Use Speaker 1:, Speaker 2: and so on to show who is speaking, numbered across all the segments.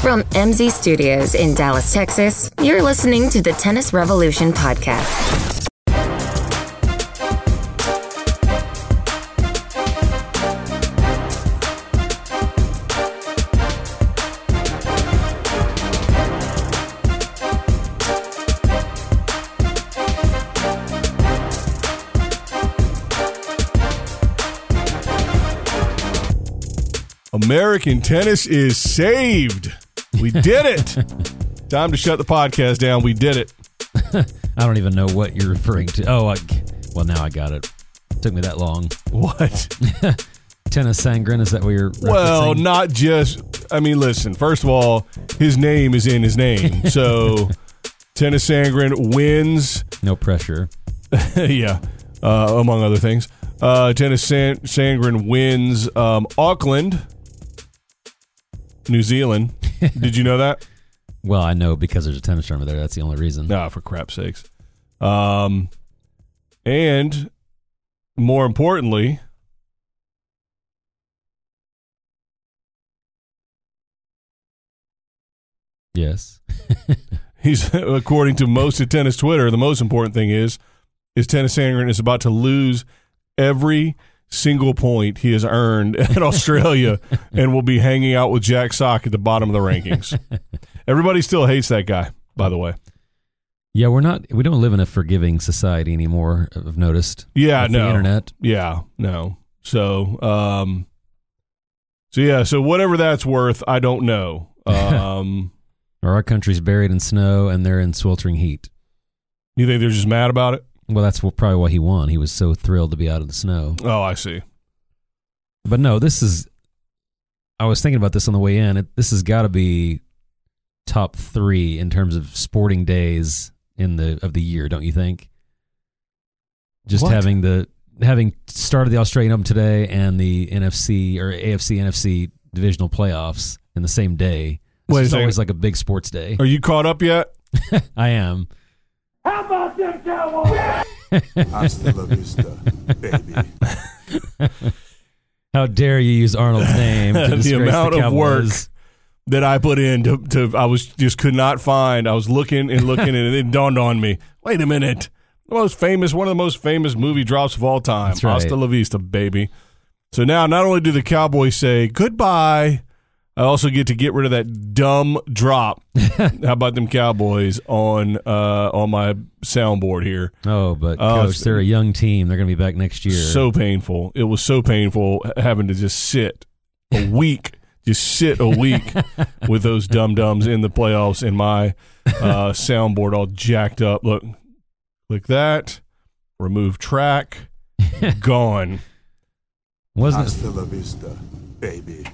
Speaker 1: From MZ Studios in Dallas, Texas, you're listening to the Tennis Revolution Podcast.
Speaker 2: American tennis is saved. We did it. Time to shut the podcast down. We did it.
Speaker 3: I don't even know what you're referring to. Oh, I, well, now I got it. Took me that long.
Speaker 2: What?
Speaker 3: Tennis Sangren, is that what you're
Speaker 2: Well,
Speaker 3: referencing?
Speaker 2: not just. I mean, listen. First of all, his name is in his name. So, Tennis Sangren wins.
Speaker 3: No pressure.
Speaker 2: yeah, uh, among other things. Uh, Tennis San- Sangren wins um, Auckland, New Zealand. Did you know that?
Speaker 3: Well, I know because there's a tennis tournament there. That's the only reason.
Speaker 2: Nah, for crap's sakes. Um, and more importantly,
Speaker 3: Yes.
Speaker 2: he's according to most of tennis Twitter, the most important thing is is tennis Sangren is about to lose every single point he has earned at Australia and will be hanging out with Jack Sock at the bottom of the rankings. Everybody still hates that guy, by the way.
Speaker 3: Yeah, we're not. We don't live in a forgiving society anymore. I've noticed.
Speaker 2: Yeah,
Speaker 3: With
Speaker 2: no.
Speaker 3: The internet.
Speaker 2: Yeah, no. So, um, so yeah, so whatever that's worth, I don't know. Um,
Speaker 3: Or our country's buried in snow and they're in sweltering heat.
Speaker 2: you think they're just mad about it?
Speaker 3: Well, that's wh- probably why he won. He was so thrilled to be out of the snow.
Speaker 2: Oh, I see.
Speaker 3: But no, this is. I was thinking about this on the way in. It, this has got to be top three in terms of sporting days in the of the year, don't you think? Just
Speaker 2: What?
Speaker 3: having the having started the Australian Open today and the NFC or AFC NFC divisional playoffs in the same day. It's
Speaker 2: Wait a
Speaker 3: just
Speaker 2: second.
Speaker 3: always like a big sports day.
Speaker 2: Are you caught up yet?
Speaker 3: I am.
Speaker 4: Hasta la vista, baby.
Speaker 3: How dare you use Arnold's name? To
Speaker 2: The
Speaker 3: disgrace
Speaker 2: amount of work.
Speaker 3: Cowboys.
Speaker 2: That I put in to, to I was just could not find. I was looking and looking, and it dawned on me. Wait a minute. The most famous, one of the most famous movie drops of all time.
Speaker 3: That's right.
Speaker 2: Hasta la vista, baby. So now, not only do the Cowboys say goodbye, I also get to get rid of that dumb drop. How about them Cowboys on uh, on my soundboard here?
Speaker 3: Oh, but
Speaker 2: Oh,
Speaker 3: coach,
Speaker 2: it's-
Speaker 3: they're a young team. They're going to be back next year.
Speaker 2: So painful. It was so painful h- having to just sit a week, just sit a week with those dum dums in the playoffs and my uh, soundboard all jacked up. Look, click that, remove track, gone.
Speaker 3: wasn't it
Speaker 4: Hasta la vista, baby.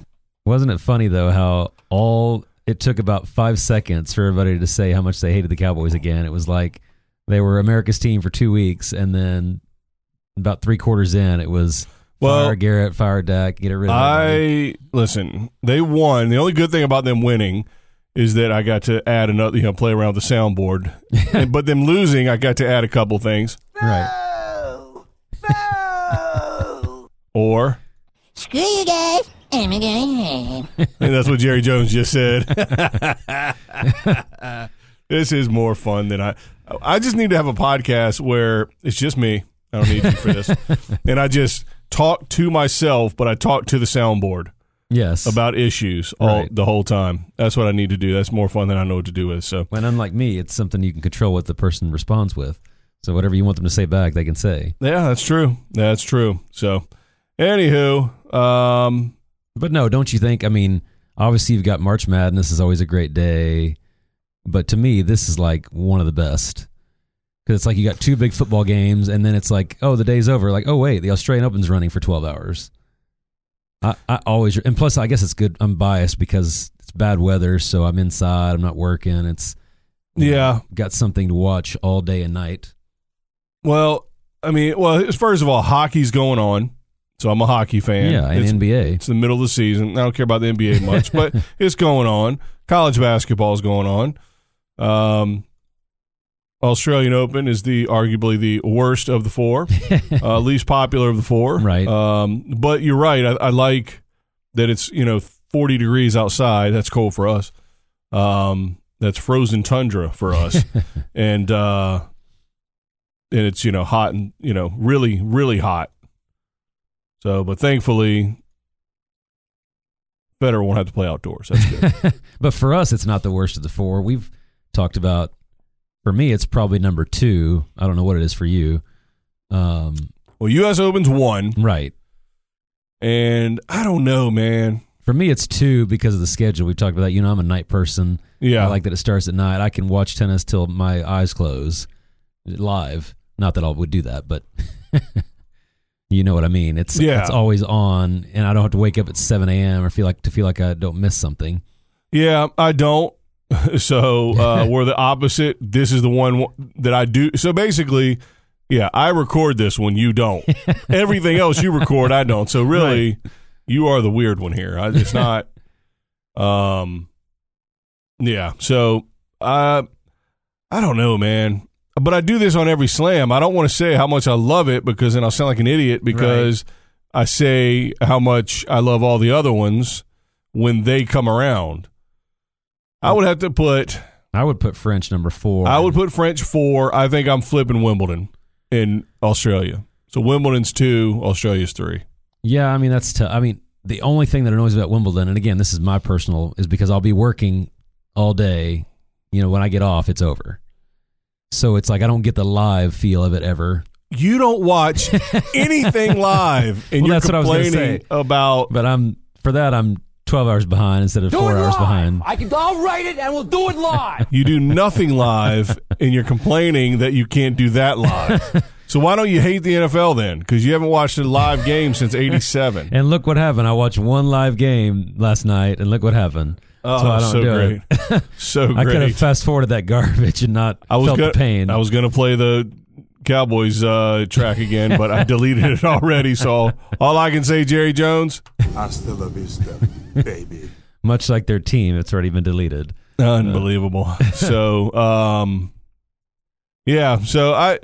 Speaker 3: Wasn't it funny though how all it took about five seconds for everybody to say how much they hated the Cowboys again? It was like they were America's team for two weeks, and then about three quarters in, it was
Speaker 2: Well-
Speaker 3: fire Garrett, fire Dak, get it rid of. everybody.
Speaker 2: I listen. They won. The only good thing about them winning is that I got to add another, you know, play around with the soundboard. And- but them losing, I got to add a couple things.
Speaker 3: right?
Speaker 2: Or
Speaker 5: Screw you guys. I'm going home.
Speaker 2: I think that's what Jerry Jones just said. this is more fun than I. I just need to have a podcast where it's just me. I don't need you for this, and I just talk to myself, but I talk to the soundboard
Speaker 3: Yes.
Speaker 2: about issues all
Speaker 3: Right.
Speaker 2: the whole time. That's what I need to do. That's more fun than I know what to do with. So
Speaker 3: when unlike me, it's something you can control what the person responds with. So whatever you want them to say back, they can say.
Speaker 2: yeah, that's true. That's true. So, anywho, um,
Speaker 3: But no, don't you think? I mean, obviously you've got March Madness is always a great day, but to me this is like one of the best because it's like you got two big football games, and then it's like, oh, the day's over. Like, oh wait, the Australian Open's running for twelve hours. I, I always and plus I guess it's good. I'm biased because it's bad weather, so I'm inside. I'm not working. It's
Speaker 2: yeah.
Speaker 3: got something to watch all day and night.
Speaker 2: Well, I mean, well, first of all, hockey's going on, so I'm a hockey fan.
Speaker 3: yeah, and
Speaker 2: It's-
Speaker 3: NBA.
Speaker 2: It's the middle of the season. I don't care about the NBA much, but it's going on. College basketball is going on. Um, Australian Open is the arguably the worst of the four, uh, least popular of the four.
Speaker 3: Right.
Speaker 2: Um, but you're right. I, I like that it's you know 40 degrees outside. That's cold for us. Um, that's frozen tundra for us, and uh, and it's you know hot and you know really really hot. So, but thankfully, Federer won't have to play outdoors. That's good.
Speaker 3: but for us, it's not the worst of the four. We've talked about. For me, it's probably number two. I don't know what it is for you. Um,
Speaker 2: well, U.S. Open's one,
Speaker 3: right.
Speaker 2: and I don't know, man.
Speaker 3: For me, it's two because of the schedule. We've talked about that. You know, I'm a night person.
Speaker 2: Yeah,
Speaker 3: I like that it starts at night. I can watch tennis till my eyes close live. Not that I would do that, but you know what I mean. It's
Speaker 2: Yeah.
Speaker 3: it's always on, and I don't have to wake up at seven a.m. or feel like to feel like I don't miss something.
Speaker 2: Yeah, I don't. So uh, we're the opposite. This is the one that I do. So basically, yeah, I record this one. You don't. Everything else you record, I don't. So really, you are the weird one here. I, it's not. Um. Yeah. So I, I don't know, man. But I do this on every slam. I don't want to say how much I love it because then I'll sound like an idiot because I say how much I love all the other ones when they come around. I would have to put
Speaker 3: I would put French number four.
Speaker 2: I would put French four. I think I'm flipping Wimbledon in Australia. So Wimbledon's two, Australia's three.
Speaker 3: Yeah, I mean that's tough. I mean the only thing that annoys me about Wimbledon, and again, this is my personal, is because I'll be working all day. You know, when I get off, it's over. So it's like I don't get the live feel of it ever.
Speaker 2: You don't watch anything live, and
Speaker 3: Well,
Speaker 2: you're
Speaker 3: that's what I was gonna
Speaker 2: complaining
Speaker 3: say.
Speaker 2: about.
Speaker 3: But I'm for that I'm 12 hours behind instead of four hours behind.
Speaker 6: I can, I'll write it and we'll do it live.
Speaker 2: You do nothing live, and you're complaining that you can't do that live. So why don't you hate the NFL then? Because you haven't watched a live game since '87.
Speaker 3: And look what happened. I watched one live game last night, and look what happened.
Speaker 2: Oh,
Speaker 3: so I don't
Speaker 2: so
Speaker 3: do
Speaker 2: great,
Speaker 3: it.
Speaker 2: so great.
Speaker 3: I could have fast forwarded that garbage and not
Speaker 2: I was
Speaker 3: felt
Speaker 2: gonna,
Speaker 3: the pain.
Speaker 2: I was going to play the Cowboys uh, track again, but I deleted it already. So all I can say, Jerry Jones,
Speaker 4: Hasta la vista, baby.
Speaker 3: Much like their team, it's already been deleted.
Speaker 2: unbelievable.
Speaker 3: Uh.
Speaker 2: so, um, yeah. So I,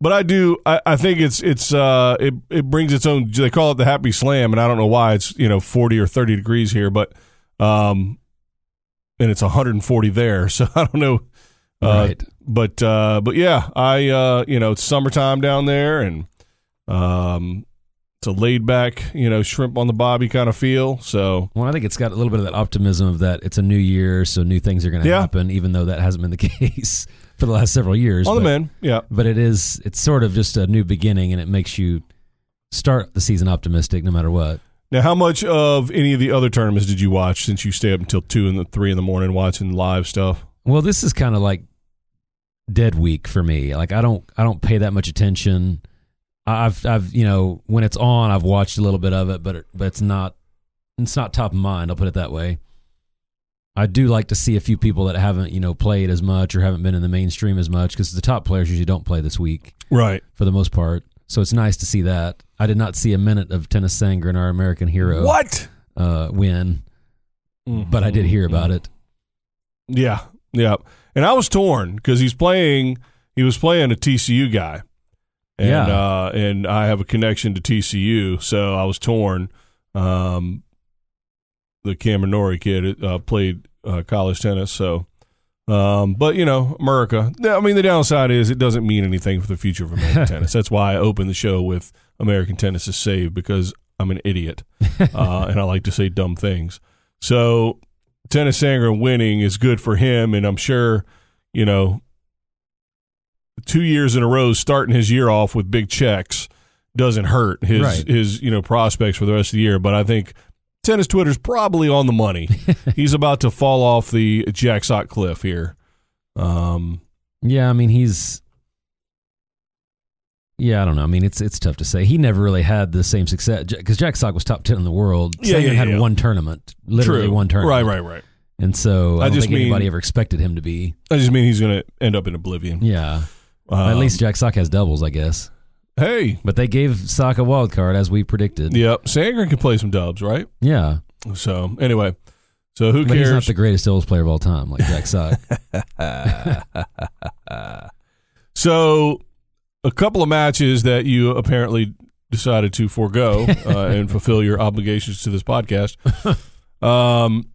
Speaker 2: but I do. I, I think it's it's uh, it it brings its own. They call it the Happy Slam, and I don't know why it's you know forty or thirty degrees here, but um, and it's one hundred and forty there. So I don't know. Uh,
Speaker 3: right.
Speaker 2: but uh but yeah i uh you know it's summertime down there and um it's a laid back you know shrimp on the bobby kind of feel so
Speaker 3: Well, I think it's got a little bit of that optimism of that it's a new year, so new things are going to
Speaker 2: Yeah.
Speaker 3: happen, even though that hasn't been the case for the last several years.
Speaker 2: on the
Speaker 3: but,
Speaker 2: men yeah
Speaker 3: but it is, it's sort of just a new beginning, and it makes you start the season optimistic no matter what.
Speaker 2: now how much of any of the other tournaments did you watch since you stay up until two and the three in the morning watching live stuff
Speaker 3: Well, this is kind of like dead week for me. Like I don't I don't pay that much attention. I- I've I've you know when it's on I've watched a little bit of it, but it, but it's not it's not top of mind. I'll put it that way. I do like to see a few people that haven't you know played as much or haven't been in the mainstream as much because the top players usually don't play this week
Speaker 2: right
Speaker 3: for the most part. So it's nice to see that. I did not see a minute of Tennis Sangren, our American hero,
Speaker 2: what
Speaker 3: uh, win, but I did hear about it.
Speaker 2: yeah yeah and i was torn because he's playing he was playing a tcu guy and
Speaker 3: Yeah.
Speaker 2: uh and i have a connection to tcu so i was torn um the Caminori kid uh, played uh, college tennis. So, um, but you know, America. I mean, the downside is it doesn't mean anything for the future of American tennis. That's why I opened the show with American tennis is saved because I'm an idiot uh, and I like to say dumb things. So, tennis Sangren winning is good for him, and I'm sure you know. Two years in a row, starting his year off with big checks doesn't hurt his
Speaker 3: Right.
Speaker 2: his you know prospects for the rest of the year. But I think tennis Twitter's probably on the money. He's about to fall off the Jack Sock cliff here. Um,
Speaker 3: Yeah, I mean he's Yeah, I don't know. I mean it's it's tough to say. He never really had the same success because Jack Sock was top ten in the world.
Speaker 2: Yeah,
Speaker 3: Sagan
Speaker 2: yeah,
Speaker 3: had
Speaker 2: yeah.
Speaker 3: one tournament, literally
Speaker 2: true.
Speaker 3: one tournament,
Speaker 2: Right, right, right.
Speaker 3: And so I,
Speaker 2: I
Speaker 3: don't
Speaker 2: just
Speaker 3: think anybody
Speaker 2: mean-
Speaker 3: ever expected him to be.
Speaker 2: I just mean he's going to end up in oblivion.
Speaker 3: Yeah, at
Speaker 2: Um,
Speaker 3: least Jack Sock has doubles, I guess.
Speaker 2: Hey,
Speaker 3: But they gave Sock a wild card as we predicted.
Speaker 2: yep. Sangren can play some dubs, right?
Speaker 3: Yeah,
Speaker 2: So anyway, so who
Speaker 3: but he's not
Speaker 2: cares?
Speaker 3: the greatest doubles player of all time, like Jack Sock.
Speaker 2: so a couple of matches that you apparently decided to forego uh, and fulfill your obligations to this podcast. Um,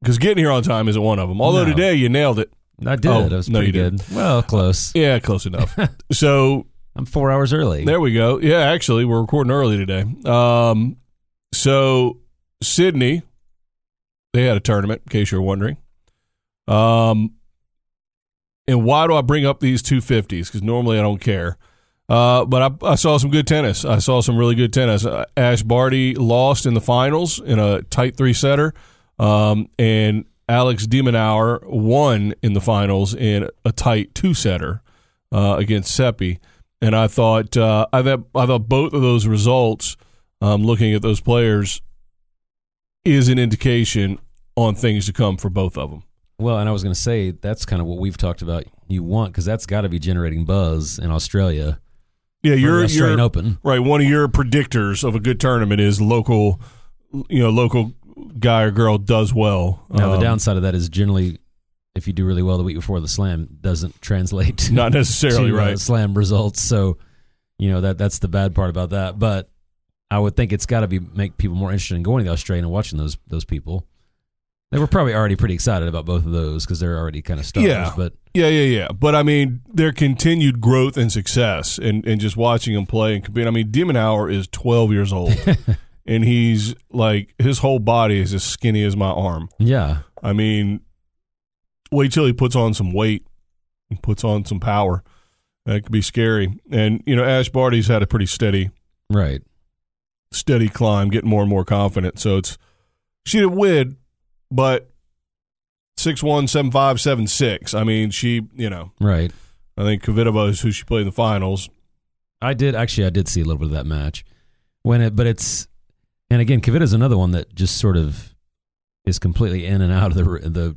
Speaker 2: because getting here on time isn't one of them. Although
Speaker 3: No.
Speaker 2: today you nailed it.
Speaker 3: I did.
Speaker 2: Oh,
Speaker 3: I was
Speaker 2: no,
Speaker 3: pretty
Speaker 2: you
Speaker 3: good.
Speaker 2: didn't. Uh,
Speaker 3: Well, close.
Speaker 2: Yeah, close enough. so
Speaker 3: I'm four hours early.
Speaker 2: there we go. Yeah, actually, we're recording early today. Um, so Sydney, they had a tournament. In case you're wondering, um, and why do I bring up these two fifties? Because normally I don't care. Uh, but I, I saw some good tennis. I saw some really good tennis. Uh, Ash Barty lost in the finals in a tight three setter, um, and Alex Demonauer won in the finals in a tight two setter uh, against Seppi. And I thought uh, I thought I thought both of those results, um, looking at those players, is an indication on things to come for both of them.
Speaker 3: Well, and I was going to say that's kind of what we've talked about. You want because that's got to be generating buzz in Australia.
Speaker 2: Yeah,
Speaker 3: for the
Speaker 2: you're
Speaker 3: Australian
Speaker 2: you're
Speaker 3: Open.
Speaker 2: Right. One of your predictors of a good tournament is local, you know, local guy or girl does well.
Speaker 3: Now the
Speaker 2: Um,
Speaker 3: downside of that is generally, if you do really well the week before the slam, doesn't translate. to-
Speaker 2: Not necessarily
Speaker 3: to, uh,
Speaker 2: right.
Speaker 3: slam results. So, you know that that's the bad part about that. But I would think it's got to be make people more interested in going to the Australian and watching those those people. They were probably already pretty excited about both of those because they're already kind of stars.
Speaker 2: Yeah.
Speaker 3: But
Speaker 2: Yeah, yeah, yeah. But I mean, their continued growth and success, and and just watching them play and compete. I mean, Demonauer is 12 years old, and he's like his whole body is as skinny as my arm.
Speaker 3: yeah,
Speaker 2: I mean, wait till he puts on some weight and puts on some power. That could be scary. And you know, Ash Barty's had a pretty steady
Speaker 3: right.
Speaker 2: steady climb, getting more and more confident. So it's she didn't win, but six one seven five seven six. I mean, she you know
Speaker 3: Right.
Speaker 2: I think Kvitova is who she played in the finals.
Speaker 3: I did actually. I did see a little bit of that match when it, but it's and again, Kavita is another one that just sort of is completely in and out of the the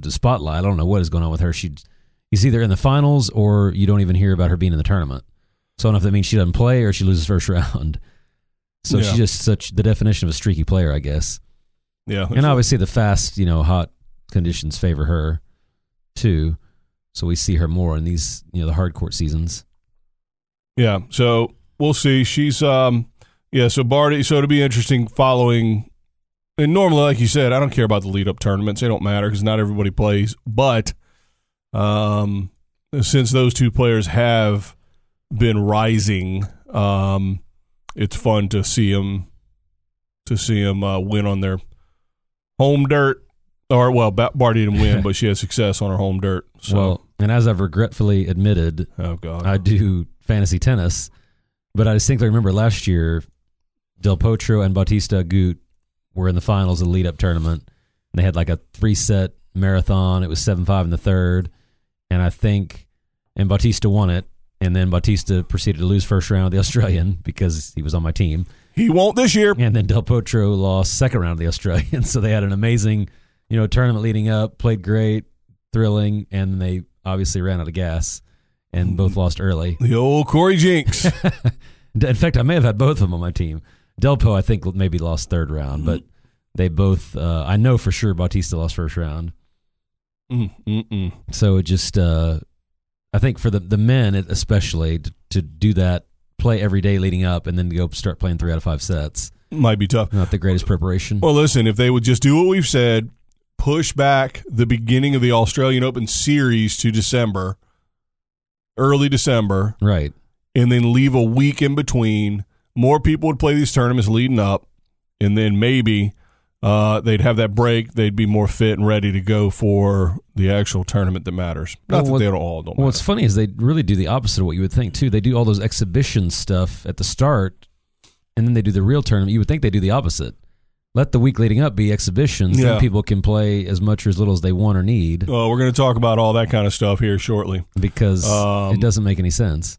Speaker 3: the spotlight. I don't know what is going on with her. She is either in the finals or you don't even hear about her being in the tournament. So I don't know if that means she doesn't play or she loses first round. So
Speaker 2: Yeah.
Speaker 3: she's just such the definition of a streaky player, I guess.
Speaker 2: Yeah,
Speaker 3: And obviously, the fast, you know, hot conditions favor her too. So we see her more in these, you know, the hard court seasons.
Speaker 2: yeah. So we'll see. She's um yeah. So Barty. So it'll be interesting following. And normally, like you said, I don't care about the lead up tournaments. They don't matter because not everybody plays. But um, since those two players have been rising, um, it's fun to see them to see them uh, win on their home dirt. Or well, Ba- Barty didn't win, but she had success on her home dirt. So,
Speaker 3: Well, and as I've regretfully admitted,
Speaker 2: oh god,
Speaker 3: I do fantasy tennis, but I distinctly remember last year, Del Potro and Bautista Agut were in the finals of the lead up tournament. And they had like a three set marathon. It was 7 5 in the third. And I think, and Bautista won it. And then Bautista proceeded to lose first round of the Australian because he was on my team.
Speaker 2: he won't this year.
Speaker 3: And then Del Potro lost second round of the Australian. So they had an amazing, you know, tournament leading up, played great, thrilling, and they obviously ran out of gas and both lost early.
Speaker 2: The old Corey Jinks.
Speaker 3: In fact, I may have had both of them on my team. Delpo, I think, maybe lost third round, but they both, uh, I know for sure Bautista lost first round.
Speaker 2: Mm, mm, mm.
Speaker 3: So it just, uh, I think for the, the men it- especially to, to do that, play every day leading up, and then go start playing three out of five sets,
Speaker 2: Might be tough.
Speaker 3: not the greatest preparation.
Speaker 2: Well, listen, if they would just do what we've said, push back the beginning of the Australian Open series to December, early December,
Speaker 3: right.
Speaker 2: and then leave a week in between, more people would play these tournaments leading up, and then maybe uh, they'd have that break. They'd be more fit and ready to go for the actual tournament that matters. Not
Speaker 3: Well,
Speaker 2: that
Speaker 3: what-
Speaker 2: they don't all don't
Speaker 3: Well,
Speaker 2: matter.
Speaker 3: what's funny is they really do the opposite of what you would think too. They do all those exhibition stuff at the start, and then they do the real tournament. You would think they do the opposite. Let the week leading up be exhibitions.
Speaker 2: Yeah.
Speaker 3: Then people can play as much or as little as they want or need
Speaker 2: Well, we're going to talk about all that kind of stuff here shortly.
Speaker 3: because
Speaker 2: Um,
Speaker 3: it doesn't make any sense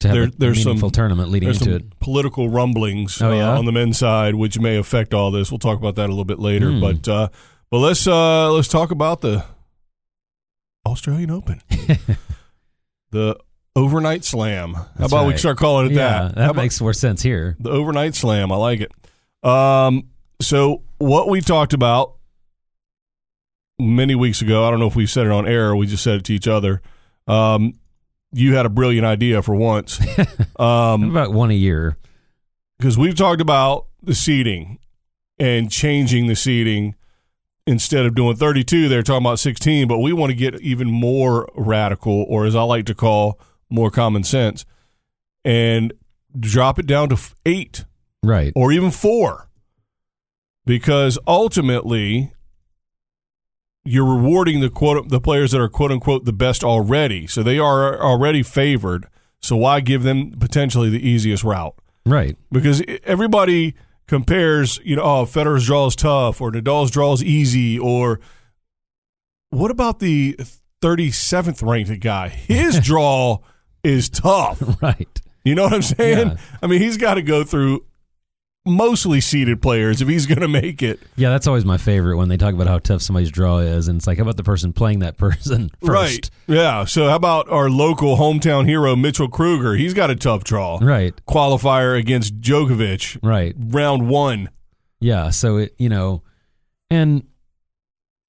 Speaker 3: to have
Speaker 2: There-
Speaker 3: a
Speaker 2: there's some-
Speaker 3: meaningful tournament leading
Speaker 2: There's
Speaker 3: into
Speaker 2: some
Speaker 3: it.
Speaker 2: political rumblings
Speaker 3: Oh,
Speaker 2: uh,
Speaker 3: yeah?
Speaker 2: on the men's side, which may affect all this. We'll talk about that a little bit later.
Speaker 3: Hmm.
Speaker 2: But uh, but let's uh, let's talk about the Australian Open, the overnight slam. How
Speaker 3: That's
Speaker 2: about we
Speaker 3: right.
Speaker 2: start calling it that?
Speaker 3: yeah,
Speaker 2: How about
Speaker 3: makes more sense here.
Speaker 2: the overnight slam. I like it. Um, so what we talked about many weeks ago, I don't know if we said it on air. Or we just said it to each other. Um, you had a brilliant idea for once. Um,
Speaker 3: About one a year.
Speaker 2: because we've talked about the seating and changing the seating instead of doing 32 they're talking about 16 but we want to get even more radical or as i like to call more common sense and drop it down to f- 8
Speaker 3: Right.
Speaker 2: or even 4 because ultimately you're rewarding the quote the players that are quote unquote the best already so they are already favored so why give them potentially the easiest route
Speaker 3: Right.
Speaker 2: because e, everybody compares, you know, oh, Federer's draw is tough or Nadal's draw is easy or what about the 37th ranked guy? His draw is tough.
Speaker 3: Right.
Speaker 2: You know what I'm saying?
Speaker 3: Yeah.
Speaker 2: I mean, he's got to go through mostly seeded players if he's going to make it.
Speaker 3: Yeah, that's always my favorite when they talk about how tough somebody's draw is, and it's like, how about the person playing that person first?
Speaker 2: Right. Yeah. So how about our local hometown hero Mitchell Kruger? He's got a tough draw.
Speaker 3: Right.
Speaker 2: Qualifier against Djokovic,
Speaker 3: Right.
Speaker 2: round 1.
Speaker 3: Yeah. So it, you know, and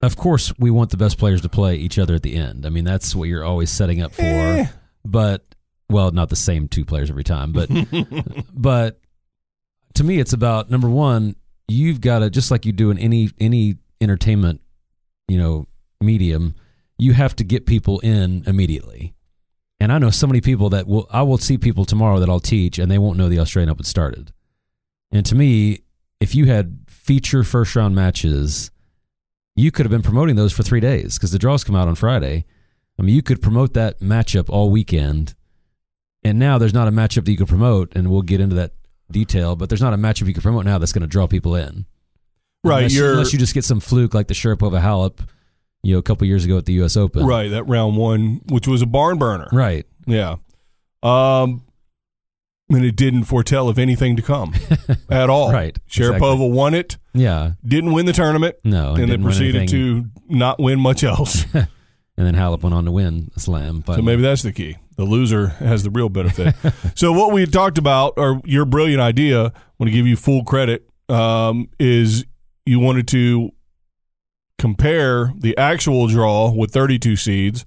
Speaker 3: of course we want the best players to play each other at the end. I mean, that's what you're always setting up for.
Speaker 2: Eh.
Speaker 3: But well, not the same two players every time, but but to me, it's about number one. You've got to just like you do in any any entertainment, you know, medium. You have to get people in immediately. And I know so many people that will I will see people tomorrow that I'll teach and they won't know the Australian Open started. And to me, if you had feature first round matches, you could have been promoting those for three days because the draws come out on Friday. I mean, you could promote that matchup all weekend. And now there's not a matchup that you could promote, and we'll get into that detail, but there's not a matchup you could promote now that's going to draw people in.
Speaker 2: Right,
Speaker 3: Unless,
Speaker 2: you're-
Speaker 3: unless you just get some fluke like the Sharapova Halep, you know, a couple years ago at the U.S. Open.
Speaker 2: Right, that round 1 which was a barn burner.
Speaker 3: Right.
Speaker 2: Yeah. Um and it didn't foretell of anything to come at all.
Speaker 3: Right,
Speaker 2: Sharapova
Speaker 3: exactly.
Speaker 2: won it,
Speaker 3: Yeah.
Speaker 2: didn't win the tournament,
Speaker 3: No.
Speaker 2: and then
Speaker 3: didn't win
Speaker 2: proceeded
Speaker 3: anything.
Speaker 2: to not win much else.
Speaker 3: And then Halep went on to win a slam.
Speaker 2: so
Speaker 3: finally.
Speaker 2: maybe that's the key. The loser has the real benefit. so what we talked about, or your brilliant idea, want to give you full credit, um, is you wanted to compare the actual draw with 32 seeds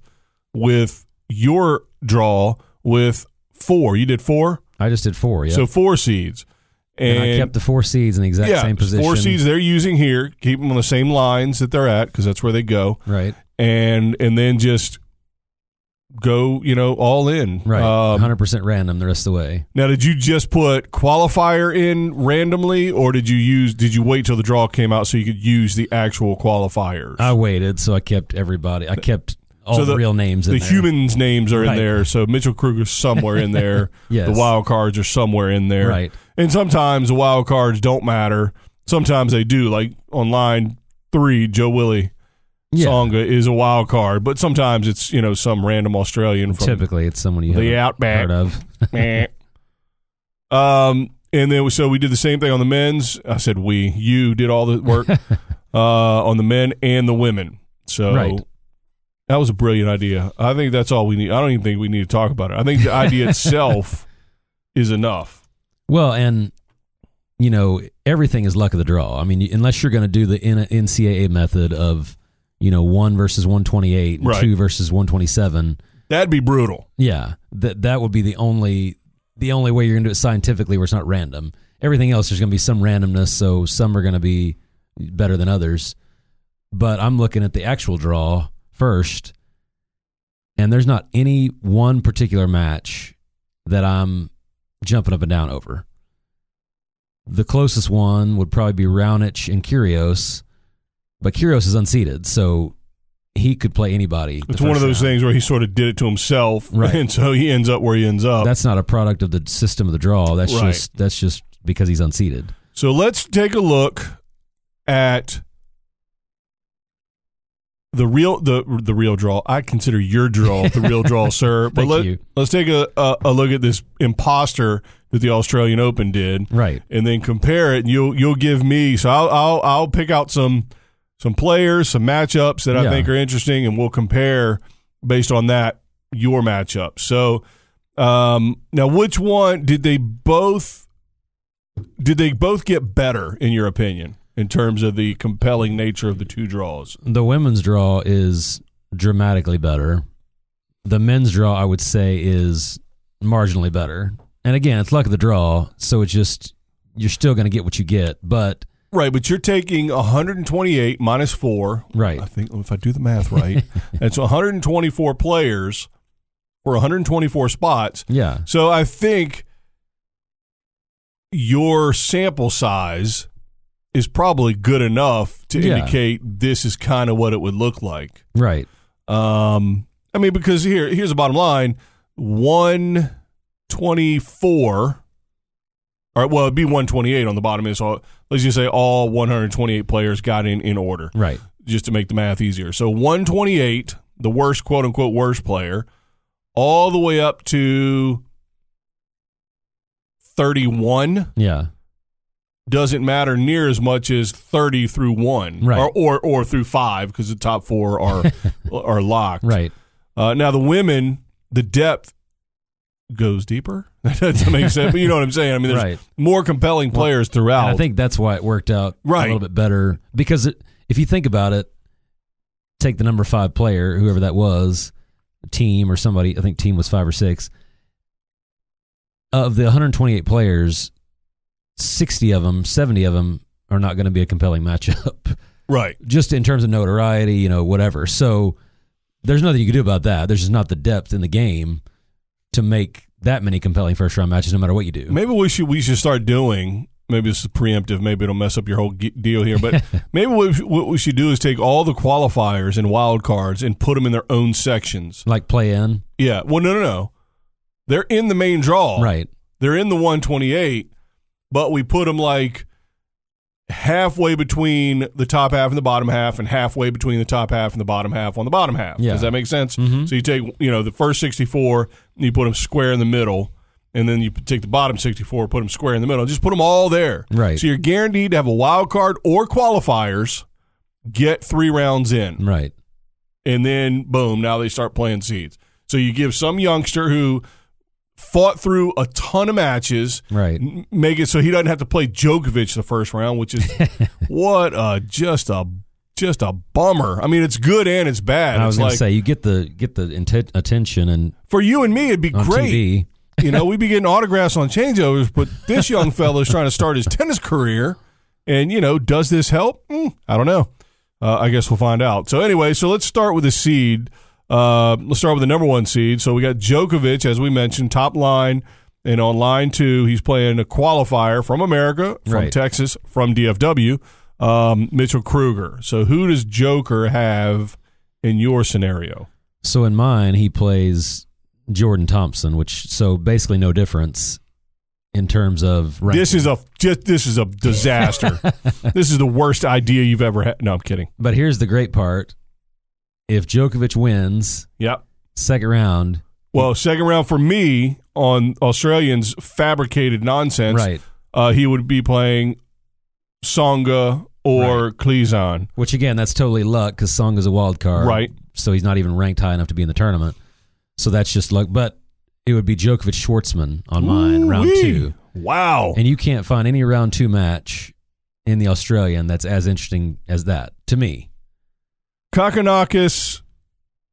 Speaker 2: with your draw with four. You did four?
Speaker 3: I just did four. Yeah.
Speaker 2: So four seeds. And,
Speaker 3: and, I kept the four seeds in the exact
Speaker 2: yeah,
Speaker 3: same position.
Speaker 2: Four seeds they're using here. Keep them on the same lines that they're at because that's where they go.
Speaker 3: Right.
Speaker 2: And and then just go, you know, all in.
Speaker 3: Right.
Speaker 2: Um,
Speaker 3: 100% random the rest of the way.
Speaker 2: now, did you just put qualifier in randomly, or did you use? Did you wait till the draw came out so you could use the actual qualifiers?
Speaker 3: I waited, so I kept everybody. I kept all
Speaker 2: So
Speaker 3: the, real names.
Speaker 2: The
Speaker 3: in there.
Speaker 2: humans' names are in
Speaker 3: Right.
Speaker 2: there, so Mitchell Kruger's somewhere in there.
Speaker 3: Yes.
Speaker 2: The wild cards are somewhere in there.
Speaker 3: Right.
Speaker 2: And sometimes the wild cards don't matter. Sometimes they do. Like on line three, Joe Willie
Speaker 3: Yeah.
Speaker 2: Songa is a wild card, but sometimes it's you know some random Australian from
Speaker 3: Typically, it's someone you
Speaker 2: the
Speaker 3: haven't
Speaker 2: outback.
Speaker 3: heard of.
Speaker 2: Meh. um, and then so we did the same thing on the men's. I said we, you did all the work uh, on the men and the women. So
Speaker 3: Right.
Speaker 2: that was a brilliant idea. I think that's all we need. I don't even think we need to talk about it. I think the idea itself is enough.
Speaker 3: Well, and you know everything is luck of the draw. I mean, you- unless you're going to do the N- NCAA method of you know one versus one twenty eight, and
Speaker 2: Right.
Speaker 3: two versus one twenty seven.
Speaker 2: That'd be brutal.
Speaker 3: Yeah, that that would be the only the only way you're going to do it scientifically, where it's not random. Everything else, there's going to be some randomness, so some are going to be better than others. But I'm looking at the actual draw first, and there's not any one particular match that I'm jumping up and down over. The closest one would probably be Raonic and Kyrgios, but Kyrgios is unseated, so he could play anybody. the
Speaker 2: It's one of
Speaker 3: first
Speaker 2: those
Speaker 3: round.
Speaker 2: things where he sort of did it to himself,
Speaker 3: Right.
Speaker 2: and so he ends up where he ends up.
Speaker 3: that's not a product of the system of the draw. That's
Speaker 2: Right.
Speaker 3: just that's just because he's unseated.
Speaker 2: So let's take a look at the real the the real draw. I consider your draw the real draw, sir. But
Speaker 3: Thank
Speaker 2: let,
Speaker 3: you.
Speaker 2: let's take a, a a look at this imposter that the Australian Open did,
Speaker 3: Right.
Speaker 2: and then compare it. And you'll you'll give me so I'll I'll, I'll pick out some some players, some matchups that I
Speaker 3: Yeah.
Speaker 2: think are interesting, and we'll compare based on that your matchup. So um, now, which one did they both? Did they both get better in your opinion in terms of the compelling nature of the two draws?
Speaker 3: The women's draw is dramatically better. The men's draw, I would say, is marginally better. And again, it's luck of the draw, so it's just you're still going to get what you get. But
Speaker 2: Right, but you're taking 128 minus four.
Speaker 3: Right.
Speaker 2: I think if I do the math right, that's 124 players for 124 spots.
Speaker 3: Yeah.
Speaker 2: So I think your sample size is probably good enough to
Speaker 3: Yeah.
Speaker 2: indicate this is kind of what it would look like.
Speaker 3: Right.
Speaker 2: Um, I mean, because here, here's the bottom line: one twenty-four. All right, well, it'd be one twenty-eight on the bottom end. So let's just say all one hundred twenty-eight players got in in order,
Speaker 3: Right.
Speaker 2: just to make the math easier. So one twenty-eight, the worst quote unquote worst player, all the way up to thirty-one
Speaker 3: Yeah.
Speaker 2: doesn't matter near as much as 30 through 1
Speaker 3: Right.
Speaker 2: or, or or through 5 because the top 4 are are locked.
Speaker 3: Right.
Speaker 2: Uh, now the women, the depth goes deeper. that doesn't make sense, but you know what I'm saying. I mean, there's
Speaker 3: Right.
Speaker 2: more compelling players throughout.
Speaker 3: And I think that's why it worked out
Speaker 2: Right.
Speaker 3: a little bit better because it, if you think about it, take the number five player, whoever that was, team or somebody. I think team was five or six. Of the 128 players, 60 of them, 70 of them are not going to be a compelling matchup,
Speaker 2: right,
Speaker 3: just in terms of notoriety, you know, whatever. So there's nothing you can do about that. There's just not the depth in the game to make that many compelling first round matches, no matter what you do.
Speaker 2: maybe we should we should start doing. Maybe this is preemptive. Maybe it'll mess up your whole ge- deal here. But maybe what, we sh- what we should do is take all the qualifiers and wild cards and put them in their own sections.
Speaker 3: Like play in,
Speaker 2: Yeah. Well, no, no, no. They're in the main draw.
Speaker 3: right?
Speaker 2: They're in the 128, but we put them like halfway between the top half and the bottom half, and halfway between the top half and the bottom half on the bottom half.
Speaker 3: Yeah. Mm-hmm.
Speaker 2: Does that make sense? So you take you know the first 64, and you put them square in the middle, and then you take the bottom 64, put them square in the middle. Just put them all there.
Speaker 3: Right.
Speaker 2: So you're guaranteed to have a wild card or qualifiers. Get three rounds in
Speaker 3: Right.
Speaker 2: and then boom, now they start playing seeds. So you give some youngster who fought through a ton of matches,
Speaker 3: Right.
Speaker 2: m- Make it so he doesn't have to play Djokovic the first round, which is what a just a just a bummer. I mean, it's good and it's bad.
Speaker 3: I was
Speaker 2: it's
Speaker 3: going
Speaker 2: like
Speaker 3: to say you get the get the inten- attention and
Speaker 2: for you and me, it'd be
Speaker 3: on
Speaker 2: great.
Speaker 3: TV.
Speaker 2: you know, we'd be getting autographs on changeovers, but this young fellow is trying to start his tennis career, and you know, does this help? Mm, I don't know. Uh, I guess we'll find out. So anyway, so let's start with the seed. Uh, let's start with the number one seed. So we got Djokovic, as we mentioned, top line, and on line two, he's playing a qualifier from America, from
Speaker 3: Right.
Speaker 2: Texas, from DFW, um, Mitchell Kruger. So who does Joker have in your scenario?
Speaker 3: So in mine, he plays Jordan Thompson, which so basically no difference in terms of ranking.
Speaker 2: This is a just this is a disaster. this is the worst idea you've ever had. No, I'm kidding.
Speaker 3: but here's the great part: if Djokovic wins
Speaker 2: Yep.
Speaker 3: second round,
Speaker 2: Well, second round for me on Australians fabricated nonsense.
Speaker 3: right?
Speaker 2: Uh, he would be playing Songa or Cleason.
Speaker 3: Which again, that's totally luck because Song is a wild card,
Speaker 2: Right.
Speaker 3: So he's not even ranked high enough to be in the tournament. So that's just luck. But it would be Djokovic Schwartzman on mine round
Speaker 2: Ooh-wee.
Speaker 3: two.
Speaker 2: Wow.
Speaker 3: And you can't find any round two match in the Australian that's as interesting as that to me.
Speaker 2: Kakanakis,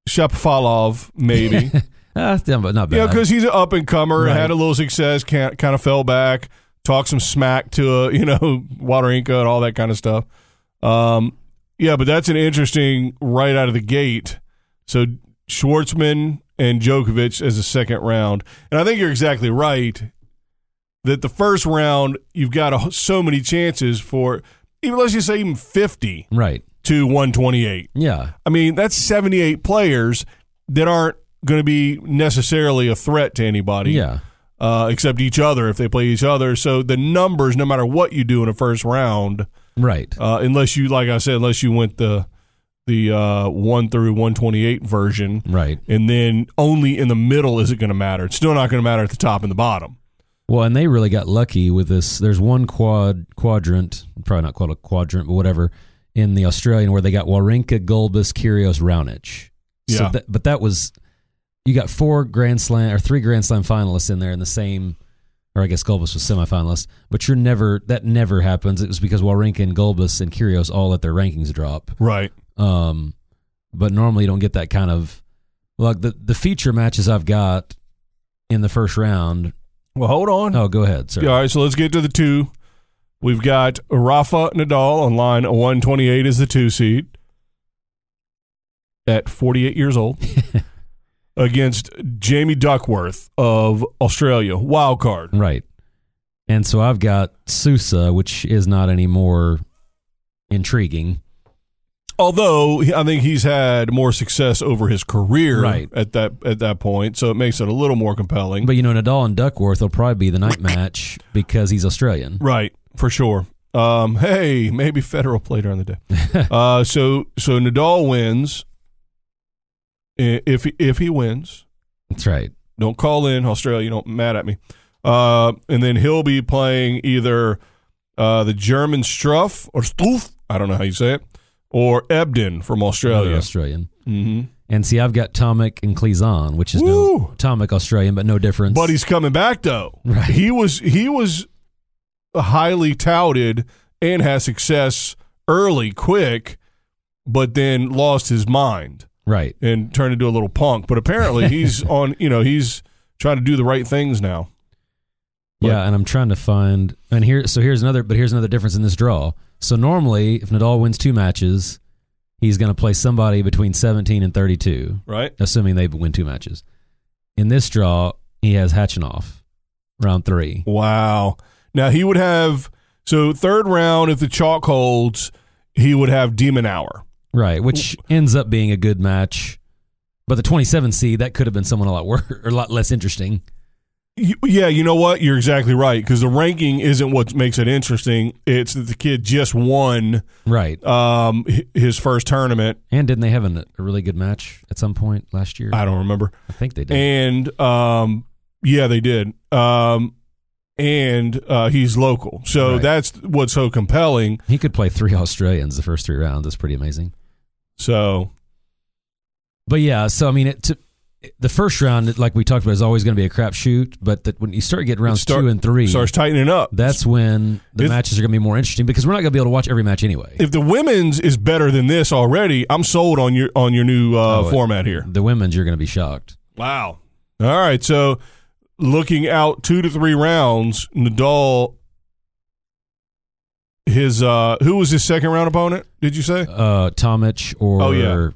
Speaker 2: Shapofalov, maybe.
Speaker 3: Uh, yeah, but not bad.
Speaker 2: Yeah, because he's an up and comer,
Speaker 3: Right.
Speaker 2: had a little success, can kind of fell back, talked some smack to uh, you know Wawrinka and all that kind of stuff. Um, yeah, but that's an interesting right out of the gate. So Schwartzman and Djokovic as a second round, and I think you're exactly right that the first round you've got a, so many chances for even let's just say even fifty
Speaker 3: right.
Speaker 2: to one twenty eight.
Speaker 3: Yeah.
Speaker 2: I mean, that's 78 players that aren't going to be necessarily a threat to anybody,
Speaker 3: Yeah.
Speaker 2: uh, except each other if they play each other. So the numbers, no matter what you do in the first round,
Speaker 3: Right.
Speaker 2: uh, unless you, like I said, unless you went the the uh, one through 128 version,
Speaker 3: Right.
Speaker 2: and then only in the middle is it going to matter. It's still not going to matter at the top and the bottom.
Speaker 3: Well, and they really got lucky with this. There's one quad quadrant, probably not called a quadrant, but whatever, in the Australian where they got Wawrinka, Golbus, Kyrgios, Raonic. So
Speaker 2: Yeah.
Speaker 3: that, but that was you got four Grand Slam or three Grand Slam finalists in there in the same, or I guess Golbus was semifinalist. But you're never that never happens. It was because Wawrinka and Golbus and Kyrgios all let their rankings drop.
Speaker 2: Right.
Speaker 3: Um, but normally you don't get that kind of like the the feature matches I've got in the first round.
Speaker 2: Well, hold on.
Speaker 3: Oh, go ahead, sir.
Speaker 2: Yeah, all right, so let's get to the two. We've got Rafa Nadal on line 128 as the two seed at 48 years old against Jamie Duckworth of Australia, wild card.
Speaker 3: Right. And so I've got Sousa, which is not any more intriguing.
Speaker 2: Although he- I think he's had more success over his career
Speaker 3: Right.
Speaker 2: at that at that point, so it makes it a little more compelling.
Speaker 3: But you know, Nadal and Duckworth will probably be the night match because he's Australian.
Speaker 2: Right, for sure. Um, hey, maybe Federer will play during the day. uh, so so Nadal wins. I- If he, if he wins,
Speaker 3: That's right.
Speaker 2: don't call in Australia. You don't mad at me. Uh, and then he'll be playing either uh, the German Struff or Struff. I don't know how you say it, or Ebden from
Speaker 3: Another
Speaker 2: Australia.
Speaker 3: Australian.
Speaker 2: hmm
Speaker 3: And see, I've got Tomic and Cleason, which is
Speaker 2: Woo!
Speaker 3: no Tomic Australian, but no difference.
Speaker 2: But he's coming back though.
Speaker 3: Right.
Speaker 2: He was he was highly touted and had success early, quick, but then lost his mind
Speaker 3: right.
Speaker 2: and turned into a little punk. But apparently he's on you know, he's trying to do the right things now. But-
Speaker 3: yeah, and I'm trying to find and here so here's another but here's another difference in this draw. So normally if Nadal wins two matches, he's gonna play somebody between seventeen and thirty two,
Speaker 2: Right?
Speaker 3: assuming they win two matches. In this draw, he has Hatchinoff round three.
Speaker 2: Wow. Now he would have so third round if the chalk holds, he would have Demon Hour.
Speaker 3: Right, which ends up being a good match. But the twenty seven seed, that could have been someone a lot worse or a lot less interesting.
Speaker 2: You- Yeah, you know what? You're exactly right because the ranking isn't what makes it interesting. It's that the kid just won
Speaker 3: Right.
Speaker 2: um hi- his first tournament
Speaker 3: And didn't they have an, a really good match at some point last year?
Speaker 2: i don't remember
Speaker 3: I think they did.
Speaker 2: and um yeah they did um and uh he's local so
Speaker 3: Right.
Speaker 2: that's what's so compelling
Speaker 3: He could play three Australians the first three rounds. That's pretty amazing.
Speaker 2: so
Speaker 3: But yeah, so I mean, it, to, the first round, like we talked about, is always going to be a crapshoot. But that when you start getting rounds
Speaker 2: start-
Speaker 3: two and three,
Speaker 2: starts tightening up
Speaker 3: that's when the
Speaker 2: If-
Speaker 3: matches are going to be more interesting because we're not going to be able to watch every match anyway.
Speaker 2: if the women's is better than this already i'm sold on your on your new uh
Speaker 3: Oh, it-
Speaker 2: format here
Speaker 3: The women's, you're going to be shocked.
Speaker 2: wow all right so looking out two to three rounds nadal his uh who was his second round opponent did you say
Speaker 3: Uh, Tomic or
Speaker 2: Oh, yeah.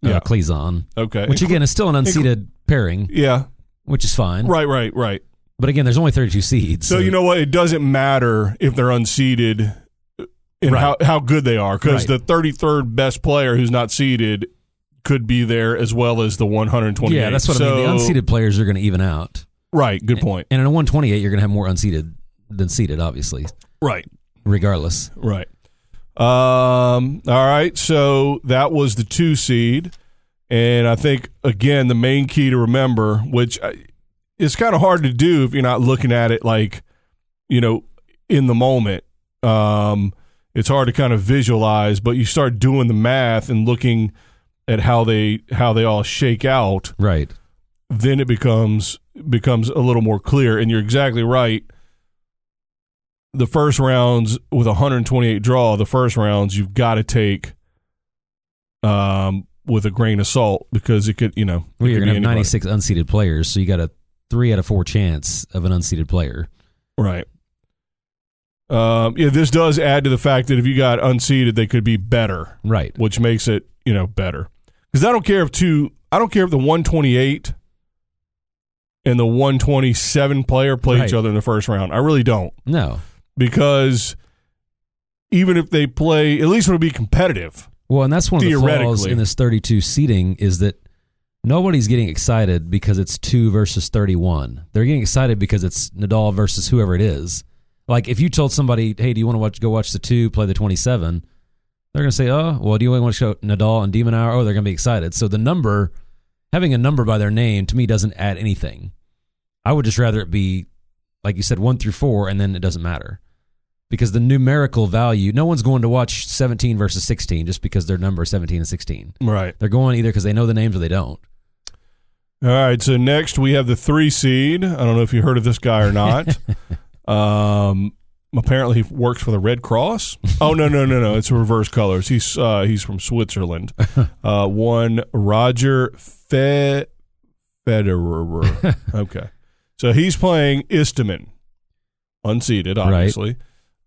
Speaker 2: Yeah.
Speaker 3: uh, Klizan,
Speaker 2: okay
Speaker 3: which again is still an unseeded pairing,
Speaker 2: yeah
Speaker 3: which is fine.
Speaker 2: right right right
Speaker 3: But again, there's only 32 seeds.
Speaker 2: So you know what? It doesn't matter if they're unseeded and
Speaker 3: Right.
Speaker 2: how, how good they are because
Speaker 3: Right.
Speaker 2: the 33rd best player who's not seeded could be there as well as the 128.
Speaker 3: yeah, that's what I mean. The
Speaker 2: So-
Speaker 3: unseeded players are going to even out.
Speaker 2: Right. Good point.
Speaker 3: And in a 128, you're going to have more unseeded than seeded, obviously,
Speaker 2: Right.
Speaker 3: regardless.
Speaker 2: Right. Um. All right. So that was the two seed, and I think again the main key to remember, which I- it's kind of hard to do if you're not looking at it like, you know, in the moment. Um, it's hard to kind of visualize, but you start doing the math and looking at how they how they all shake out
Speaker 3: Right.
Speaker 2: then it becomes becomes a little more clear and you're exactly right the first rounds with 128 draw the first rounds you've got to take um with a grain of salt because it could you know
Speaker 3: Well,
Speaker 2: it
Speaker 3: you're
Speaker 2: could
Speaker 3: going to
Speaker 2: be anybody.
Speaker 3: have 96 unseeded players, so you got a three out of four chance of an unseeded player.
Speaker 2: right um yeah this does add to the fact that if you got unseeded they could be better
Speaker 3: Right.
Speaker 2: which makes it you know better because i don't care if two i don't care if the 128 and the 127 player play
Speaker 3: Right.
Speaker 2: each other in the first round i really don't
Speaker 3: No.
Speaker 2: because even if they play, at least it'll be competitive.
Speaker 3: Well, and that's one of the flaws
Speaker 2: Theoretically.
Speaker 3: in this 32 seeding is that nobody's getting excited because it's two versus 31. They're getting excited because it's Nadal versus whoever it is. Like if you told somebody, "Hey, do you want to watch? Go watch the two, play the 27." They're going to say, "Oh, well, do you want to show Nadal and Demon Hour?" Oh, they're going to be excited. So the number, having a number by their name, to me doesn't add anything. I would just rather it be, like you said, one through four, and then it doesn't matter because the numerical value, no one's going to watch 17 versus 16 just because their number is 17 and 16.
Speaker 2: Right.
Speaker 3: They're going either because they know the names or they don't.
Speaker 2: All right. So next we have the three seed. I don't know if you heard of this guy or not. um, apparently he works for the Red Cross. Oh no no no no! It's reverse colors. He's uh, he's from Switzerland. Uh, one Roger Fe- Federer. Okay. So he's playing Istomin, unseated, obviously.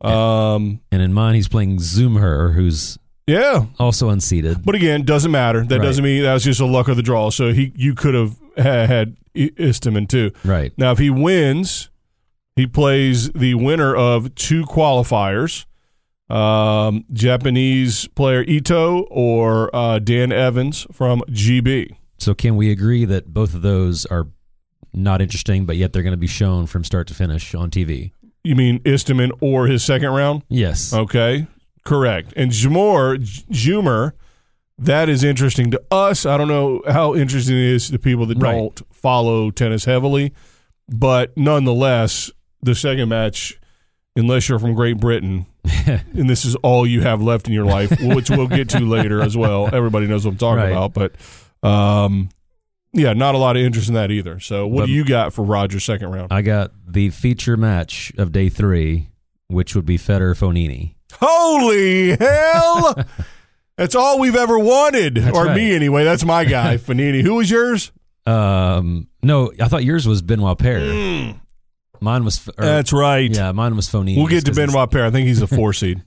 Speaker 2: Um,
Speaker 3: And in mine, he's playing Zoomer, who's
Speaker 2: yeah,
Speaker 3: also unseated.
Speaker 2: but again, doesn't matter. That
Speaker 3: Right.
Speaker 2: doesn't mean that was just a luck of the draw. So he, you could have ha- had I- Istomin too.
Speaker 3: Right.
Speaker 2: Now, if he wins, he plays the winner of two qualifiers um, Japanese player Ito or uh, Dan Evans from GB.
Speaker 3: So can we agree that both of those are not interesting, but yet they're going to be shown from start to finish on TV?
Speaker 2: You mean Istomin or his second round?
Speaker 3: Yes.
Speaker 2: Okay, correct. And Jumor, Jumer, that is interesting to us. I don't know how interesting it is to people that
Speaker 3: Right.
Speaker 2: don't follow tennis heavily, but nonetheless, the second match, unless you're from Great Britain, and this is all you have left in your life, which we'll get to later as well. Everybody knows what I'm talking
Speaker 3: Right.
Speaker 2: about, but um, yeah, not a lot of interest in that either. So, what
Speaker 3: But-
Speaker 2: do you got for Roger's second round?
Speaker 3: I got the feature match of day three, which would be Federer Fonini.
Speaker 2: Holy hell! That's all we've ever wanted, or
Speaker 3: right.
Speaker 2: me anyway. That's my guy, Fanini. Who was yours?
Speaker 3: Um, no, I thought yours was Benoit Paire. Mine was. Or,
Speaker 2: Hmm. right.
Speaker 3: yeah, mine was Fonini.
Speaker 2: we'll get
Speaker 3: just
Speaker 2: to
Speaker 3: 'cause it's-
Speaker 2: Benoit Paire. I think he's a four seed.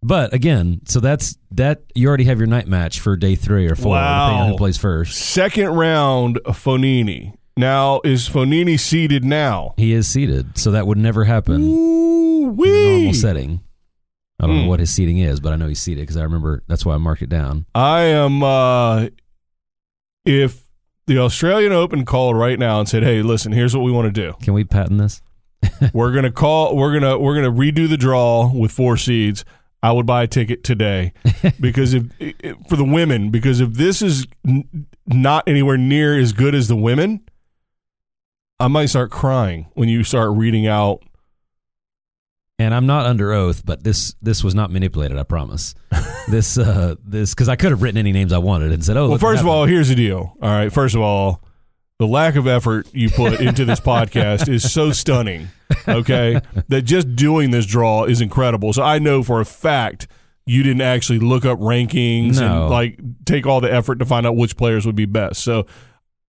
Speaker 3: But again, so that's that. You already have your night match for day three or four, depending on
Speaker 2: Wow.
Speaker 3: who plays first.
Speaker 2: Second round, Fonini. Now is Fonini seeded now?
Speaker 3: He is seated, so that would never happen
Speaker 2: Ooh
Speaker 3: in a normal
Speaker 2: wee!
Speaker 3: setting. I don't
Speaker 2: Hmm.
Speaker 3: know what his seating is, but I know he's seated because I remember that's why I marked it down.
Speaker 2: I am. uh If the Australian Open called right now and said, "Hey, listen, here's what we want to do.
Speaker 3: Can we patent this?
Speaker 2: We're gonna call. We're gonna we're gonna redo the draw with four seeds. I would buy a ticket today because if i- for the women because if this is n- not anywhere near as good as the women, I might start crying when you start reading out.
Speaker 3: And I'm not under oath, but this this was not manipulated. I promise. this uh this because I could have written any names I wanted and said, oh.
Speaker 2: Well,
Speaker 3: look what
Speaker 2: first of
Speaker 3: happened.
Speaker 2: all, here's the deal. All right, first of all, the lack of effort you put into this podcast is so stunning. Okay, that just doing this draw is incredible. So I know for a fact you didn't actually look up rankings
Speaker 3: No.
Speaker 2: and like take all the effort to find out which players would be best. So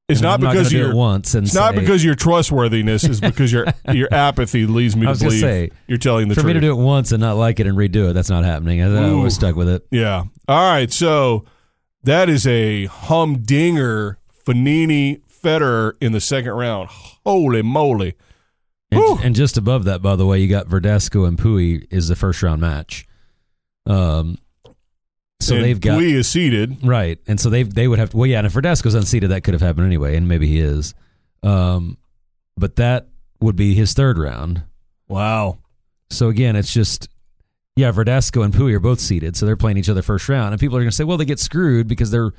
Speaker 2: it's
Speaker 3: And
Speaker 2: not
Speaker 3: I'm gonna
Speaker 2: because
Speaker 3: do it
Speaker 2: you're.
Speaker 3: once and
Speaker 2: It's not
Speaker 3: say-
Speaker 2: because your trustworthiness is because your your apathy leads me
Speaker 3: I
Speaker 2: to
Speaker 3: was gonna
Speaker 2: believe
Speaker 3: say,
Speaker 2: you're telling the
Speaker 3: for
Speaker 2: truth.
Speaker 3: me to do it once and not like it and redo it. That's not happening. I, I
Speaker 2: Ooh.
Speaker 3: was stuck with it.
Speaker 2: Yeah. All right. So that is a humdinger Fanini Federer in the second round. Holy moly. Whew.
Speaker 3: And, and just above that, by the way, you got Verdasco and Pui is the first round match. Um, so
Speaker 2: and
Speaker 3: they've got
Speaker 2: Pui is seated.
Speaker 3: right, and so they they would have to. Well, yeah, and if Verdasco's unseated, that could have happened anyway, and maybe he is. Um, but that would be his third round.
Speaker 2: Wow.
Speaker 3: So again, it's just yeah, Verdasco and Pui are both seated, so they're playing each other first round, and people are going to say, well, they get screwed because they're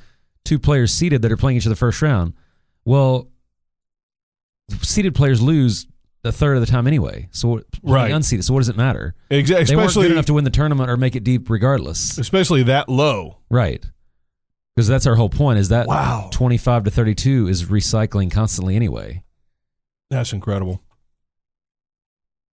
Speaker 3: two players seated that are playing each other first round. Well, seated players lose a third of the time anyway. So what-
Speaker 2: Right.
Speaker 3: unseated. So what does it matter?
Speaker 2: Exactly.
Speaker 3: They weren't good
Speaker 2: Especially,
Speaker 3: enough to win the tournament or make it deep, regardless.
Speaker 2: especially that low.
Speaker 3: Right. Because that's our whole point. Is that
Speaker 2: Wow.
Speaker 3: twenty-five to thirty-two is recycling constantly anyway.
Speaker 2: That's incredible.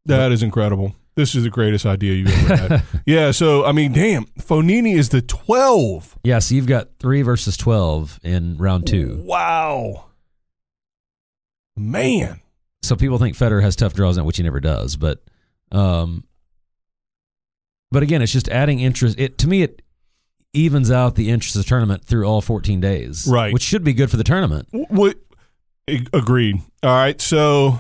Speaker 2: That is incredible. This is the greatest idea you've ever had. yeah. So, I mean, damn. Fonini is the 12.
Speaker 3: Yeah. So you've got three versus twelve in round two.
Speaker 2: Wow. Man.
Speaker 3: so people think Federer has tough draws, not which he never does. But, um, but again, it's just adding interest. It to me, it evens out the interest of the tournament through all 14 days,
Speaker 2: Right.
Speaker 3: Which should be good for the tournament.
Speaker 2: What? Agreed. All right. So,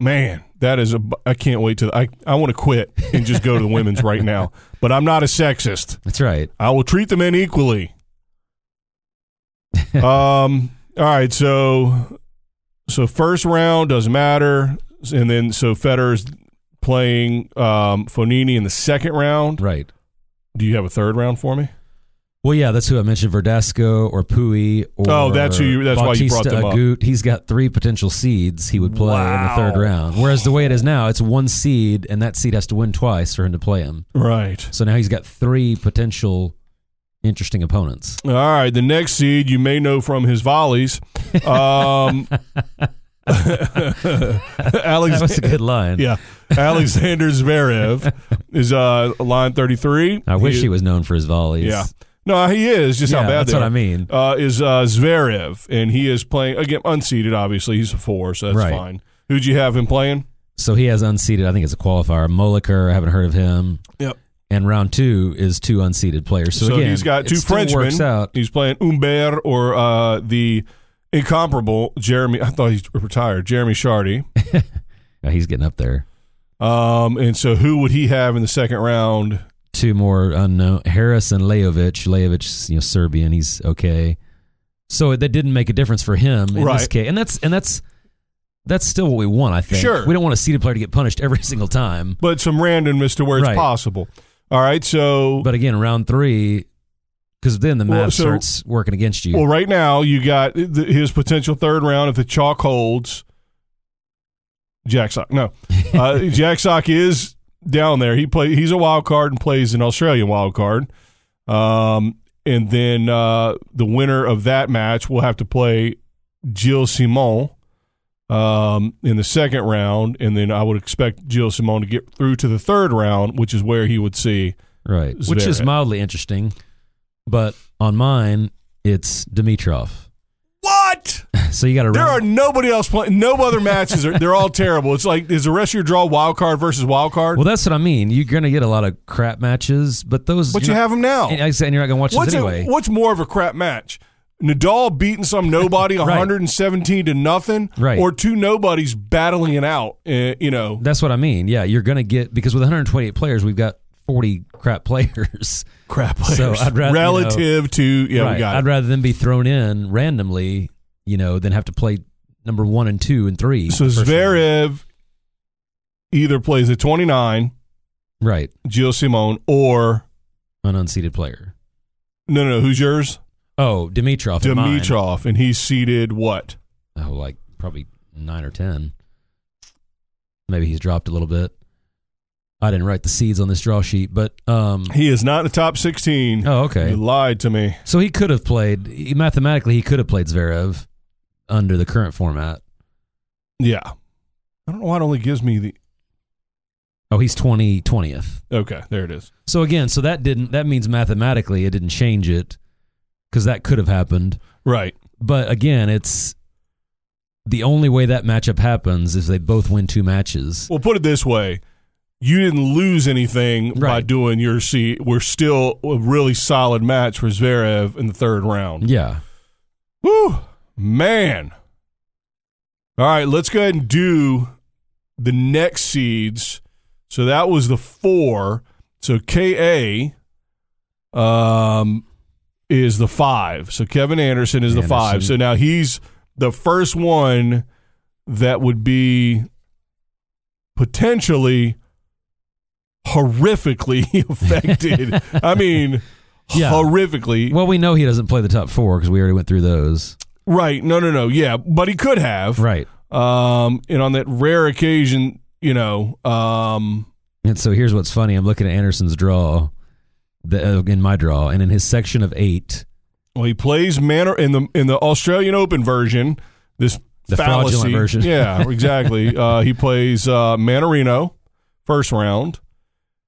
Speaker 2: man, that is a. bu- I can't wait to. I I want to quit and just go to the women's right now. But I'm not a sexist.
Speaker 3: That's right.
Speaker 2: I will treat the men equally. um. All right. So, so first round doesn't matter, and then so Federer's playing um, Fonini in the second round.
Speaker 3: Right.
Speaker 2: Do you have a third round for me?
Speaker 3: Well, yeah, that's who I mentioned: Verdasco or Pui or
Speaker 2: Oh, that's who you- that's why you brought
Speaker 3: Bautista
Speaker 2: them up.
Speaker 3: Agut. He's got three potential seeds he would play
Speaker 2: Wow.
Speaker 3: in the third round. Whereas the way it is now, it's one seed, and that seed has to win twice for him to play him.
Speaker 2: Right.
Speaker 3: So now he's got three potential interesting opponents.
Speaker 2: All right, the next seed you may know from his volleys. Um,
Speaker 3: That was a
Speaker 2: Alex,
Speaker 3: good line.
Speaker 2: yeah, Alexander Zverev is uh, line thirty three.
Speaker 3: I wish he, was known for his volleys.
Speaker 2: Yeah, no, he is. Just
Speaker 3: Yeah,
Speaker 2: how bad
Speaker 3: that's
Speaker 2: they
Speaker 3: what
Speaker 2: are.
Speaker 3: I mean.
Speaker 2: Uh, is uh, Zverev, and he is playing again unseeded. Obviously, he's a four, so that's
Speaker 3: Right.
Speaker 2: fine. Who'd you have him playing?
Speaker 3: So he has unseeded. I think it's a qualifier. Moliker, I haven't heard of him.
Speaker 2: Yep.
Speaker 3: And round two is two unseeded players. So,
Speaker 2: So,
Speaker 3: again,
Speaker 2: he's got
Speaker 3: it
Speaker 2: two
Speaker 3: still
Speaker 2: Frenchmen.
Speaker 3: Works out.
Speaker 2: He's playing Humbert or uh, the incomparable Jeremy. I thought he retired. Jeremy Shardy.
Speaker 3: Yeah, he's getting up there.
Speaker 2: Um, and so who would he have in the second round?
Speaker 3: Two more unknown: Harris and Lejovic. Lejovic's you know Serbian. He's okay. So that didn't make a difference for him in this
Speaker 2: Right.
Speaker 3: case, and that's and that's that's still what we want. I think.
Speaker 2: Sure.
Speaker 3: We don't want a seeded player to get punished every single time.
Speaker 2: But some randomness to where it's
Speaker 3: Right.
Speaker 2: possible. All right. So
Speaker 3: But again, round three, because then the math
Speaker 2: Well, so-
Speaker 3: starts working against you.
Speaker 2: Well, right now you got the, his potential third round if the chalk holds. Jack Sock, no, uh, Jack Sock is down there. He play he's a wild card and plays an Australian wild card. Um, and then uh, the winner of that match will have to play Jill Simon um, in the second round, and then I would expect Jill Simon to get through to the third round, which is where he would see.
Speaker 3: Right. Which is
Speaker 2: Zverev.
Speaker 3: mildly interesting. But on mine, it's Dimitrov.
Speaker 2: What?
Speaker 3: So you got to
Speaker 2: There are
Speaker 3: round,
Speaker 2: nobody else playing. No other matches. Are, they're all terrible. It's like is the rest of your draw wild card versus wild card?
Speaker 3: Well, that's what I mean. You're going to get a lot of crap matches, but those.
Speaker 2: but you uh,
Speaker 3: you're not-
Speaker 2: have them now.
Speaker 3: And, like I said, and you're not going to watch
Speaker 2: What's
Speaker 3: this
Speaker 2: a-
Speaker 3: anyway.
Speaker 2: what's more of a crap match? Nadal beating some nobody
Speaker 3: Right.
Speaker 2: 117 to nothing,
Speaker 3: Right.
Speaker 2: or two nobodies battling it out. eh, you know,
Speaker 3: That's what I mean. Yeah, you're going to get because with 128 players, we've got 40 crap players.
Speaker 2: crap
Speaker 3: So
Speaker 2: players.
Speaker 3: I'd rather-
Speaker 2: relative to yeah,
Speaker 3: Right.
Speaker 2: we got
Speaker 3: I'd
Speaker 2: it.
Speaker 3: rather them be thrown in randomly, you know, than have to play number one and two and three.
Speaker 2: So
Speaker 3: first round.
Speaker 2: Zverev either plays a 29,
Speaker 3: right,
Speaker 2: Gio Simone, or
Speaker 3: an unseeded player.
Speaker 2: no, no, who's yours?
Speaker 3: Oh, Dimitrov. and mine.
Speaker 2: Dimitrov, and he's seated what?
Speaker 3: oh, like probably nine or ten. Maybe he's dropped a little bit. I didn't write the seeds on this draw sheet, but um,
Speaker 2: He is not in the top 16.
Speaker 3: oh,
Speaker 2: You
Speaker 3: okay.
Speaker 2: lied to me.
Speaker 3: So he could have played he- mathematically. He could have played Zverev under the current format.
Speaker 2: Yeah. I don't know why it only gives me the.
Speaker 3: Oh, he's 20, 20th.
Speaker 2: Okay, there it is.
Speaker 3: So again, so that didn't that means mathematically it didn't change it because that could have happened.
Speaker 2: Right.
Speaker 3: But again, it's the only way that matchup happens is they both win two matches.
Speaker 2: Well, put it this way you didn't lose anything by
Speaker 3: Right.
Speaker 2: doing your seat. We're still a really solid match for Zverev in the third round.
Speaker 3: Yeah.
Speaker 2: Woo! Man. All right, let's go ahead and do the next seeds. So that was the four. So KA um, is the five. So Kevin Anderson is the five.
Speaker 3: Anderson.
Speaker 2: So now he's the first one that would be potentially horrifically affected. I mean,
Speaker 3: Yeah.
Speaker 2: horrifically.
Speaker 3: Well, we know he doesn't play the top four because we already went through those.
Speaker 2: Right. No, no, no. Yeah, but he could have.
Speaker 3: Right.
Speaker 2: Um, and on that rare occasion, you know, um,
Speaker 3: And so here's what's funny. I'm looking at Anderson's draw, the, uh, in my draw, and in his section of eight,
Speaker 2: well, he plays manner in the in the Australian Open version. This
Speaker 3: The
Speaker 2: fallacy.
Speaker 3: fraudulent version.
Speaker 2: Yeah, exactly. uh, he plays uh, Manorino first round,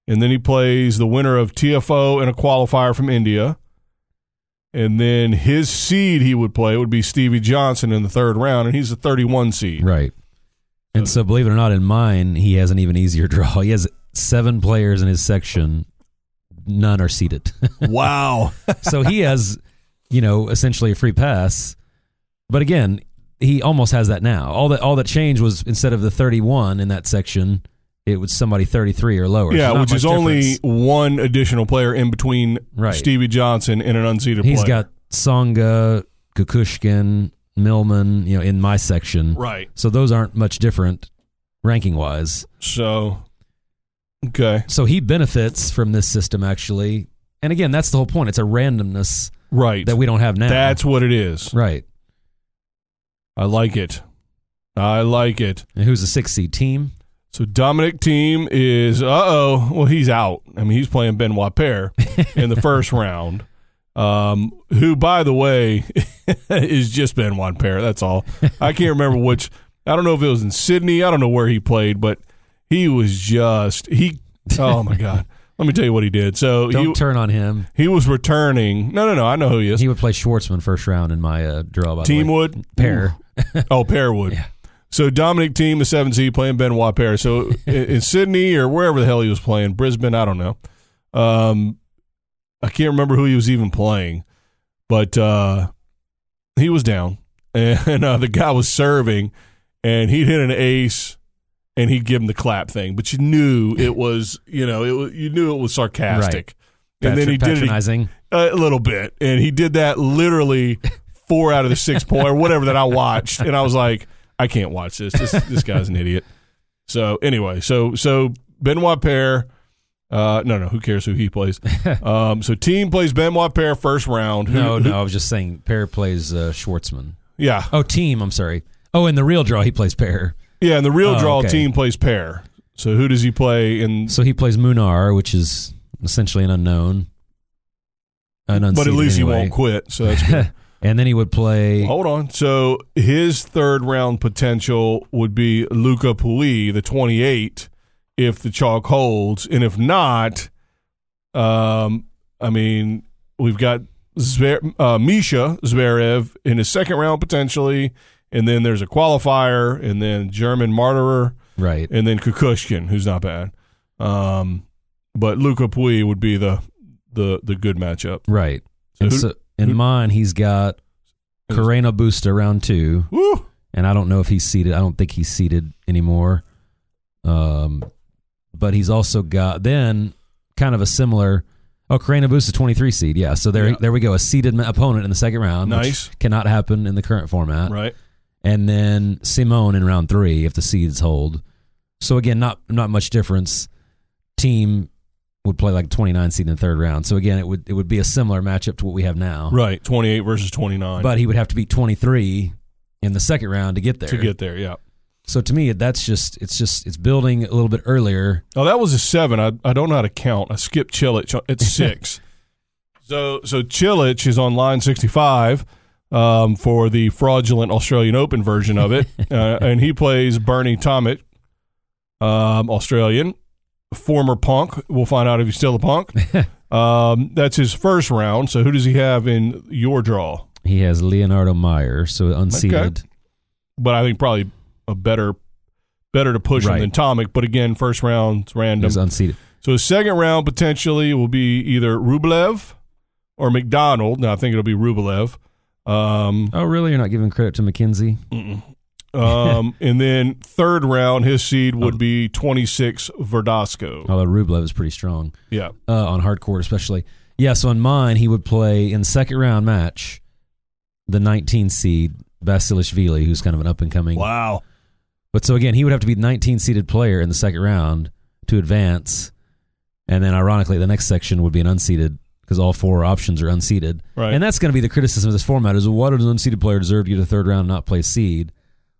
Speaker 2: and then he plays the winner of TFO and a qualifier from India. And then his seed he would play would be Stevie Johnson in the third round, and he's a 31 seed.
Speaker 3: right. And so, believe it or not, in mine, he has an even easier draw. He has seven players in his section, none are seated.
Speaker 2: Wow.
Speaker 3: so he has, you know, essentially a free pass. But again, he almost has that now. All that all that changed was instead of the 31 in that section, it was somebody 33 or lower.
Speaker 2: Yeah,
Speaker 3: So not
Speaker 2: which
Speaker 3: much
Speaker 2: is only
Speaker 3: difference.
Speaker 2: one additional player in between
Speaker 3: Right.
Speaker 2: Stevie Johnson and an unseeded
Speaker 3: He's
Speaker 2: player.
Speaker 3: got Songa, Kukushkin, Millman, you know, in my section.
Speaker 2: right.
Speaker 3: So those aren't much different ranking wise.
Speaker 2: So okay,
Speaker 3: So he benefits from this system actually. And again, that's the whole point. It's a randomness
Speaker 2: right.
Speaker 3: that we don't have now.
Speaker 2: That's what it is.
Speaker 3: right.
Speaker 2: I like it. I like it.
Speaker 3: And who's the sixth seed team?
Speaker 2: So Dominic Team is uh oh. Well, he's out. I mean, he's playing Benoit Paire in the first round. Um, who, by the way, is just Benoit Paire. That's all. I can't remember which. I don't know if it was in Sydney. I don't know where he played, but he was just he. Oh my God. Let me tell you what he did. So
Speaker 3: Don't
Speaker 2: he,
Speaker 3: turn on him.
Speaker 2: he was returning. No, no, no. I know who he is.
Speaker 3: He would play Schwartzman first round in my uh, draw. By the way.
Speaker 2: Teamwood
Speaker 3: pair.
Speaker 2: Oh, Pearwood.
Speaker 3: Yeah.
Speaker 2: So Dominic Team, the 7Z, playing Benoit Paire. So in, in Sydney or wherever the hell he was playing, Brisbane, I don't know. Um, I can't remember who he was even playing, but uh, he was down. And uh, the guy was serving, and he'd hit an ace, and he'd give him the clap thing. But you knew it was, you know, it was, you knew it was sarcastic. And then he did it
Speaker 3: patronizing.
Speaker 2: a little bit, and he did that literally four out of the six point or whatever that I watched, and I was like, I can't watch this. This this guy's an idiot. So anyway, so so Benoit Paire, uh, no no, who cares who he plays? Um, so team plays Benoit Paire first round. Who-
Speaker 3: No,
Speaker 2: who-
Speaker 3: no, I was just saying. Pear plays uh, Schwartzman.
Speaker 2: yeah,
Speaker 3: Oh, team. I'm sorry. Oh, in the real draw, he plays Pear.
Speaker 2: yeah. And the real
Speaker 3: Oh,
Speaker 2: draw
Speaker 3: okay.
Speaker 2: team plays Paire. So who does he play? In
Speaker 3: So he plays Munar, which is essentially an unknown. An
Speaker 2: but at
Speaker 3: unseeded
Speaker 2: least
Speaker 3: anyway.
Speaker 2: he won't Oh. quit. So that's good.
Speaker 3: and then he would play.
Speaker 2: Hold on. So his third round potential would be Luca Puli, the 28, if the chalk holds, and if not, um, I mean, we've got Zver- uh, Misha Zverev in his second round potentially, and then there's a qualifier, and then German Martyrer,
Speaker 3: Right.
Speaker 2: and then Kukushkin, who's not bad. Um, but Luca Pui would be the the the good matchup.
Speaker 3: Right. and
Speaker 2: who-
Speaker 3: so in
Speaker 2: who-
Speaker 3: mine, he's got Corena Busta round two,
Speaker 2: Woo!
Speaker 3: and I don't know if he's seated. I don't think he's seated anymore. Um, but he's also got then kind of a similar. Oh, Corena Busta twenty three seed. Yeah. So there,
Speaker 2: Yeah.
Speaker 3: there we go. A seeded ma- opponent in the second round. which
Speaker 2: Nice.
Speaker 3: cannot happen in the current format.
Speaker 2: Right.
Speaker 3: and then Simone in round three if the seeds hold. So again, not not much difference. Team would play like 29 seed in the third round. So again, it would it would be a similar matchup to what we have now.
Speaker 2: Right. 28 versus 29.
Speaker 3: But he would have to beat 23 in the second round to get there.
Speaker 2: to get there. Yeah.
Speaker 3: so to me, that's just it's just it's building a little bit earlier.
Speaker 2: Oh, that was a seven. I, I don't know how to count. I skipped Chilich at six. so so Chilich is on line sixty five um, for the fraudulent Australian Open version of it, uh, and he plays Bernie Tomic, um, Australian former punk. We'll find out if he's still a punk. um, that's his first round. So who does he have in your draw?
Speaker 3: He has Leonardo Meyer, so unseeded.
Speaker 2: But I think probably a better better to push
Speaker 3: Right.
Speaker 2: him than Tomic. But again, first round's random.
Speaker 3: He's unseeded.
Speaker 2: So the second round potentially will be either Rublev or McDonald. Now I think it'll be Rublev. Um,
Speaker 3: Oh, really? You're not giving credit to McKenzie?
Speaker 2: um, and then third round, his seed
Speaker 3: Oh.
Speaker 2: would be 26 Verdasco.
Speaker 3: Although Rublev is pretty strong.
Speaker 2: Yeah.
Speaker 3: uh, on hardcore especially. Yeah, so on mine, he would play in second round match the 19 seed Vasilishvili, who's kind of an up and coming.
Speaker 2: Wow.
Speaker 3: But so again, he would have to be the 19 seeded player in the second round to advance. And then ironically, the next section would be an unseeded because all four options are unseeded.
Speaker 2: Right.
Speaker 3: And that's going to be the criticism of this format is why does an unseeded player deserve to get a third round and not play seed?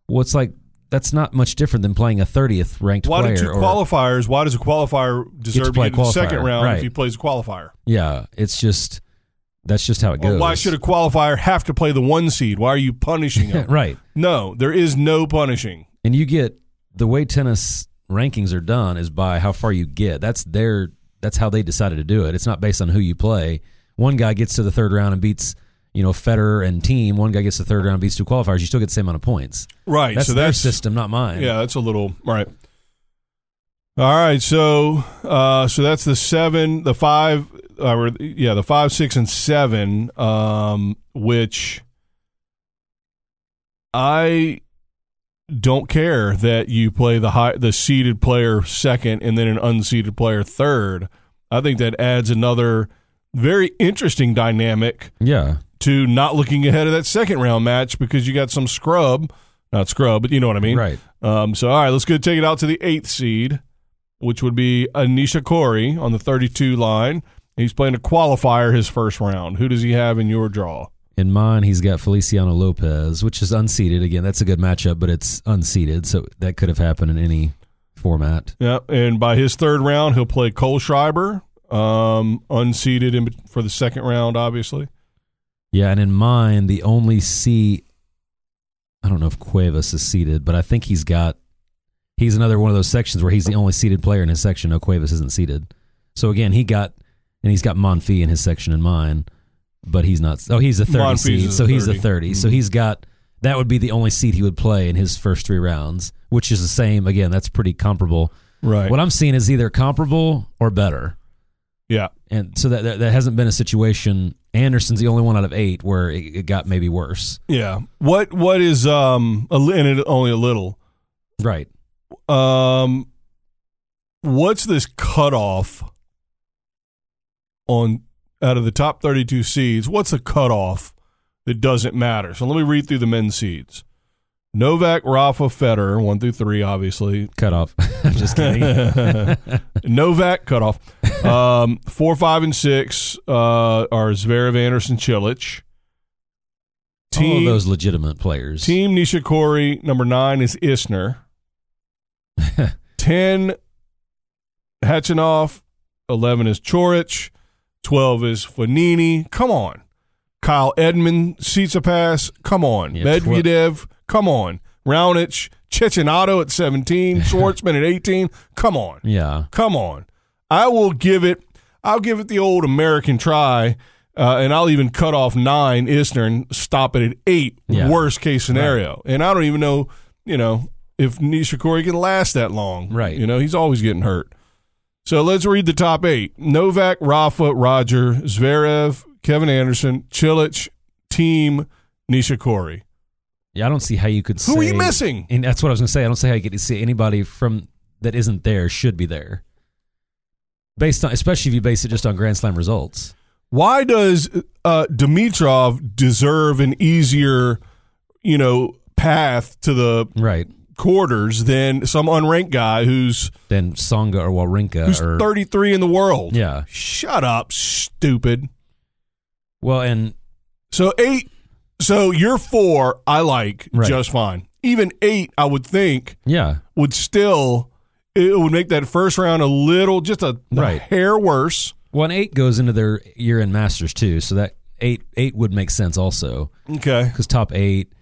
Speaker 3: Well, it's like that's not much different than playing a 30th ranked
Speaker 2: Why
Speaker 3: player.
Speaker 2: did two
Speaker 3: or-
Speaker 2: qualifiers? Why does a qualifier deserve to
Speaker 3: play
Speaker 2: get in the second
Speaker 3: qualifier,
Speaker 2: round
Speaker 3: right.
Speaker 2: if he plays a qualifier?
Speaker 3: yeah, it's just that's just how it
Speaker 2: Or
Speaker 3: goes.
Speaker 2: why should a qualifier have to play the one seed? Why are you punishing him?
Speaker 3: right?
Speaker 2: No, there is no punishing.
Speaker 3: and you get the way tennis rankings are done is by how far you get. That's their that's how they decided to do it. It's not based on who you play. One guy gets to the third round and beats, you know, Federer and team. One guy gets to the third round, and beats two qualifiers. You still get the same amount of points.
Speaker 2: Right.
Speaker 3: That's
Speaker 2: so
Speaker 3: their
Speaker 2: that's
Speaker 3: system, not mine.
Speaker 2: Yeah, that's a little right. All right, so uh, so that's the seven, the five, uh, or, yeah, the five, six, and seven, um, which I don't care that you play the high, the seeded player second, and then an unseeded player third. I think that adds another very interesting dynamic
Speaker 3: yeah,
Speaker 2: to not looking ahead of that second round match because you got some scrub, not scrub, but you know what I mean,
Speaker 3: right.
Speaker 2: um, so, all right, let's go take it out to the eighth seed, which would be Anisha Corey on the 32 line. He's playing a qualifier his first round. Who does he have in your draw?
Speaker 3: In mine, he's got Feliciano Lopez, which is unseeded. Again, that's a good matchup, but it's unseeded, so that could have happened in any format.
Speaker 2: Yeah, and by his third round, he'll play Cole Schreiber, um, unseeded in, for the second round, obviously.
Speaker 3: Yeah, and in mine, the only seat. I don't know if Cuevas is seated, but I think he's got. He's another one of those sections where he's the only seated player in his section. No, Cuevas isn't seated. So again, he got, and he's got Monfils in his section and mine, but he's not. Oh, he's a thirty
Speaker 2: Monfils
Speaker 3: seed,
Speaker 2: is
Speaker 3: so
Speaker 2: a
Speaker 3: he's a
Speaker 2: 30.
Speaker 3: 30 So he's got that would be the only seat he would play in his first three rounds, which is the same. Again, that's pretty comparable.
Speaker 2: Right.
Speaker 3: What I'm seeing is either comparable or better.
Speaker 2: yeah.
Speaker 3: And so that, that, that hasn't been a situation. Anderson's the only one out of eight where it, it got maybe worse.
Speaker 2: Yeah. What what is um a, li- and it, only a little.
Speaker 3: Right.
Speaker 2: Um what's this cutoff on out of the top 32 seeds? What's the cutoff that doesn't matter? So let me read through the men's seeds. Novak, Rafa, Federer, 1 through 3 obviously.
Speaker 3: Cut off. I'm just kidding.
Speaker 2: Novak cutoff. Um, four, five, and six uh, are Zverev, Anderson, Chilich.
Speaker 3: All of
Speaker 2: Team
Speaker 3: those legitimate players.
Speaker 2: Team Nishikori number nine is Isner. Ten, Hatchinoff. Eleven is Chorich. Twelve is Fanini. Come on, Kyle Edmund, Tsitsipas. Come on,
Speaker 3: Yeah, tw-
Speaker 2: Medvedev. Come on, Raonic, Chechinato at seventeen, Schwartzman at eighteen. Come on.
Speaker 3: Yeah.
Speaker 2: Come on. I will give it. I'll give it the old American try, uh, and I'll even cut off nine Isner and stop it at eight.
Speaker 3: Yeah.
Speaker 2: Worst case scenario, and I don't even know. You know if Nishikori can last that long.
Speaker 3: Right.
Speaker 2: You know he's always getting hurt. So let's read the top eight: Novak, Rafa, Roger, Zverev, Kevin Anderson, Chilich, Team, Nishikori.
Speaker 3: Yeah, I don't see how you could.
Speaker 2: Who
Speaker 3: say,
Speaker 2: are you missing?
Speaker 3: And that's what I was going to say. I don't see how you could see anybody from that isn't there should be there. Based on, especially if you base it just on Grand Slam results.
Speaker 2: why does uh, Dimitrov deserve an easier, you know, path to the
Speaker 3: Right.
Speaker 2: quarters than some unranked guy who's
Speaker 3: Then Songa or Wawrinka
Speaker 2: who's
Speaker 3: or
Speaker 2: 33 in the world?
Speaker 3: yeah.
Speaker 2: Shut up, stupid.
Speaker 3: Well, and
Speaker 2: So eight. So your four, I like
Speaker 3: Right.
Speaker 2: just fine. Even eight, I would think
Speaker 3: yeah,
Speaker 2: would still it would make that first round a little just a, a
Speaker 3: Right.
Speaker 2: hair worse.
Speaker 3: well, and eight goes into their year-end Masters too, so that eight eight would make sense also
Speaker 2: Okay.
Speaker 3: because top eight.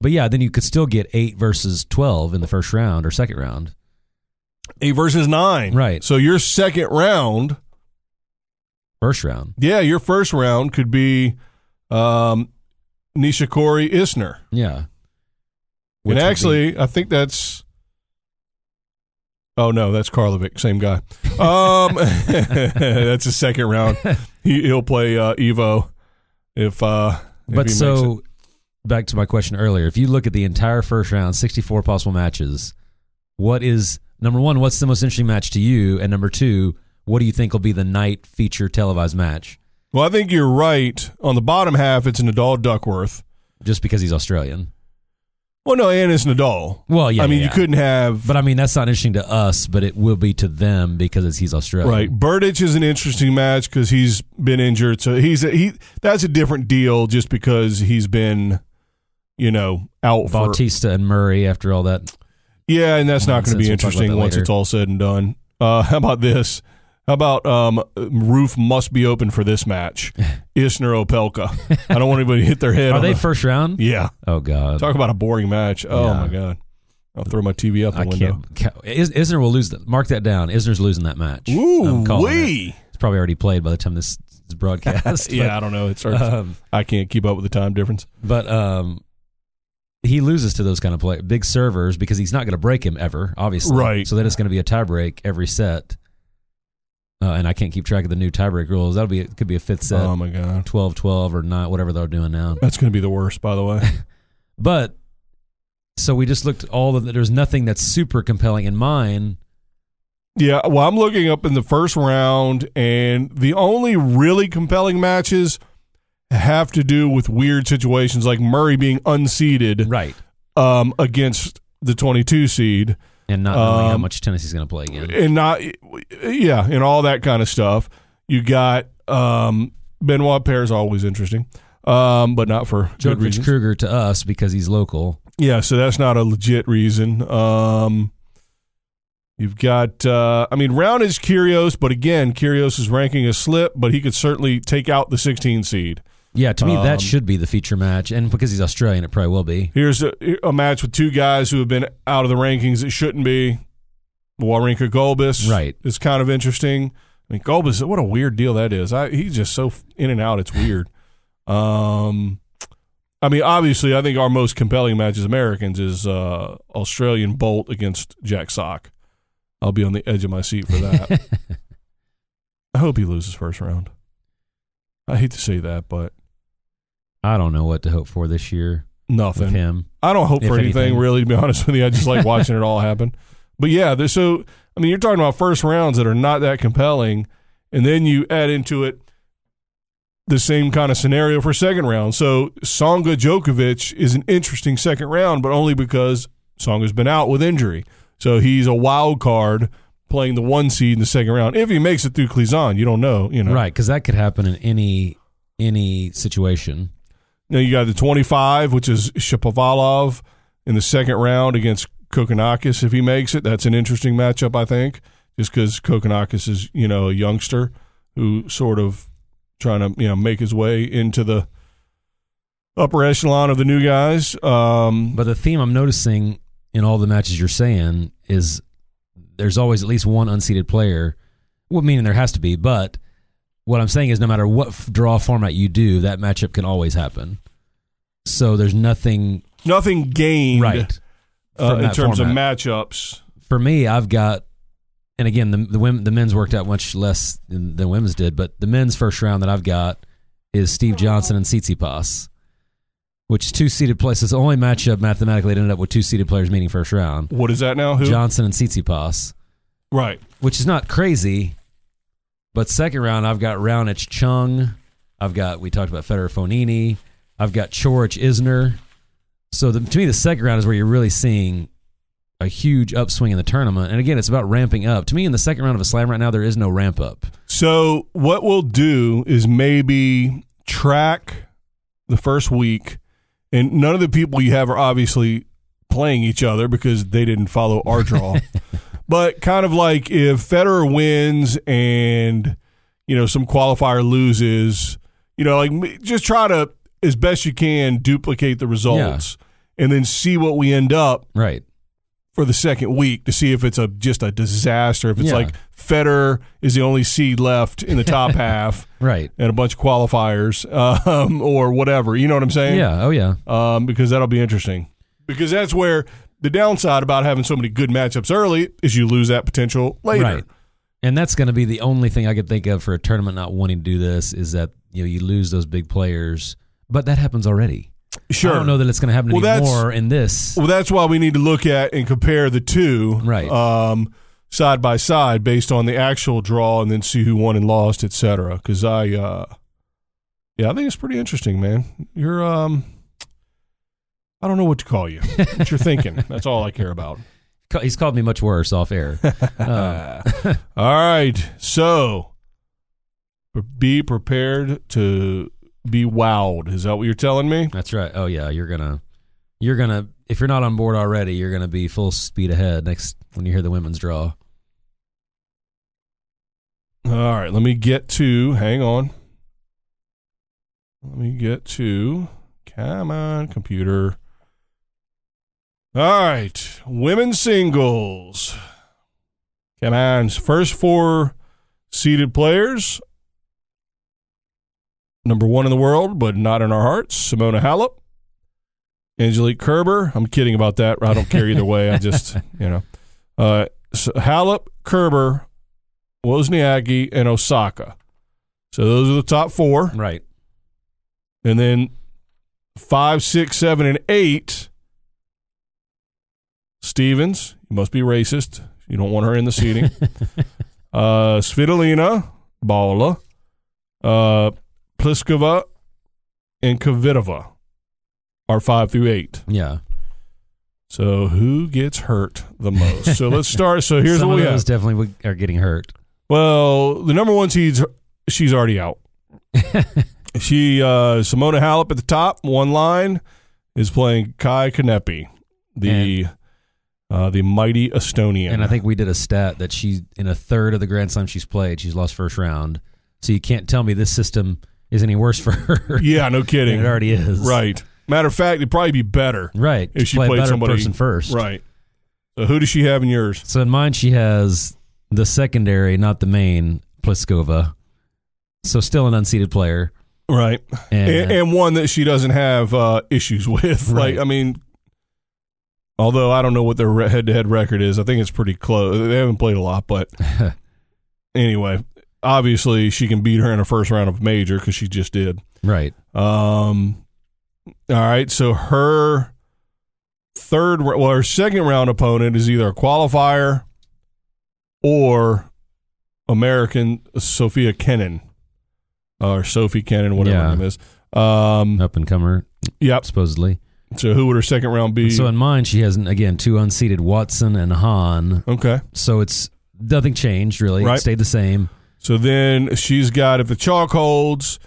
Speaker 3: But yeah, then you could still get eight versus twelve in the first round or second round.
Speaker 2: Eight versus nine.
Speaker 3: Right.
Speaker 2: So your second round
Speaker 3: First round,
Speaker 2: Yeah, your first round could be um, Nishikori Isner.
Speaker 3: yeah. Which would
Speaker 2: And
Speaker 3: be-
Speaker 2: actually, I think that's. Oh, no, that's Karlovic, same guy. Um, that's his second round. He, he'll play uh, Evo if. Uh, if he
Speaker 3: But
Speaker 2: makes
Speaker 3: so, back to my question earlier. If you look at the entire first round, sixty-four possible matches, what is number one? What's the most interesting match to you? And number two, what do you think will be the night feature televised match?
Speaker 2: it. Well, I think you're right. On the bottom half, it's Nadal Duckworth.
Speaker 3: Just because he's Australian,
Speaker 2: Well, no, and it's Nadal.
Speaker 3: Well, yeah,
Speaker 2: I mean,
Speaker 3: yeah,
Speaker 2: you
Speaker 3: yeah.
Speaker 2: couldn't have.
Speaker 3: but I mean that's not interesting to us, but it will be to them because it's, he's Australian,
Speaker 2: Right, Burditch is an interesting match because he's been injured, so he's a, he. That's a different deal, just because he's been, you know, out for
Speaker 3: Bautista and Murray after all that.
Speaker 2: yeah, and that's not going to be
Speaker 3: Nonsense. We'll talk about
Speaker 2: interesting
Speaker 3: that
Speaker 2: once
Speaker 3: later.
Speaker 2: it's all said and done. Uh, how about this? How about um, roof must be open for this match? Isner Opelka. I don't want anybody to hit their head.
Speaker 3: Are
Speaker 2: on
Speaker 3: they
Speaker 2: the-
Speaker 3: first round?
Speaker 2: yeah,
Speaker 3: Oh God,
Speaker 2: talk about a boring match. Oh
Speaker 3: Yeah.
Speaker 2: my god, I'll throw my TV out the
Speaker 3: I
Speaker 2: window.
Speaker 3: can't. ca- Is, Isner will lose. The, mark that down. Isner's losing that match. I'm
Speaker 2: Ooh
Speaker 3: calling it.
Speaker 2: wee.
Speaker 3: It's probably already played by the time this is broadcast.
Speaker 2: Yeah, I don't know. It's
Speaker 3: But,
Speaker 2: starts.
Speaker 3: um,
Speaker 2: I can't keep up with the time difference.
Speaker 3: but um, he loses to those kind of play big servers because he's not going to break him ever, obviously.
Speaker 2: Right.
Speaker 3: So then it's going to be a tiebreak every set. Uh, and I can't keep track of the new tiebreak rules. That'll be it could be a fifth set,
Speaker 2: Oh my god.
Speaker 3: 12-12 or not, whatever they're doing now.
Speaker 2: That's going to be the worst, by the way.
Speaker 3: But so we just looked all of the, there's nothing that's super compelling in mine.
Speaker 2: yeah, well, I'm looking up in the first round, and the only really compelling matches have to do with weird situations like Murray being unseeded
Speaker 3: Right.
Speaker 2: um, against the 22 seed
Speaker 3: And not knowing how
Speaker 2: Um,
Speaker 3: much Tennessee's going to play again.
Speaker 2: and not, yeah, and all that kind of stuff. You got um, Benoit Paire is always interesting, um, but not for good
Speaker 3: Jokic
Speaker 2: reasons.
Speaker 3: Kruger to us because he's local.
Speaker 2: Yeah, so that's not a legit reason. Um, you've got, uh, I mean, round is Curios, but again, Curios is ranking a slip, but he could certainly take out the 16 seed.
Speaker 3: Yeah, to me
Speaker 2: Um,
Speaker 3: that should be the feature match, and because he's Australian, it probably will be.
Speaker 2: Here's a, a match with two guys who have been out of the rankings that shouldn't be. Wawrinka Golbis,
Speaker 3: Right.
Speaker 2: is kind of interesting. I mean, Golbis, what a weird deal that is. I, he's just so in and out. It's weird. Um, I mean, obviously, I think our most compelling match as Americans is uh, Australian Bolt against Jack Sock. I'll be on the edge of my seat for that. I hope he loses first round. I hate to say that, but
Speaker 3: I don't know what to hope for this year with
Speaker 2: nothing.
Speaker 3: him.
Speaker 2: I don't hope
Speaker 3: if
Speaker 2: for anything,
Speaker 3: anything.
Speaker 2: really. To be honest with you, I just like watching it all happen. But yeah, there's so I mean, you're talking about first rounds that are not that compelling, and then you add into it the same kind of scenario for second round. So Songa Djokovic is an interesting second round, but only because Songa's been out with injury, so he's a wild card playing the one seed in the second round. If he makes it through Cleason, you don't know, you know,
Speaker 3: Right, because that could happen in any any situation.
Speaker 2: Now you got the 25, which is Shapovalov in the second round against Kokonakis. If he makes it, that's an interesting matchup, I think, just because Kokonakis is you know a youngster who sort of trying to you know make his way into the upper echelon of the new guys. Um,
Speaker 3: But the theme I'm noticing in all the matches you're saying is there's always at least one unseeded player. Well, meaning there has to be, but what I'm saying is no matter what f- draw format you do, that matchup can always happen. So there's nothing
Speaker 2: nothing gained
Speaker 3: right
Speaker 2: uh,
Speaker 3: from
Speaker 2: in
Speaker 3: that
Speaker 2: terms
Speaker 3: format.
Speaker 2: of matchups.
Speaker 3: for me, I've got, and again, the the, women, the men's worked out much less than the women's did, but the men's first round that I've got is Steve Johnson and Tsitsipas, which is two seeded places. It's the only matchup mathematically that ended up with two seeded players meeting first round.
Speaker 2: What is that now? Who?
Speaker 3: Johnson and Tsitsipas,
Speaker 2: Right.
Speaker 3: which is not crazy, but second round I've got Raonic Chung, I've got we talked about Federer Fonini, I've got Chorich Isner. So the, to me, the second round is where you're really seeing a huge upswing in the tournament. And again, it's about ramping up. To me, in the second round of a slam right now, there is no ramp up.
Speaker 2: So what we'll do is maybe track the first week, and none of the people you have are obviously playing each other because they didn't follow our draw. but kind of like if Federer wins and you know some qualifier loses, you know, like m- just try to as best you can duplicate the results, and then see what we end up
Speaker 3: Right.
Speaker 2: for the second week to see if it's a just a disaster. If it's
Speaker 3: Yeah.
Speaker 2: like Federer is the only seed left in the top half
Speaker 3: Right.
Speaker 2: and a bunch of qualifiers um, or whatever. You know what I'm saying?
Speaker 3: Yeah. Oh yeah.
Speaker 2: Um, because that'll be interesting. Because that's where the downside about having so many good matchups early is you lose that potential later.
Speaker 3: Right. And that's going to be the only thing I could think of for a tournament not wanting to do this is that you know you lose those big players, but that happens already.
Speaker 2: Sure.
Speaker 3: I don't know that it's going to happen
Speaker 2: Well, that's-
Speaker 3: anymore in this.
Speaker 2: Well, that's why we need to look at and compare the two,
Speaker 3: Right.
Speaker 2: Um, side by side, based on the actual draw, and then see who won and lost, etc. Because I, uh, yeah, I think it's pretty interesting, man. You're, um, I don't know what to call you. What you're thinking? That's all I care about.
Speaker 3: Ca- He's called me much worse off air. Uh,
Speaker 2: All right, so be prepared to be wowed. Is that what you're telling me?
Speaker 3: that's right. Oh yeah, you're gonna, you're gonna. If you're not on board already, you're gonna be full speed ahead next when you hear the women's draw.
Speaker 2: All right, let me get to. Hang on. Let me get to. Come on, computer. All right, women's singles. Come on, first four seeded players. Number one in the world, but not in our hearts. Simona Halep, Angelique Kerber. I'm kidding about that. I don't care either way. I just, you know, uh, so Halep, Kerber, Wozniacki, and Osaka. So those are the top four.
Speaker 3: Right.
Speaker 2: And then five, six, seven, and eight. Stevens, you must be racist. You don't want her in the seating. uh, Svitolina, Bala, uh, Pliskova, and Kvitova are five through eight.
Speaker 3: Yeah.
Speaker 2: So who gets hurt the most? So let's start. So here's
Speaker 3: Some
Speaker 2: what
Speaker 3: of
Speaker 2: we
Speaker 3: those
Speaker 2: have.
Speaker 3: definitely would- are getting hurt.
Speaker 2: Well, the number one seed's she's already out. she uh Simona Halep at the top, one line, is playing Kai Kanepi, the uh the mighty Estonian.
Speaker 3: And I think we did a stat that she in a third of the Grand Slam she's played, she's lost first round. So you can't tell me this system is any worse for her.
Speaker 2: Yeah, no
Speaker 3: than
Speaker 2: kidding.
Speaker 3: it already is.
Speaker 2: Right. Matter of fact, it'd probably be better
Speaker 3: Right.
Speaker 2: if
Speaker 3: Just
Speaker 2: she
Speaker 3: play a
Speaker 2: played
Speaker 3: better
Speaker 2: somebody
Speaker 3: person first.
Speaker 2: Right. So who does she have in yours?
Speaker 3: So in mine, she has the secondary, not the main, Pliskova. So still an unseeded player.
Speaker 2: right?
Speaker 3: And,
Speaker 2: and, and one that she doesn't have uh, issues with.
Speaker 3: Right.
Speaker 2: Like, I mean, although I don't know what their re- head-to-head record is, I think it's pretty close. They haven't played a lot, but anyway, obviously she can beat her in a first round of major because she just did.
Speaker 3: right.
Speaker 2: Um, all right, so her third, ra- well, her second round opponent is either a qualifier or American Sophia Kennan or Sophie Kennan, whatever
Speaker 3: Yeah.
Speaker 2: her name is. Um,
Speaker 3: Up and comer,
Speaker 2: Yep.
Speaker 3: supposedly.
Speaker 2: So who would her second round be?
Speaker 3: So in mine, she has again two unseated Watson and Hahn.
Speaker 2: okay.
Speaker 3: So it's nothing changed really. It
Speaker 2: Right.
Speaker 3: stayed the same.
Speaker 2: So then she's got if the chalk holds.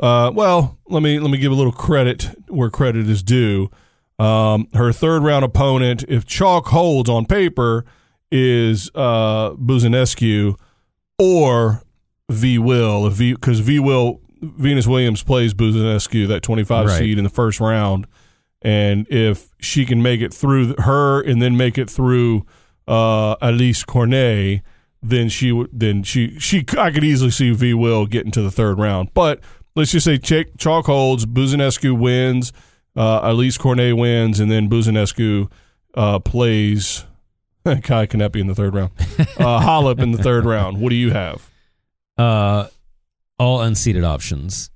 Speaker 2: Uh, well, let me let me give a little credit where credit is due. Um, her third round opponent, if chalk holds on paper, is uh, Buzinescu or V Will. If V because V Will Venus Williams plays Buzinescu that twenty five
Speaker 3: Right.
Speaker 2: seed in the first round, and if she can make it through her and then make it through uh, Elise Cornet, then she would then she she I could easily see V Will getting to the third round. But let's just say Ch- chalk holds, Buzinescu wins, uh, Elise Cornet wins, and then Buzinescu uh, plays Kai Kanepi in the third round, uh, Hollip in the third round. What do you have?
Speaker 3: Uh, all unseated options.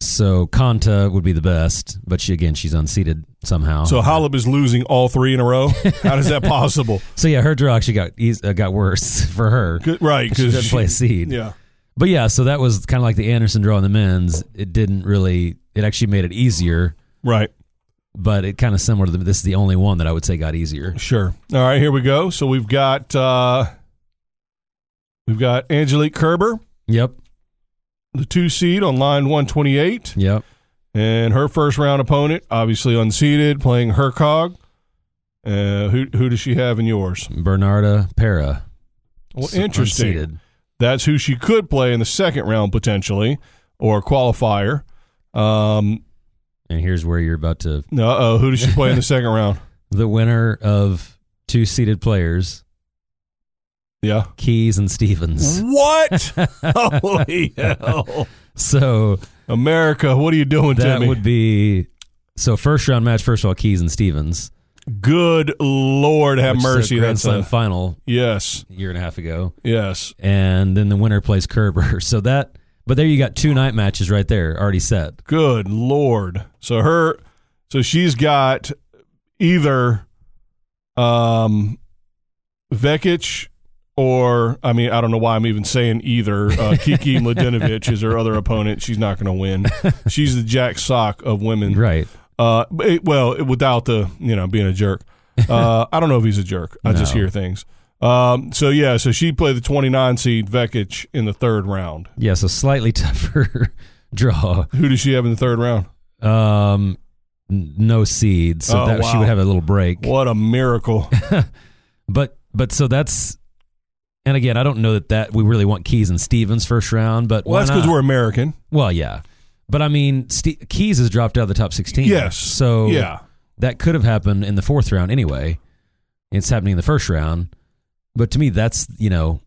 Speaker 3: So Kanta would be the best, but she again she's unseated somehow.
Speaker 2: So Hollip is losing all three in a row. How is that possible?
Speaker 3: So yeah, her draw actually got eas- uh, got worse for her.
Speaker 2: Good- Right?
Speaker 3: She
Speaker 2: Because
Speaker 3: doesn't play a seed.
Speaker 2: Yeah.
Speaker 3: But yeah, so that was kind of like the Anderson draw in the men's. It didn't really. It actually made it easier,
Speaker 2: Right.
Speaker 3: but it kind of similar to the, this is the only one that I would say got easier.
Speaker 2: Sure. All right, here we go. So we've got uh we've got Angelique Kerber,
Speaker 3: Yep.
Speaker 2: the two seed on line one twenty eight.
Speaker 3: Yep.
Speaker 2: And her first round opponent, obviously unseeded, playing Hercog. Uh, who who does she have in yours?
Speaker 3: Bernarda Para.
Speaker 2: Well,
Speaker 3: s-
Speaker 2: interesting.
Speaker 3: unseeded.
Speaker 2: That's who she could play in the second round potentially, or a qualifier. Um,
Speaker 3: And here's where you're about to
Speaker 2: no, uh, who does she play in the second round?
Speaker 3: the winner of two seated players,
Speaker 2: Yeah.
Speaker 3: Keys and Stevens.
Speaker 2: What? Holy hell!
Speaker 3: So
Speaker 2: America, what are you doing
Speaker 3: that
Speaker 2: to me?
Speaker 3: would be so first round match. First of all, Keys and Stevens.
Speaker 2: Good Lord, have
Speaker 3: which is a
Speaker 2: mercy.
Speaker 3: Grand
Speaker 2: That's
Speaker 3: Slam
Speaker 2: a,
Speaker 3: final
Speaker 2: yes,
Speaker 3: a year and a half ago,
Speaker 2: yes.
Speaker 3: and then the winner plays Kerber. So that, but there you got two night matches right there already set.
Speaker 2: Good Lord. So her, so she's got either, um, Vekic or I mean I don't know why I'm even saying either. Uh, Kiki Mladenovic is her other opponent. She's not going to win. She's the Jack Sock of women.
Speaker 3: Right.
Speaker 2: Uh, but it- well, it- without the you know being a jerk. Uh, I don't know if he's a jerk. I just
Speaker 3: No.
Speaker 2: hear things. Um, so yeah, so she played the 29 seed Vekic in the third round.
Speaker 3: Yeah. So slightly tougher draw.
Speaker 2: Who does she have in the third round?
Speaker 3: Um, n- no seed, so
Speaker 2: Oh,
Speaker 3: that she
Speaker 2: wow.
Speaker 3: would have a little break.
Speaker 2: What a miracle!
Speaker 3: But but so that's, and again, I don't know that that we really want Keys and Stevens first round, but
Speaker 2: Well,
Speaker 3: why
Speaker 2: that's because
Speaker 3: not?
Speaker 2: we're American.
Speaker 3: well, yeah. But I mean, Ste Keys has dropped out of the top sixteen.
Speaker 2: Yes.
Speaker 3: So
Speaker 2: yeah,
Speaker 3: that could have happened in the fourth round anyway. It's happening in the first round, but to me, that's you know,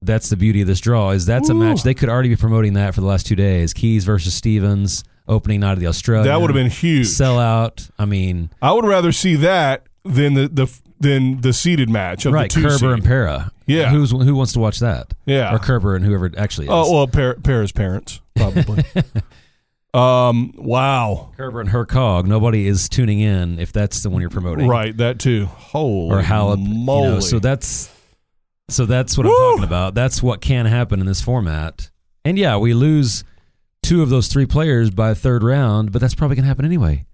Speaker 3: that's the beauty of this draw is that's a match they could already be promoting that for the last two days. Keys versus Stevens opening night of the Australia.
Speaker 2: that would have been huge.
Speaker 3: sell out. I mean,
Speaker 2: I would rather see that than the the than the seeded match of
Speaker 3: right?
Speaker 2: the two
Speaker 3: Kerber
Speaker 2: seed.
Speaker 3: and Para.
Speaker 2: Yeah.
Speaker 3: who's who wants to watch that?
Speaker 2: Yeah.
Speaker 3: or Kerber and whoever it actually is.
Speaker 2: Oh well, pair, pair his parents probably. um. Wow.
Speaker 3: Kerber and Hercog. Nobody is tuning in if that's the one you're promoting,
Speaker 2: Right. That too. Holy
Speaker 3: Or Halep. you know,
Speaker 2: moly.
Speaker 3: so that's so that's what
Speaker 2: Woo!
Speaker 3: I'm talking about. That's what can happen in this format. And yeah, we lose two of those three players by third round, but that's probably going to happen anyway.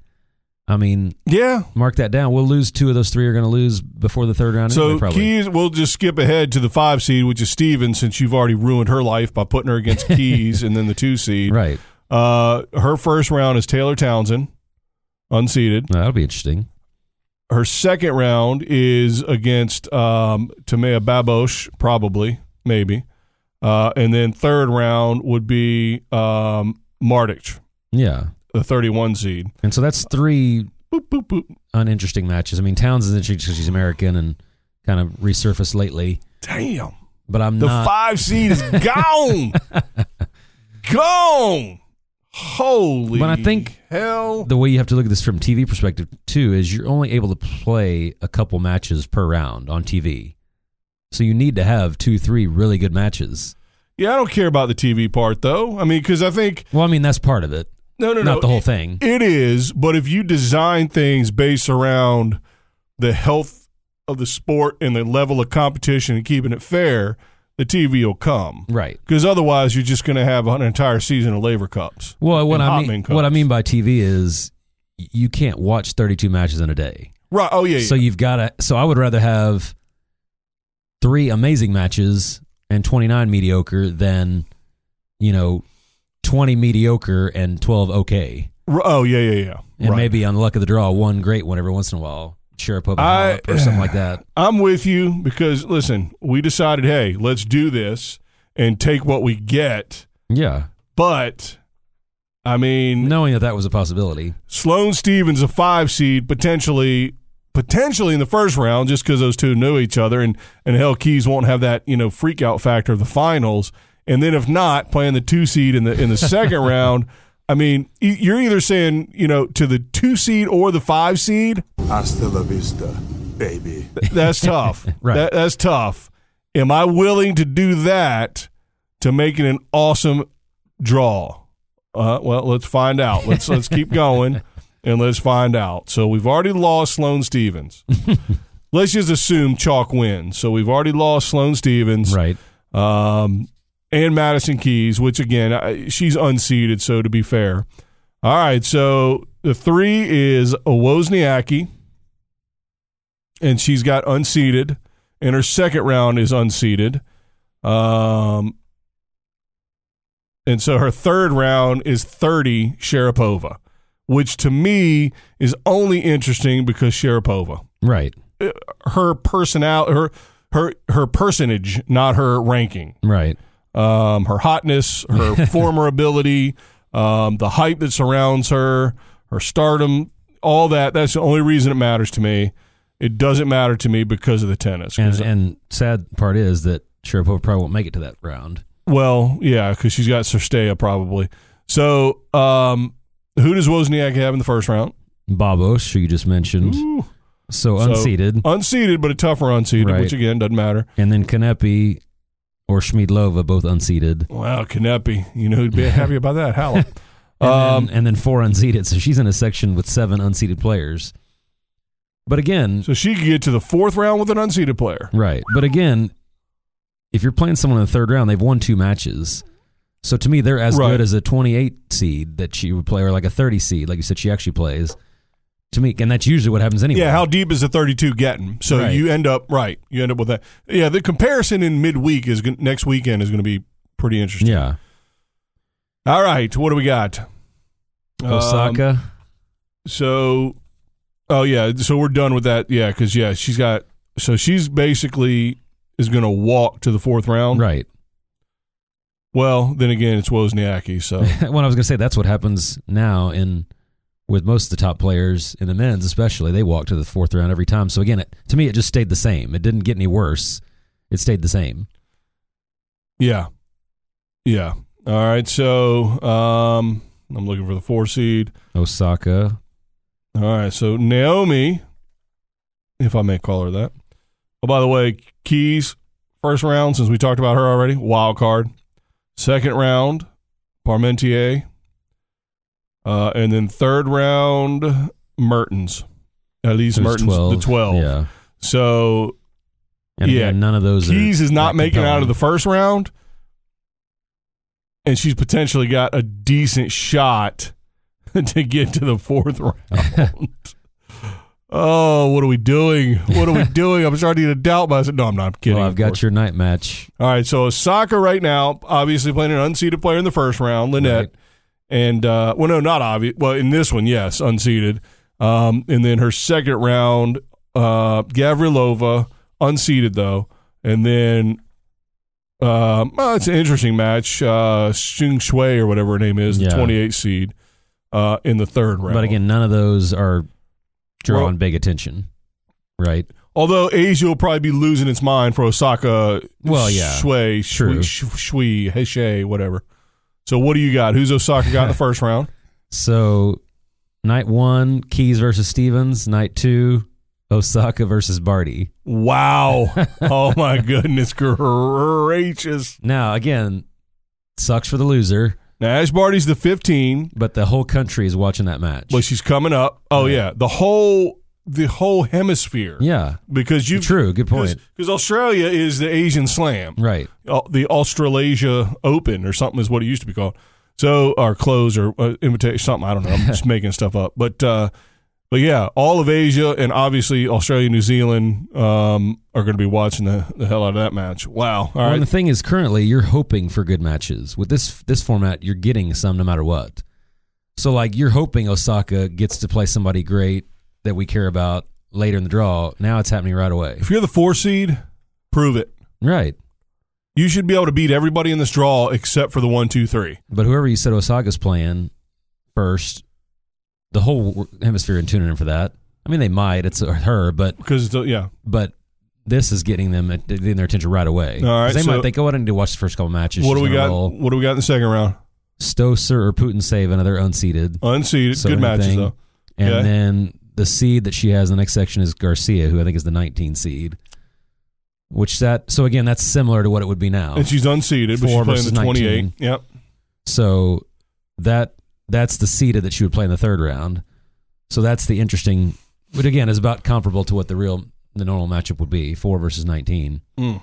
Speaker 3: I mean,
Speaker 2: yeah.
Speaker 3: mark that down. We'll lose two of those three. Are going to lose before the third round.
Speaker 2: So
Speaker 3: anyway, probably.
Speaker 2: Keys, we'll just skip ahead to the five seed, which is Stevens, since you've already ruined her life by putting her against Keys and then the two seed.
Speaker 3: right?
Speaker 2: Uh, her first round is Taylor Townsend, unseeded.
Speaker 3: That'll be interesting.
Speaker 2: Her second round is against um, Tamea Babosh, probably, maybe. Uh, and then third round would be um, Mardich,
Speaker 3: Yeah.
Speaker 2: the 31 seed.
Speaker 3: And so that's three
Speaker 2: Boop, boop, boop.
Speaker 3: uninteresting matches. I mean, Towns is interesting because she's American and kind of resurfaced lately.
Speaker 2: Damn.
Speaker 3: But I'm
Speaker 2: The
Speaker 3: not.
Speaker 2: five seed is gone. gone. Holy
Speaker 3: But I think
Speaker 2: hell.
Speaker 3: the way you have to look at this from TV perspective too is you're only able to play a couple matches per round on TV. So you need to have two, three really good matches.
Speaker 2: yeah, I don't care about the TV part though. I mean, because I think
Speaker 3: Well, I mean that's part of it,
Speaker 2: no, no, no,
Speaker 3: not the whole
Speaker 2: it-
Speaker 3: thing.
Speaker 2: It is, but if you design things based around the health of the sport and the level of competition and keeping it fair, the TV will come.
Speaker 3: Right.
Speaker 2: Because otherwise, you're just going to have an entire season of Labor Cups.
Speaker 3: Well, what
Speaker 2: And
Speaker 3: I
Speaker 2: Hotman
Speaker 3: mean,
Speaker 2: cups.
Speaker 3: what I mean by TV is y- you can't watch 32 matches in a day.
Speaker 2: Right. Oh yeah.
Speaker 3: So
Speaker 2: yeah.
Speaker 3: you've got to. So I would rather have three amazing matches and 29 mediocre than you know 20 mediocre and 12 okay.
Speaker 2: R- oh yeah, yeah, yeah.
Speaker 3: and
Speaker 2: Right.
Speaker 3: maybe on the luck of the draw, one great one every once in a while, Sharapova
Speaker 2: I-
Speaker 3: Halep or something like that.
Speaker 2: I'm with you because listen, we decided, hey, let's do this and take what we get.
Speaker 3: Yeah,
Speaker 2: But I mean,
Speaker 3: knowing that that was a possibility.
Speaker 2: Sloane Stevens a five seed potentially potentially in the first round just because those two knew each other and and hell keys won't have that you know freak out factor of the finals and then if not playing the two seed in the in the second round i mean y- you're either saying you know to the two seed or the five seed
Speaker 4: Hasta la vista, baby.
Speaker 2: that's tough
Speaker 3: Right.
Speaker 2: That- that's tough am i willing to do that to make it an awesome draw uh, well let's find out let's let's keep going and let's find out so we've already lost sloan stevens let's just assume chalk wins so we've already lost sloan stevens
Speaker 3: Right.
Speaker 2: um, and Madison Keys, which again I, she's unseeded. So to be fair, all right. So the three is Wozniacki, and she's got unseeded, and her second round is unseeded. Um, and so her third round is thirty Sharapova, which to me is only interesting because Sharapova
Speaker 3: Right.
Speaker 2: her personal her her her personage, not her ranking.
Speaker 3: Right.
Speaker 2: Um, her hotness, her former ability, um, the hype that surrounds her, her stardom, all that. That's the only reason it matters to me. It doesn't matter to me because of the tennis.
Speaker 3: And
Speaker 2: 'Cause-
Speaker 3: and sad part is that Sharapova probably won't make it to that round.
Speaker 2: well, yeah, because she's got Sersteya probably. So, um, who does Wozniak have in the first round?
Speaker 3: Babos, who you just mentioned,
Speaker 2: Ooh.
Speaker 3: so
Speaker 2: Mm-hmm. So-
Speaker 3: unseated,
Speaker 2: Unseeded, but a tougher unseeded,
Speaker 3: Right.
Speaker 2: which again doesn't matter.
Speaker 3: and then Kanepi or Shmidlova, both unseated.
Speaker 2: Wow, Kanepi, you know who'd be happy about that? Halep.
Speaker 3: And,
Speaker 2: Um,
Speaker 3: then, and then four unseated. So she's in a section with seven unseated players. But again,
Speaker 2: So she could get to the fourth round with an unseeded player.
Speaker 3: Right. But again, if you're playing someone in the third round, they've won two matches. So to me, they're as
Speaker 2: Right.
Speaker 3: good as a 28 seed that she would play, or like a 30 seed, like you said, she actually plays. To me, and that's usually what happens anyway.
Speaker 2: Yeah, how deep is the 32 getting? So
Speaker 3: Right.
Speaker 2: you end up right. You end up with that. Yeah, the comparison in midweek is gon- next weekend is going to be pretty interesting.
Speaker 3: Yeah.
Speaker 2: All right, what do we got? Um,
Speaker 3: Osaka.
Speaker 2: so, oh yeah, so we're done with that. Yeah, because yeah, she's got. So she's basically is going to walk to the fourth round.
Speaker 3: right.
Speaker 2: Well, then again, it's Wozniacki. So
Speaker 3: when I was going to say that's what happens now in with most of the top players in the men's, especially they walk to the fourth round every time. So again, it, to me, it just stayed the same. It didn't get any worse. It stayed the same.
Speaker 2: Yeah. Yeah. All right. So um, I'm looking for the four seed.
Speaker 3: Osaka.
Speaker 2: All right. So Naomi, if I may call her that. Oh, by the way, Keys, first round, since we talked about her already, wild card. Second round, Parmentier. Uh, and then third round, Mertens. Elise
Speaker 3: who's
Speaker 2: Mertens, the 12.
Speaker 3: Yeah.
Speaker 2: So
Speaker 3: And
Speaker 2: Yeah.
Speaker 3: yeah, none of those. are
Speaker 2: Keys is not
Speaker 3: that
Speaker 2: making out of
Speaker 3: compelling.
Speaker 2: the first round, and she's potentially got a decent shot to get to the fourth round. oh, what are we doing? What are we doing? I'm starting to doubt myself. No, I'm not I'm kidding.
Speaker 3: Well, I've
Speaker 2: of
Speaker 3: got
Speaker 2: course.
Speaker 3: your night match.
Speaker 2: All right, so Osaka right now, obviously playing an unseeded player in the first round, Lynette.
Speaker 3: Right.
Speaker 2: And, uh, well, no, not obvious. Well, in this one, yes, unseeded. Um, and then her second round, uh, Gavrilova, unseeded, though. And then, um, well, it's an interesting match. Uh, Xing Shui, or whatever her name is, the
Speaker 3: Yeah.
Speaker 2: 28 seed, uh, in the third round.
Speaker 3: But again, none of those are drawing
Speaker 2: Well-
Speaker 3: big attention, right?
Speaker 2: Although Asia will probably be losing its mind for Osaka.
Speaker 3: Well, yeah.
Speaker 2: Shui, Shui,
Speaker 3: True.
Speaker 2: Shui, Shui, Heshe, whatever. So what do you got? Who's Osaka got in the first round?
Speaker 3: So, night one, Keys versus Stevens. Night two, Osaka versus Barty.
Speaker 2: Wow. Oh my goodness gracious.
Speaker 3: Now, again, sucks for the loser,
Speaker 2: Now Ash Barty's the 15,
Speaker 3: but the whole country is watching that match.
Speaker 2: but she's coming up. Oh yeah, the whole the whole hemisphere.
Speaker 3: yeah,
Speaker 2: Because you
Speaker 3: true. Good point.
Speaker 2: Because Australia is the Asian Slam.
Speaker 3: Right.
Speaker 2: uh, the Australasia Open or something is what it used to be called. So or close or uh, invitation something I don't know. I'm just making stuff up, but uh, but yeah, all of Asia and obviously Australia, New Zealand um, are going to be watching the, the hell out of that match. Wow! All
Speaker 3: Well,
Speaker 2: right,
Speaker 3: and the thing is, currently you're hoping for good matches with this this format. You're getting some no matter what. So like you're hoping Osaka gets to play somebody great that we care about later in the draw. Now it's happening right away.
Speaker 2: if you're the four seed, prove it.
Speaker 3: Right.
Speaker 2: You should be able to beat everybody in this draw except for the one, two, three.
Speaker 3: But whoever you said Osaka's playing first, the whole hemisphere and tuning in for that. I mean, they might. It's her, but
Speaker 2: Because the, yeah,
Speaker 3: but this is getting them uh, getting their attention right away.
Speaker 2: All right,
Speaker 3: 'Cause they
Speaker 2: so-
Speaker 3: might think, oh, I need to watch the first couple matches.
Speaker 2: what do
Speaker 3: She's
Speaker 2: we
Speaker 3: gonna
Speaker 2: got?
Speaker 3: roll.
Speaker 2: What do we got in the second round?
Speaker 3: Stosur or Putin save another unseeded.
Speaker 2: Unseeded,
Speaker 3: So
Speaker 2: good matches
Speaker 3: anything-
Speaker 2: though.
Speaker 3: And
Speaker 2: Okay.
Speaker 3: then the seed that she has in the next section is Garcia, who I think is the 19 seed. Which that so again that's similar to what it would be now.
Speaker 2: And she's unseeded, but she's
Speaker 3: Oh. Four
Speaker 2: playing the
Speaker 3: versus 19.
Speaker 2: 28. Yep.
Speaker 3: So that that's the seeded that she would play in the third round. So that's the interesting, but again is about comparable to what the real the normal matchup would be four versus 19.
Speaker 2: Mm.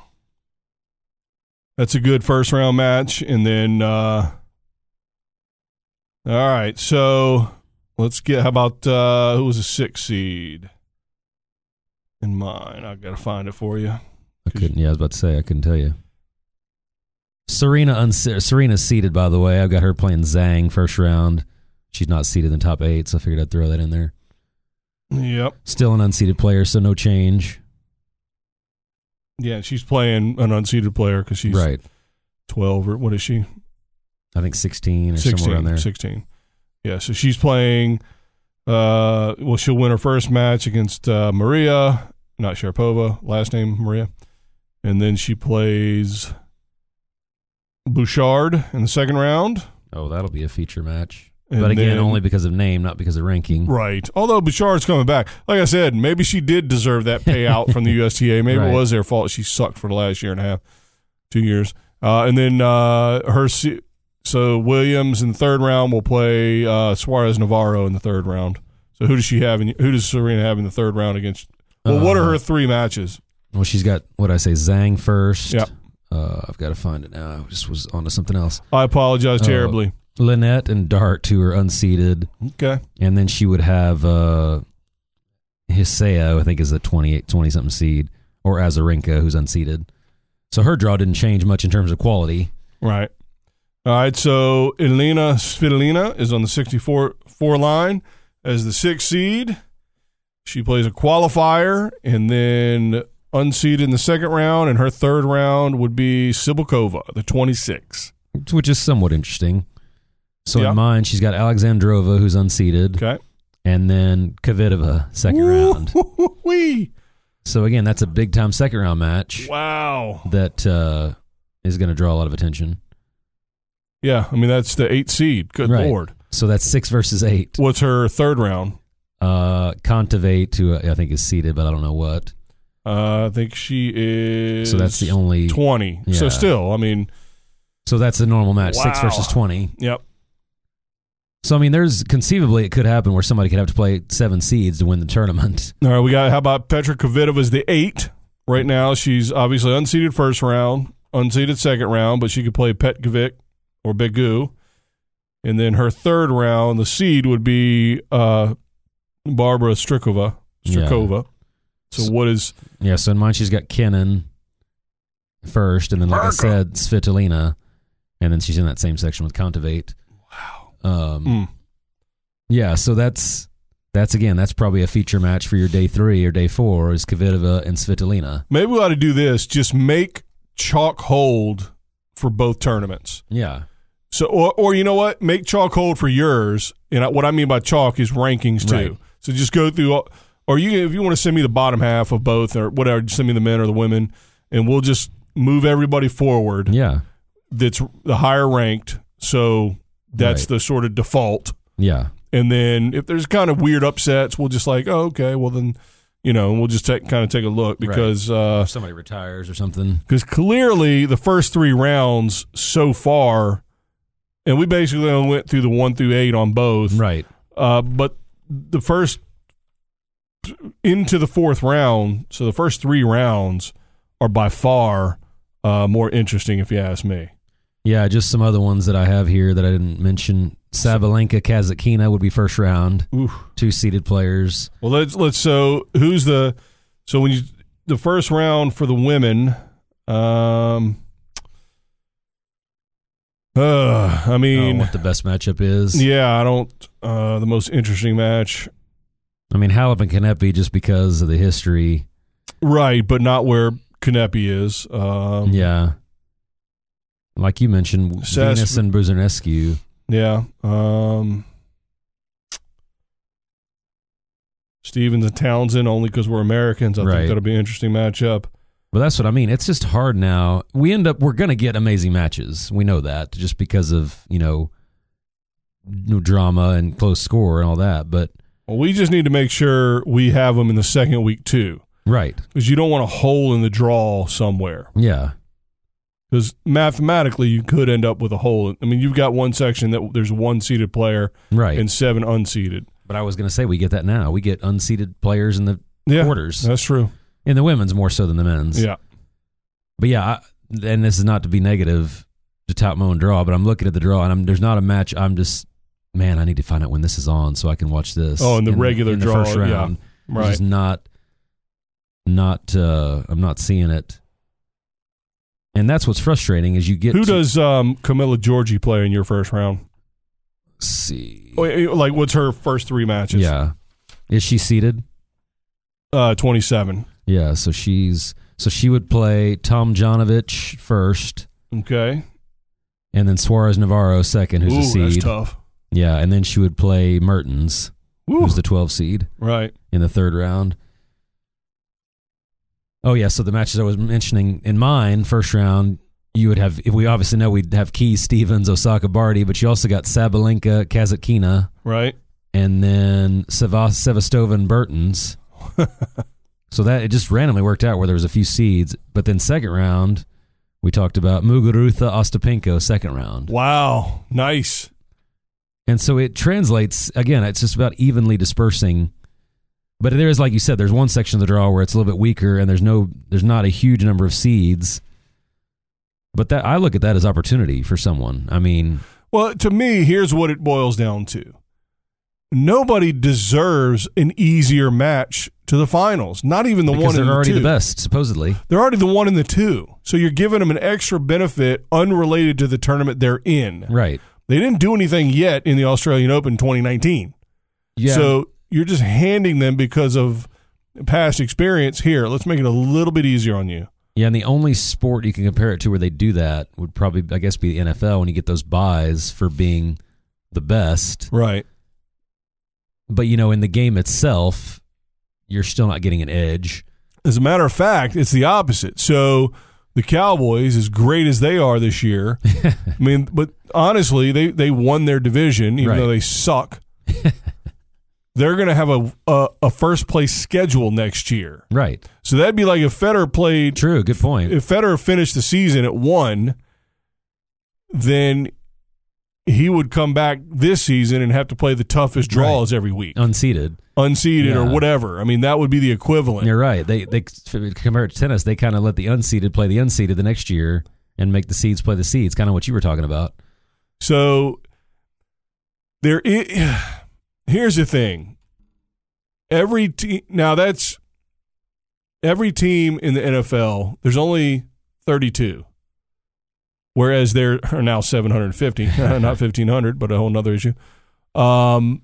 Speaker 2: That's a good first round match, and then uh, all right. So let's get. How about uh, who was a six seed? In mine, I gotta find it for you.
Speaker 3: I couldn't. Yeah, I was about to say I couldn't tell you. Serena unse- Serena's seeded by the way. I've got her playing Zhang first round. She's not seeded in the top eight, so I figured I'd throw that in there.
Speaker 2: Yep.
Speaker 3: Still an unseeded player, so no change.
Speaker 2: Yeah, she's playing an unseeded player because she's
Speaker 3: right.
Speaker 2: twelve or what is she?
Speaker 3: I think 16 or somewhere around there.
Speaker 2: 16. Yeah, so she's playing. Uh, well, she'll win her first match against uh, Maria, not Sharapova, last name Maria, and then she plays Bouchard in the second round.
Speaker 3: Oh, that'll be a feature match.
Speaker 2: And
Speaker 3: but again,
Speaker 2: then-
Speaker 3: only because of name, not because of ranking.
Speaker 2: Right. Although Bouchard's coming back, like I said, maybe she did deserve that payout from the USTA. Maybe it
Speaker 3: Right.
Speaker 2: was their fault. She sucked for the last year and a half, two years. Uh, and then uh, her se- so Williams in the third round will play uh, Suarez Navarro in the third round. So who does she have? In, who does Serena have in the third round against? Well, what are
Speaker 3: Uh,
Speaker 2: her three matches?
Speaker 3: Well, she's got what I say, Zhang first.
Speaker 2: Yep.
Speaker 3: Uh, I've got to find it now. I just was onto something else.
Speaker 2: I apologize
Speaker 3: uh,
Speaker 2: terribly.
Speaker 3: Lynette and Dart, who are unseeded,
Speaker 2: okay.
Speaker 3: and then she would have uh, Hiseo, I think, is a 28, 20 something seed, or Azarenka, who's unseeded. So her draw didn't change much in terms of quality.
Speaker 2: Right. All right. So Elena Svitolina is on the 64 four line as the sixth seed. She plays a qualifier and then unseeded in the second round, and her third round would be Sibylkova, the 26.
Speaker 3: which is somewhat interesting. So
Speaker 2: Yeah.
Speaker 3: in mine, she's got Alexandrova, who's unseeded,
Speaker 2: Okay.
Speaker 3: and then Kvitova, second round.
Speaker 2: Woo-hoo-wee.
Speaker 3: So again, that's a big time second round match
Speaker 2: Wow.
Speaker 3: that uh, is going to draw a lot of attention.
Speaker 2: Yeah. I mean, that's the eight seed. Good
Speaker 3: Right.
Speaker 2: Lord.
Speaker 3: So that's six versus eight.
Speaker 2: What's her third round?
Speaker 3: Uh, Contivate, who I think is seeded, but I don't know what.
Speaker 2: Uh, I think she is.
Speaker 3: So that's the only.
Speaker 2: 20. So
Speaker 3: Yeah.
Speaker 2: still, I mean,
Speaker 3: So that's a normal match, six
Speaker 2: Wow.
Speaker 3: versus twenty.
Speaker 2: yep.
Speaker 3: So I mean, there's conceivably it could happen where somebody could have to play seven seeds to win the tournament.
Speaker 2: All right, we got how about Petra Kvitova is the eight right now. She's obviously unseeded first round, unseeded second round, but she could play Petkovic or Begu. And then her third round, the seed would be uh, Barbara Strikova. Strikova. So what is
Speaker 3: Yeah, so in mine she's got Kennan first, and then like I said, Svitolina, and then she's in that same section with Contivate. Wow. Um,
Speaker 2: mm,
Speaker 3: Yeah, so that's that's again that's probably a feature match for your day three or day four is Kvitova and Svitolina.
Speaker 2: maybe we ought to do this? Just make chalk hold for both tournaments.
Speaker 3: Yeah,
Speaker 2: So, or, or you know what? Make chalk hold for yours. And I, what I mean by chalk is rankings too.
Speaker 3: Right.
Speaker 2: So just go through, all, or you if you want to send me the bottom half of both or whatever, just send me the men or the women, and we'll just move everybody forward.
Speaker 3: yeah,
Speaker 2: That's the higher ranked. So that's
Speaker 3: Right.
Speaker 2: the sort of default.
Speaker 3: Yeah.
Speaker 2: And then if there's kind of weird upsets, we'll just like, oh, okay, well then, you know, we'll just take, kind of take a look because uh,
Speaker 3: If somebody retires or something.
Speaker 2: because clearly the first three rounds so far, and we basically only went through the one through eight on both.
Speaker 3: Right.
Speaker 2: Uh, but the first into the fourth round, so the first three rounds are by far uh, more interesting, if you ask me.
Speaker 3: Yeah, just some other ones that I have here that I didn't mention. Sabalenka Kazakina would be first round. Two seeded players.
Speaker 2: Well, let's let's so who's the so when you the first round for the women, um, uh, I
Speaker 3: I don't know
Speaker 2: mean,
Speaker 3: what the best matchup is.
Speaker 2: yeah, I don't uh, the most interesting match,
Speaker 3: I mean, Halep and Kanepi just because of the history.
Speaker 2: right? But not where Kanepi is. Um,
Speaker 3: yeah. Like you mentioned,
Speaker 2: Sas-
Speaker 3: Venus and Buzinescu.
Speaker 2: Yeah. Um, Stevens and Townsend, only because we're Americans. I
Speaker 3: Right.
Speaker 2: think that'll be an interesting matchup.
Speaker 3: But that's what I mean. It's just hard now. We end up we're gonna get amazing matches. We know that just because of you know no drama and close score and all that. But
Speaker 2: Well, we just need to make sure we have them in the second week, too,
Speaker 3: right,
Speaker 2: because you don't want a hole in the draw somewhere.
Speaker 3: yeah,
Speaker 2: Because mathematically, you could end up with a hole. I mean, you've got one section that there's one seeded player
Speaker 3: right.
Speaker 2: and seven unseeded.
Speaker 3: but I was gonna say we get that now. We get unseated players in the
Speaker 2: Yeah,
Speaker 3: Quarters.
Speaker 2: That's true.
Speaker 3: in the women's more so than the men's.
Speaker 2: Yeah.
Speaker 3: But yeah, I, and this is not to be negative to tout my own draw, but I'm looking at the draw and I'm there's not a match. I'm just man, I need to find out when this is on so I can watch this.
Speaker 2: Oh, in the regular
Speaker 3: in
Speaker 2: draw,
Speaker 3: first
Speaker 2: yeah.
Speaker 3: round. It's
Speaker 2: Right.
Speaker 3: Just not, not. uh I'm not seeing it. And that's what's frustrating is you get
Speaker 2: Who
Speaker 3: to
Speaker 2: does um, Camilla Georgie play in your first round?
Speaker 3: see.
Speaker 2: Oh, Like, what's her first three matches?
Speaker 3: yeah, is she seated?
Speaker 2: Uh, 27.
Speaker 3: Yeah, so she's so she would play Tom Janovich first,
Speaker 2: Okay.
Speaker 3: and then Suarez Navarro second, who's
Speaker 2: Ooh,
Speaker 3: a seed.
Speaker 2: that's tough.
Speaker 3: Yeah, and then she would play Mertens,
Speaker 2: Woo.
Speaker 3: who's the 12 seed
Speaker 2: right.
Speaker 3: in the third round. Oh yeah, so the matches I was mentioning in mine first round, you would have. If we obviously know we'd have Keys, Stevens, Osaka, Barty, but you also got Sabalenka, Kazakina,
Speaker 2: Right.
Speaker 3: and then Seva- Sevastova and Burtons. so that it just randomly worked out where there was a few seeds, but then second round. We talked about Muguruza Ostapenko second round.
Speaker 2: Wow. Nice.
Speaker 3: And so it translates again, it's just about evenly dispersing. But there is like you said, there's one section of the draw where it's a little bit weaker and there's no there's not a huge number of seeds. But that I look at that as opportunity for someone. I mean,
Speaker 2: Well, to me, here's what it boils down to. Nobody deserves an easier match to the finals. Not even the
Speaker 3: because
Speaker 2: one
Speaker 3: they're
Speaker 2: and
Speaker 3: already
Speaker 2: the
Speaker 3: the
Speaker 2: two.
Speaker 3: best, supposedly.
Speaker 2: They're already the one and the two. So you're giving them an extra benefit unrelated to the tournament they're in.
Speaker 3: Right.
Speaker 2: They didn't do anything yet in the Australian Open 2019.
Speaker 3: Yeah.
Speaker 2: So you're just handing them because of past experience. Here, let's make it a little bit easier on you.
Speaker 3: yeah, and the only sport you can compare it to where they do that would probably I guess be the NFL when you get those buys for being the best.
Speaker 2: Right.
Speaker 3: But you know, in the game itself, you're still not getting an edge.
Speaker 2: As a matter of fact, it's the opposite. So the Cowboys, as great as they are this year, I mean, but honestly, they, they won their division, even
Speaker 3: Right.
Speaker 2: though they suck. They're going to have a, a a first place schedule next year.
Speaker 3: Right.
Speaker 2: So that'd be like if Federer played,
Speaker 3: True, good point.
Speaker 2: if Federer finished the season at one, then he would come back this season and have to play the toughest draws every week,
Speaker 3: unseated.
Speaker 2: unseeded or
Speaker 3: Yeah.
Speaker 2: whatever. I mean, that would be the equivalent.
Speaker 3: You're right. They they compared to tennis, they kind of let the unseeded play the unseeded the next year and make the seeds play the seeds. Kind of what you were talking about.
Speaker 2: So there i here's the thing. Every team now that's every team in the NFL, there's only 32. Whereas there are now 750, not 1500, but a whole nother issue. Um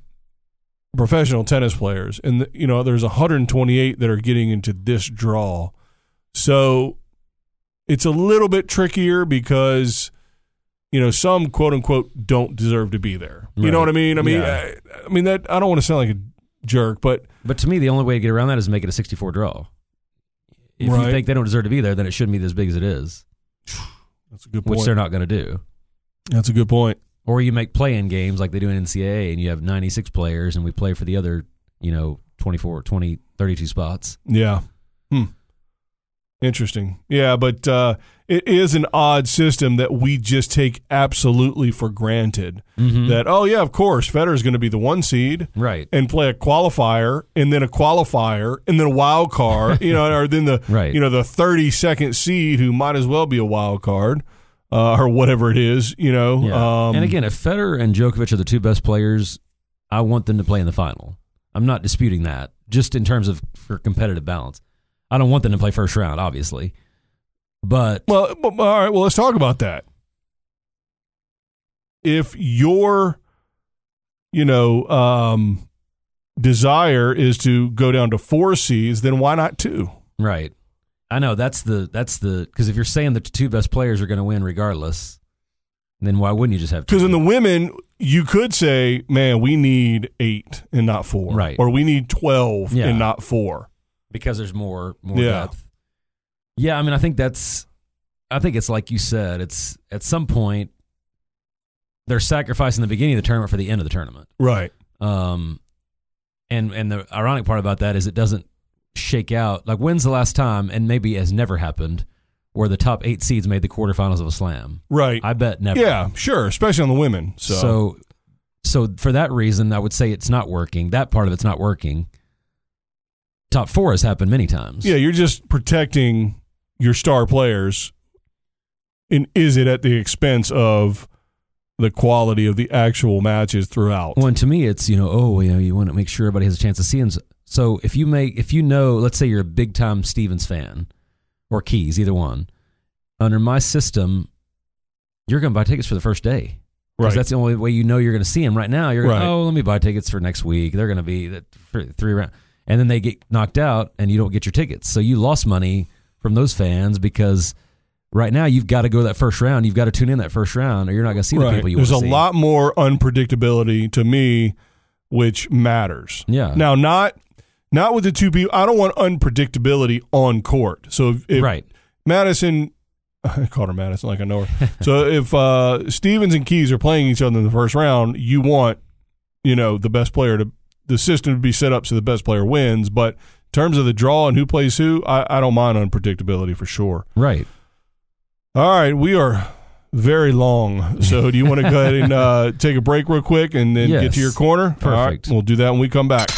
Speaker 2: professional tennis players and you know there's 128 that are getting into this draw. So it's a little bit trickier because you know, some quote unquote don't deserve to be there. You know
Speaker 3: Right.
Speaker 2: what I mean? I mean,
Speaker 3: Yeah.
Speaker 2: I, I mean that I don't want to sound like a jerk, but
Speaker 3: But to me, the only way to get around that is make it a 64 draw. If
Speaker 2: Right.
Speaker 3: you think they don't deserve to be there, then it shouldn't be as big as it is,
Speaker 2: that's a good
Speaker 3: which
Speaker 2: point.
Speaker 3: they're not going to do.
Speaker 2: That's a good point.
Speaker 3: Or you make play in games like they do in NCAA and you have 96 players and we play for the other, you know, 24, 20, 32 spots.
Speaker 2: Yeah. Hmm. Interesting. Yeah, but uh, it is an odd system that we just take absolutely for granted.
Speaker 3: Mm-hmm.
Speaker 2: That oh yeah, of course, Federer's going to be the one seed
Speaker 3: Right.
Speaker 2: and play a qualifier, and then a qualifier, and then a wild card. You know, or then the
Speaker 3: Right.
Speaker 2: you know the thirty second seed who might as well be a wild card uh, or whatever it is. You know.
Speaker 3: Yeah.
Speaker 2: Um,
Speaker 3: and again, if Federer and Djokovic are the two best players, I want them to play in the final. I'm not disputing that. Just in terms of for competitive balance, I don't want them to play first round, obviously. But
Speaker 2: Well, b- b- all right. Well, let's talk about that. If your, you know, um, desire is to go down to four seeds, then why not two?
Speaker 3: right, I know that's the that's the because if you're saying that the two best players are going to win regardless, then why wouldn't you just have two?
Speaker 2: Because in the women, you could say, "Man, we need eight and not four,
Speaker 3: Right.
Speaker 2: Or we need twelve
Speaker 3: Yeah.
Speaker 2: and not four.
Speaker 3: because there's more more
Speaker 2: Yeah.
Speaker 3: depth. Yeah, I mean, I think that's, I think it's like you said, it's at some point they're sacrificing the beginning of the tournament for the end of the tournament.
Speaker 2: Right?
Speaker 3: Um, and and the ironic part about that is it doesn't shake out. Like when's the last time, and maybe has never happened, where the top eight seeds made the quarterfinals of a slam?
Speaker 2: Right?
Speaker 3: I bet never.
Speaker 2: yeah, sure. Especially on the women. So,
Speaker 3: So, so for that reason, I would say it's not working. That part of it's not working. Top four has happened many times.
Speaker 2: yeah, you're just protecting your star players. And is it at the expense of the quality of the actual matches throughout?
Speaker 3: Well, and to me, it's you know, oh, you know, you want to make sure everybody has a chance to see him. So if you make, if you know, let's say you're a big time Stevens fan or Keys, either one. Under my system, you're going to buy tickets for the first day. 'Cause
Speaker 2: Right.
Speaker 3: That's the only way you know you're going to see him. Right now, you're going,
Speaker 2: Right.
Speaker 3: oh, let me buy tickets for next week. They're going to be the th- three round, and then they get knocked out, and you don't get your tickets. So you lost money from those fans because right now you've got to go that first round. You've got to tune in that first round, or you're not going to see the people you
Speaker 2: There's
Speaker 3: want
Speaker 2: a
Speaker 3: to see.
Speaker 2: lot more unpredictability to me, which matters.
Speaker 3: Yeah.
Speaker 2: Now, not not with the two people. I don't want unpredictability on court. So if, if
Speaker 3: right?
Speaker 2: Madison, I called her Madison like I know her. so if uh, Stevens and Keys are playing each other in the first round, you want you know the best player to the system to be set up so the best player wins. But in terms of the draw and who plays who, I, I don't mind unpredictability for sure.
Speaker 3: Right.
Speaker 2: All right, we are very long. So do you want to go ahead and uh, take a break real quick and then get
Speaker 3: Yes.
Speaker 2: to your corner? All right,
Speaker 3: Perfect.
Speaker 2: we'll do that when we come back.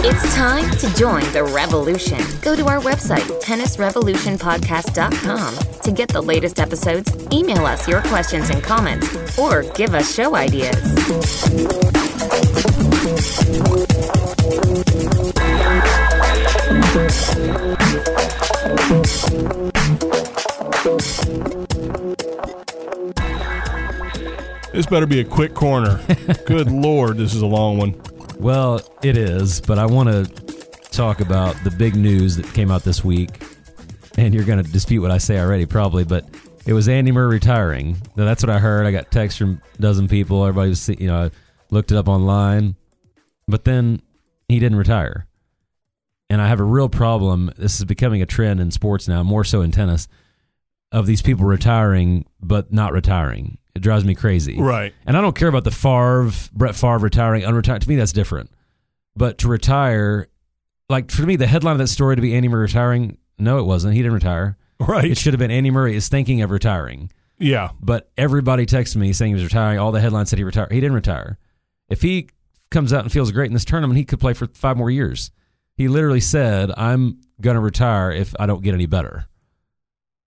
Speaker 1: It's time to join the revolution. Go to our website, tennisrevolutionpodcast.com, to get the latest episodes, email us your questions and comments, or give us show ideas.
Speaker 2: This better be a quick corner. Good lord, this is a long one.
Speaker 3: Well, it is, but I want to talk about the big news that came out this week. And you're going to dispute what I say already, probably, but it was Andy Murray retiring. Now, that's what I heard. I got texts from a dozen people. Everybody was, see- you know, I looked it up online. But then he didn't retire. And I have a real problem. This is becoming a trend in sports now, more so in tennis, of these people retiring but not retiring. It drives me crazy.
Speaker 2: Right.
Speaker 3: And I don't care about the Favre, Brett Favre retiring, unretiring. To me, that's different. But to retire, like for me, the headline of that story to be Andy Murray retiring, no, it wasn't. He didn't retire. It
Speaker 2: Right.
Speaker 3: should have been Andy Murray is thinking of retiring.
Speaker 2: Yeah.
Speaker 3: But everybody texted me saying he was retiring. All the headlines said he retired. He didn't retire. If he comes out and feels great in this tournament, he could play for five more years. He literally said, I'm going to retire if I don't get any better.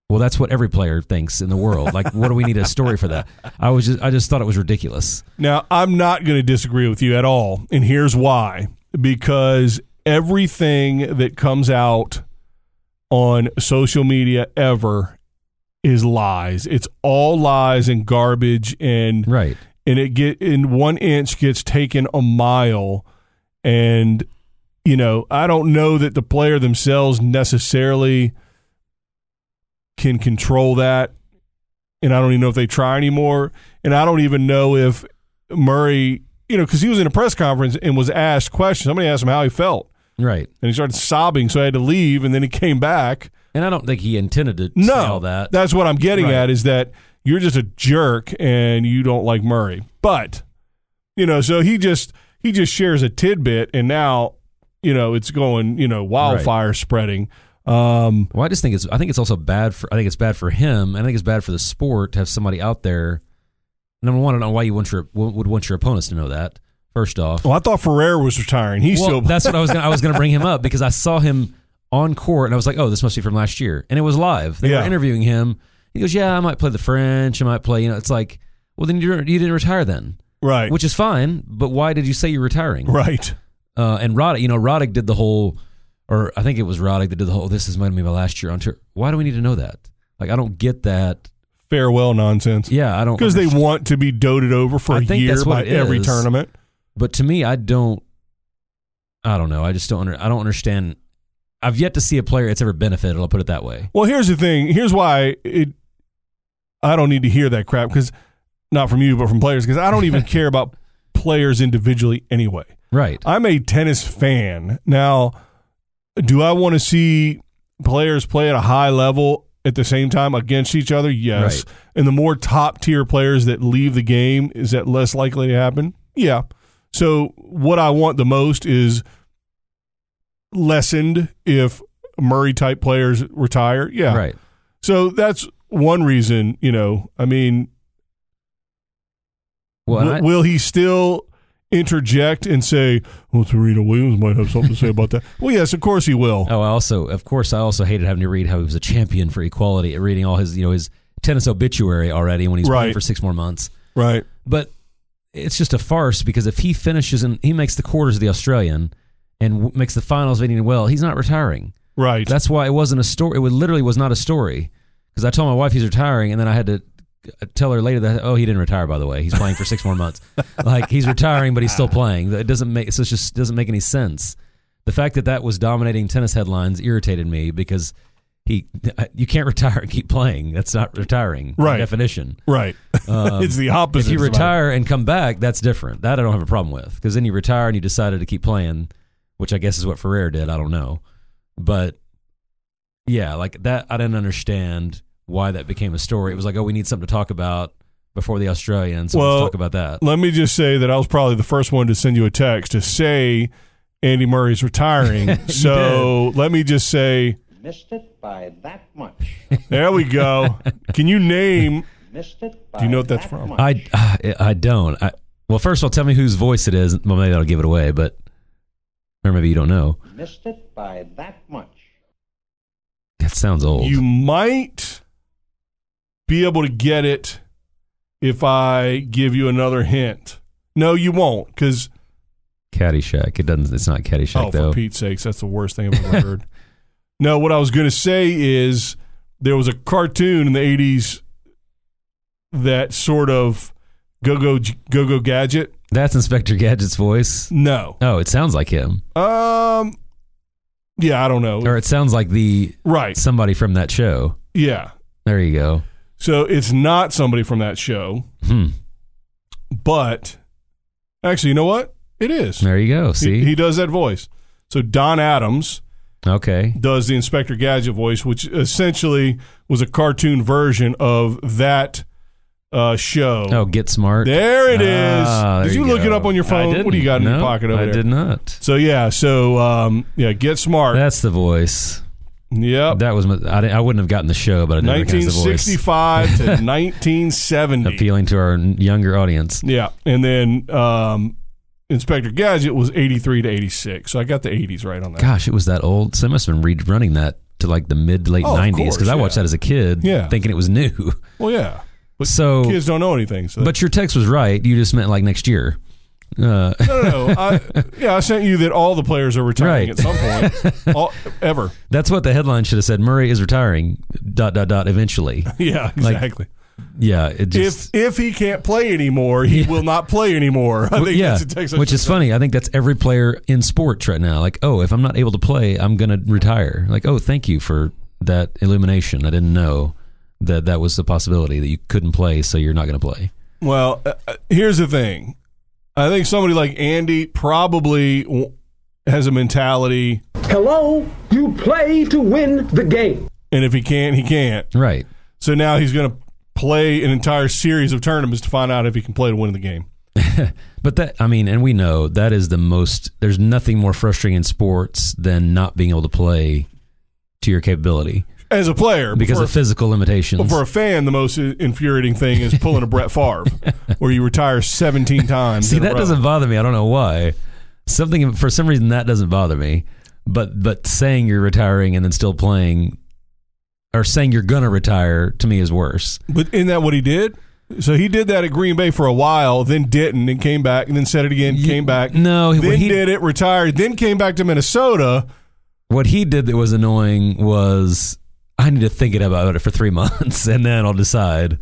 Speaker 3: Well, that's what every player thinks in the world. Like, what do we need a story for that? I was just, I just thought it was ridiculous.
Speaker 2: Now, I'm not going to disagree with you at all. And here's why because everything that comes out on social media ever is lies. It's all lies and garbage and
Speaker 3: Right.
Speaker 2: and it get in one inch gets taken a mile and you know i don't know that the player themselves necessarily can control that and i don't even know if they try anymore and i don't even know if murray you know because he was in a press conference and was asked questions somebody asked him how he felt
Speaker 3: Right.
Speaker 2: and he started sobbing. So I had to leave, and then he came back.
Speaker 3: And I don't think he intended to say
Speaker 2: No,
Speaker 3: all that.
Speaker 2: that's what I'm getting
Speaker 3: Right.
Speaker 2: at is that you're just a jerk and you don't like Murray. But you know, so he just he just shares a tidbit, and now you know it's going you know wildfire spreading. Um,
Speaker 3: Well, I just think it's. I think it's also bad for. I think it's bad for him. and I think it's bad for the sport to have somebody out there. Number one, I don't know why you want your would want your opponents to know that. First off,
Speaker 2: well, I thought Ferrer was retiring. He's
Speaker 3: Well,
Speaker 2: still
Speaker 3: that's what I was. Gonna, I was going to bring him up because I saw him on court and I was like, oh, this must be from last year, and it was live. They
Speaker 2: Yeah.
Speaker 3: were interviewing him. He goes, yeah, I might play the French. I might play. You know, it's like, well, then you didn't- you didn't retire then,
Speaker 2: right,
Speaker 3: which is fine. But why did you say you're retiring?
Speaker 2: right.
Speaker 3: uh, and Roddick, you know, Roddick did the whole, or I think it was Roddick that did the whole. This is going to be my last year on tour. Why do we need to know that? Like, I don't get that.
Speaker 2: Farewell nonsense.
Speaker 3: Yeah, I don't.
Speaker 2: Because they
Speaker 3: understand.
Speaker 2: want to be doted over for
Speaker 3: I
Speaker 2: a
Speaker 3: think
Speaker 2: year
Speaker 3: that's what
Speaker 2: by
Speaker 3: it
Speaker 2: every
Speaker 3: is.
Speaker 2: tournament.
Speaker 3: But to me, I don't. I don't know. I just don't. Under, I don't understand. I've yet to see a player that's ever benefited. I'll put it that way.
Speaker 2: Well, here's the thing. Here's why it. I don't need to hear that crap because not from you, but from players because I don't even care about players individually anyway.
Speaker 3: Right.
Speaker 2: I'm a tennis fan. Now, do I want to see players play at a high level at the same time against each other? Yes. And the more top tier players that leave the game, is that less likely to happen? Yeah. So, what I want the most is lessened if Murray type players retire. Yeah.
Speaker 3: Right.
Speaker 2: So, that's one reason, you know, I mean,
Speaker 3: Well, and
Speaker 2: will,
Speaker 3: I-
Speaker 2: will he still interject and say, "Well, Serena Williams might have something to say about that"? Well, yes, of course he will.
Speaker 3: Oh, I also, of course, I also hated having to read how he was a champion for equality. Reading all his, you know, his tennis obituary already when he's
Speaker 2: Right.
Speaker 3: playing for six more months.
Speaker 2: Right,
Speaker 3: but it's just a farce because if he finishes and he makes the quarters of the Australian and w- makes the finals of Indian well, he's not retiring.
Speaker 2: right.
Speaker 3: That's why it wasn't a story. It was, literally was not a story because I told my wife he's retiring, and then I had to uh, tell her later that oh he didn't retire by the way he's playing for six more months. Like he's retiring, but he's still playing. It doesn't make so it just doesn't make any sense. The fact that that was dominating tennis headlines irritated me because he you can't retire and keep playing. That's not retiring by
Speaker 2: Right.
Speaker 3: definition
Speaker 2: right. it's the opposite.
Speaker 3: um, if you
Speaker 2: is about
Speaker 3: retire and come back, that's different. That I don't have a problem with because then you retire and you decided to keep playing, which I guess is what Ferrer did. I don't know, but yeah, like that, I didn't understand why that became a story. It was like, oh, we need something to talk about before the Australians. So
Speaker 2: Well,
Speaker 3: let's talk about that.
Speaker 2: it. Let me just say that I was probably the first one to send you a text to say Andy Murray's retiring. so let me just say,
Speaker 7: Missed it by that much.
Speaker 2: there we go. Can you name?
Speaker 7: Missed it by
Speaker 2: Do you know what that's
Speaker 7: that
Speaker 2: from?
Speaker 7: much.
Speaker 3: I I- I don't. I, well, first of all, tell me whose voice it is. Well, maybe that'll give it away, but or maybe you don't know.
Speaker 7: Missed it by that much.
Speaker 3: That sounds old.
Speaker 2: You might be able to get it if I give you another hint. No, you won't, because
Speaker 3: Caddyshack. It doesn't. It's not Caddyshack
Speaker 2: oh,
Speaker 3: though.
Speaker 2: for Pete's sakes, that's the worst thing I've ever heard. No, what I was going to say is there was a cartoon in the '80s that sort of go go go go gadget.
Speaker 3: That's Inspector Gadget's voice.
Speaker 2: No,
Speaker 3: Oh, it sounds like him,
Speaker 2: um, yeah, I don't know.
Speaker 3: or it sounds like the
Speaker 2: Right,
Speaker 3: somebody from that show.
Speaker 2: yeah.
Speaker 3: There you go.
Speaker 2: So it's not somebody from that show,
Speaker 3: Hmm.
Speaker 2: but actually, you know what? It is.
Speaker 3: There you go.
Speaker 2: He-
Speaker 3: See.
Speaker 2: he does that voice. So Don Adams.
Speaker 3: okay.
Speaker 2: does the Inspector Gadget voice, which essentially was a cartoon version of that uh, show.
Speaker 3: Oh, get smart.
Speaker 2: There it is.
Speaker 3: Ah, there
Speaker 2: did you, look
Speaker 3: go.
Speaker 2: it up on your
Speaker 3: I
Speaker 2: phone? What do
Speaker 3: didn't.
Speaker 2: you got in your
Speaker 3: No,
Speaker 2: pocket over
Speaker 3: I
Speaker 2: there?
Speaker 3: did not.
Speaker 2: So yeah, so um, yeah, get smart. Oh.
Speaker 3: That's the voice.
Speaker 2: yep.
Speaker 3: That was. My, I, didn't- I wouldn't have gotten the show, but I did recognize the voice.
Speaker 2: 1965 to 1970.
Speaker 3: Appealing to our n- younger audience.
Speaker 2: Yeah, and then um, Inspector Gadget was 83 to 86. So I got the 80s right on that.
Speaker 3: Gosh, it was that old. Someone must have been rerunning that to like the mid to late
Speaker 2: Oh, of
Speaker 3: nineties because I
Speaker 2: course,
Speaker 3: watched
Speaker 2: yeah.
Speaker 3: that as a kid,
Speaker 2: Yeah.
Speaker 3: thinking it was new.
Speaker 2: Well, yeah, But
Speaker 3: so,
Speaker 2: kids don't know anything. So
Speaker 3: but your text was right. You just meant like next year. Uh,
Speaker 2: No, no, no. I, yeah, I sent you that all the players are retiring
Speaker 3: Right.
Speaker 2: at some point, all, ever.
Speaker 3: That's what the headline should have said. Murray is retiring. Dot dot dot. Eventually,
Speaker 2: Yeah, exactly.
Speaker 3: yeah. It
Speaker 2: if
Speaker 3: just
Speaker 2: if he can't play anymore, he will not play anymore. I think
Speaker 3: yeah,
Speaker 2: that's a text I
Speaker 3: which
Speaker 2: should
Speaker 3: is
Speaker 2: send.
Speaker 3: funny. I think that's every player in sports right now. Like, oh, if I'm not able to play, I'm gonna retire. Like, oh, thank you for that illumination. I didn't know that that was the possibility that you couldn't play, so you're not gonna play.
Speaker 2: Well, uh, uh, here's the thing. I think somebody like Andy probably w- has a mentality,
Speaker 6: Hello, you play to win the game.
Speaker 2: and if he can't, he can't.
Speaker 3: Right.
Speaker 2: So now he's going to play an entire series of tournaments to find out if he can play to win the game.
Speaker 3: But that, I mean, and we know that is the most, there's nothing more frustrating in sports than not being able to play to your capability
Speaker 2: As a player,
Speaker 3: because
Speaker 2: for
Speaker 3: of physical limitations.
Speaker 2: a, for a fan, the most infuriating thing is pulling a Brett Favre, where you retire 17 times.
Speaker 3: See,
Speaker 2: in a
Speaker 3: that
Speaker 2: row.
Speaker 3: doesn't bother me. I don't know why. Something, for some reason, that doesn't bother me. But, but saying you're retiring and then still playing or saying you're going to retire to me is worse.
Speaker 2: But isn't that what he did? So he did that at Green Bay for a while, then didn't, and came back, and then said it again,
Speaker 3: Ye-
Speaker 2: came back.
Speaker 3: no, he-
Speaker 2: then
Speaker 3: he-
Speaker 2: did it, retired, then came back to Minnesota.
Speaker 3: What he did that was annoying was I need to think it about it for three months and then I'll decide.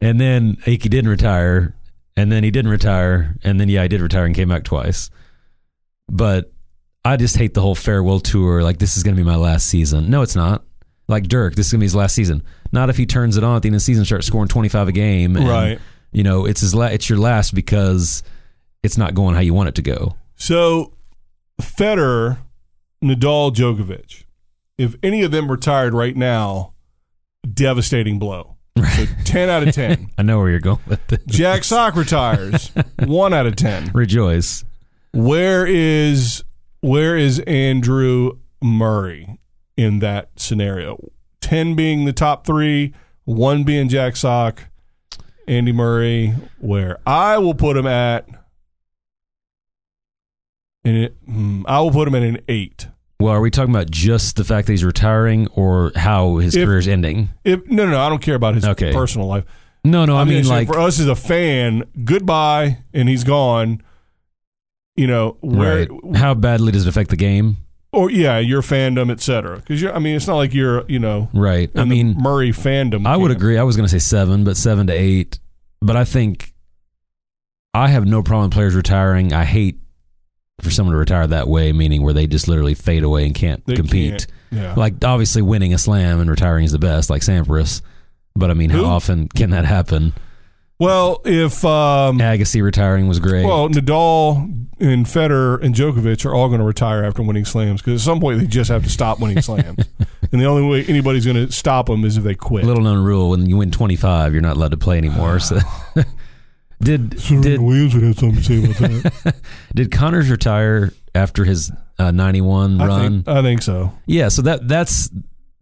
Speaker 3: And then he didn't retire, and then he didn't retire, and then yeah, I did retire and came back twice. But I just hate the whole farewell tour. Like this is going to be my last season. No, it's not. Like Dirk, this is going to be his last season. Not if he turns it on at the end of the season, starts scoring twenty five a game. and,
Speaker 2: Right.
Speaker 3: You know, it's his. La- it's your last because it's not going how you want it to go.
Speaker 2: So Federer, Nadal, Djokovic, if any of them retired right now, devastating blow. So 10 out of 10.
Speaker 3: I know where you're going with it.
Speaker 2: Jack Sock retires, 1 out of 10.
Speaker 3: Rejoice.
Speaker 2: Where is where is Andrew Murray in that scenario? Ten being the top three, one being Jack Sock, Andy Murray. Where I will put him at, and it, hmm, I will put him at an eight.
Speaker 3: Well, are we talking about just the fact that he's retiring or how his
Speaker 2: If-
Speaker 3: career's ending?
Speaker 2: If no, no, no, I don't care about his
Speaker 3: Okay.
Speaker 2: personal life.
Speaker 3: No, no, I,
Speaker 2: I'm
Speaker 3: mean
Speaker 2: just saying
Speaker 3: like
Speaker 2: for us as a fan, goodbye, and he's gone. You know where,
Speaker 3: right. how badly does it affect the game?
Speaker 2: or yeah, your fandom, etc. Because I mean, it's not like you're, you know,
Speaker 3: Right. I
Speaker 2: in the
Speaker 3: mean,
Speaker 2: Murray fandom.
Speaker 3: I would
Speaker 2: camp.
Speaker 3: agree. I was going to say 7, but 7 to 8, but I think I have no problem with players retiring. I hate for someone to retire that way, meaning where they just literally fade away and can't
Speaker 2: They
Speaker 3: compete.
Speaker 2: can't. Yeah.
Speaker 3: Like obviously winning a slam and retiring is the best, like Sampras. But I mean,
Speaker 2: Who?
Speaker 3: how often can that happen?
Speaker 2: well, if um,
Speaker 3: Agassi retiring was great.
Speaker 2: well, Nadal and Federer and Djokovic are all going to retire after winning slams because at some point they just have to stop winning slams, and the only way anybody's going to stop them is if they quit.
Speaker 3: little known rule when you win 25 you're not allowed to play anymore so did did
Speaker 2: Williams would have something to say about that.
Speaker 3: did Connors retire after his uh, 91
Speaker 2: I,
Speaker 3: run
Speaker 2: think, I think so.
Speaker 3: yeah so that that's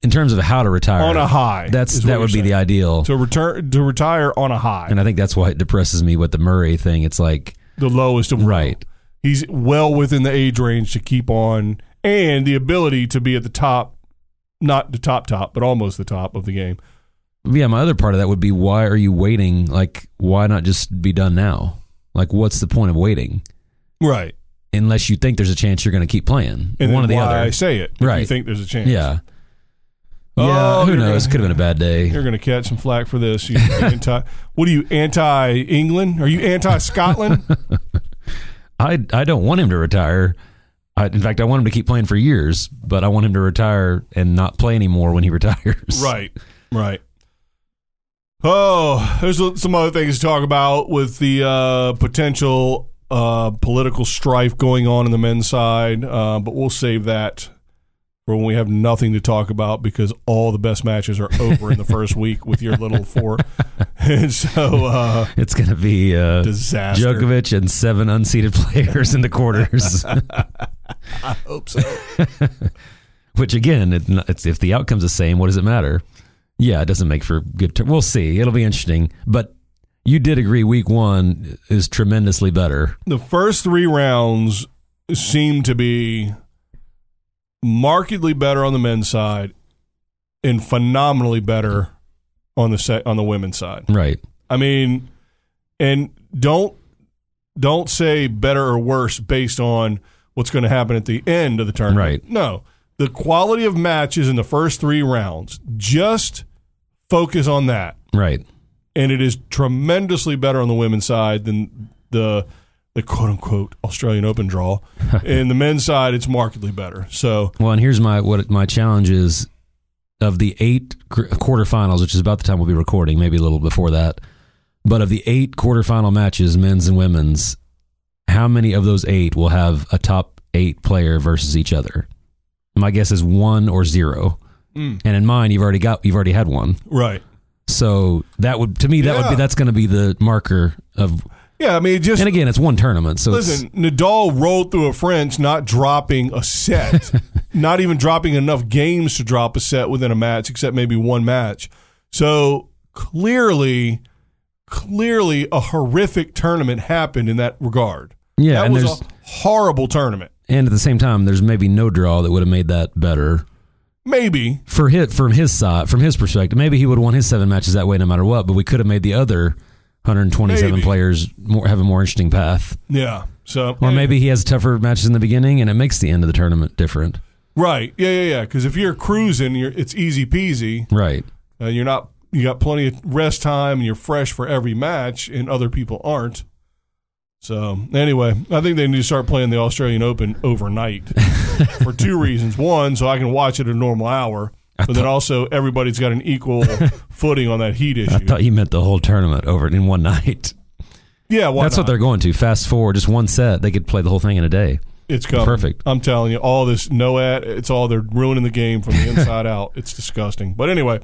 Speaker 3: in terms of how to retire
Speaker 2: On a high,
Speaker 3: that's
Speaker 2: is what
Speaker 3: that would
Speaker 2: you're
Speaker 3: be the
Speaker 2: saying.
Speaker 3: ideal
Speaker 2: to return to retire on a high,
Speaker 3: and I think that's why it depresses me with the Murray thing it's like
Speaker 2: the lowest of
Speaker 3: Right.
Speaker 2: all. He's well within the age range to keep on, and the ability to be at the top, not the top top, but almost the top of the game.
Speaker 3: yeah my other part of that would be why are you waiting like why not just be done now like what's the point of waiting
Speaker 2: Right.
Speaker 3: unless you think there's a chance you're going to keep playing
Speaker 2: and
Speaker 3: one or
Speaker 2: then
Speaker 3: the
Speaker 2: why
Speaker 3: other
Speaker 2: I say it. if You
Speaker 3: Right.
Speaker 2: think there's a chance.
Speaker 3: yeah
Speaker 2: Oh,
Speaker 3: yeah who
Speaker 2: you're
Speaker 3: knows
Speaker 2: gonna-
Speaker 3: could have been a bad day
Speaker 2: You're going to catch some flack for this. You anti, what are you anti England? Are you anti Scotland?
Speaker 3: I I don't want him to retire. I, in fact, I want him to keep playing for years, but I want him to retire and not play anymore when he retires.
Speaker 2: right. Right. Oh, there's some other things to talk about with the uh, potential uh, political strife going on in the men's side, uh, but we'll save that for when we have nothing to talk about because all the best matches are over in the first week with your little four. and so, uh,
Speaker 3: It's going to be uh,
Speaker 2: disaster.
Speaker 3: Djokovic and seven unseeded players in the quarters.
Speaker 2: Hope so.
Speaker 3: Which again, it, it's, if the outcome's the same, what does it matter? Yeah, it doesn't make for good. Ter- we'll see. It'll be interesting. But you did agree, week one is tremendously better.
Speaker 2: the first three rounds seem to be markedly better on the men's side and phenomenally better on the se- on the women's side.
Speaker 3: Right.
Speaker 2: I mean, and don't don't say better or worse based on what's going to happen at the end of the tournament.
Speaker 3: Right.
Speaker 2: No, the quality of matches in the first three rounds. Just focus on that
Speaker 3: Right.
Speaker 2: and it is tremendously better on the women's side than the the quote unquote Australian Open draw. and the men's side, it's markedly better. So
Speaker 3: Well, and here's my what my challenge is of the eight qu- quarterfinals, which is about the time we'll be recording, maybe a little before that. But of the eight quarterfinal matches, men's and women's, how many of those eight will have a top eight player versus each other. And my guess is one or zero.
Speaker 2: Hmm.
Speaker 3: And in mine, you've already got you've already had one.
Speaker 2: Right.
Speaker 3: So that would to me that would
Speaker 2: Yeah.
Speaker 3: be that's going to be the marker of.
Speaker 2: Yeah, I mean, it just
Speaker 3: And again, it's one tournament, so it's-
Speaker 2: listen. Nadal rolled through a French, not dropping a set, not even dropping enough games to drop a set within a match, except maybe one match. So clearly, clearly, a horrific tournament happened in that regard.
Speaker 3: Yeah,
Speaker 2: that
Speaker 3: and
Speaker 2: was
Speaker 3: there's-
Speaker 2: a horrible tournament.
Speaker 3: and at the same time, there's maybe no draw that would have made that better.
Speaker 2: Maybe
Speaker 3: for his from his side from his perspective, maybe he would have won his seven matches that way no matter what. But we could have made the other 127
Speaker 2: Maybe.
Speaker 3: players more, have a more interesting path,
Speaker 2: Yeah. So
Speaker 3: or maybe he has tougher matches in the beginning, and it makes the end of the tournament different.
Speaker 2: right. Yeah, yeah, yeah. Because if you're cruising, you're it's easy peasy.
Speaker 3: Right?
Speaker 2: Uh, you're not. You got plenty of rest time, and you're fresh for every match, and other people aren't. So anyway, I think they need to start playing the Australian Open overnight for two reasons. One, so I can watch it at a normal hour, but then also everybody's got an equal footing on that heat
Speaker 3: I
Speaker 2: issue.
Speaker 3: thought you meant the whole tournament over in one night.
Speaker 2: yeah, why
Speaker 3: That's what
Speaker 2: not?
Speaker 3: they're going to. Fast forward just one set, they could play the whole thing in a day.
Speaker 2: It's coming.
Speaker 3: Perfect.
Speaker 2: I'm telling you, all this no ad, it's all they're ruining the game from the inside out. It's disgusting. But anyway,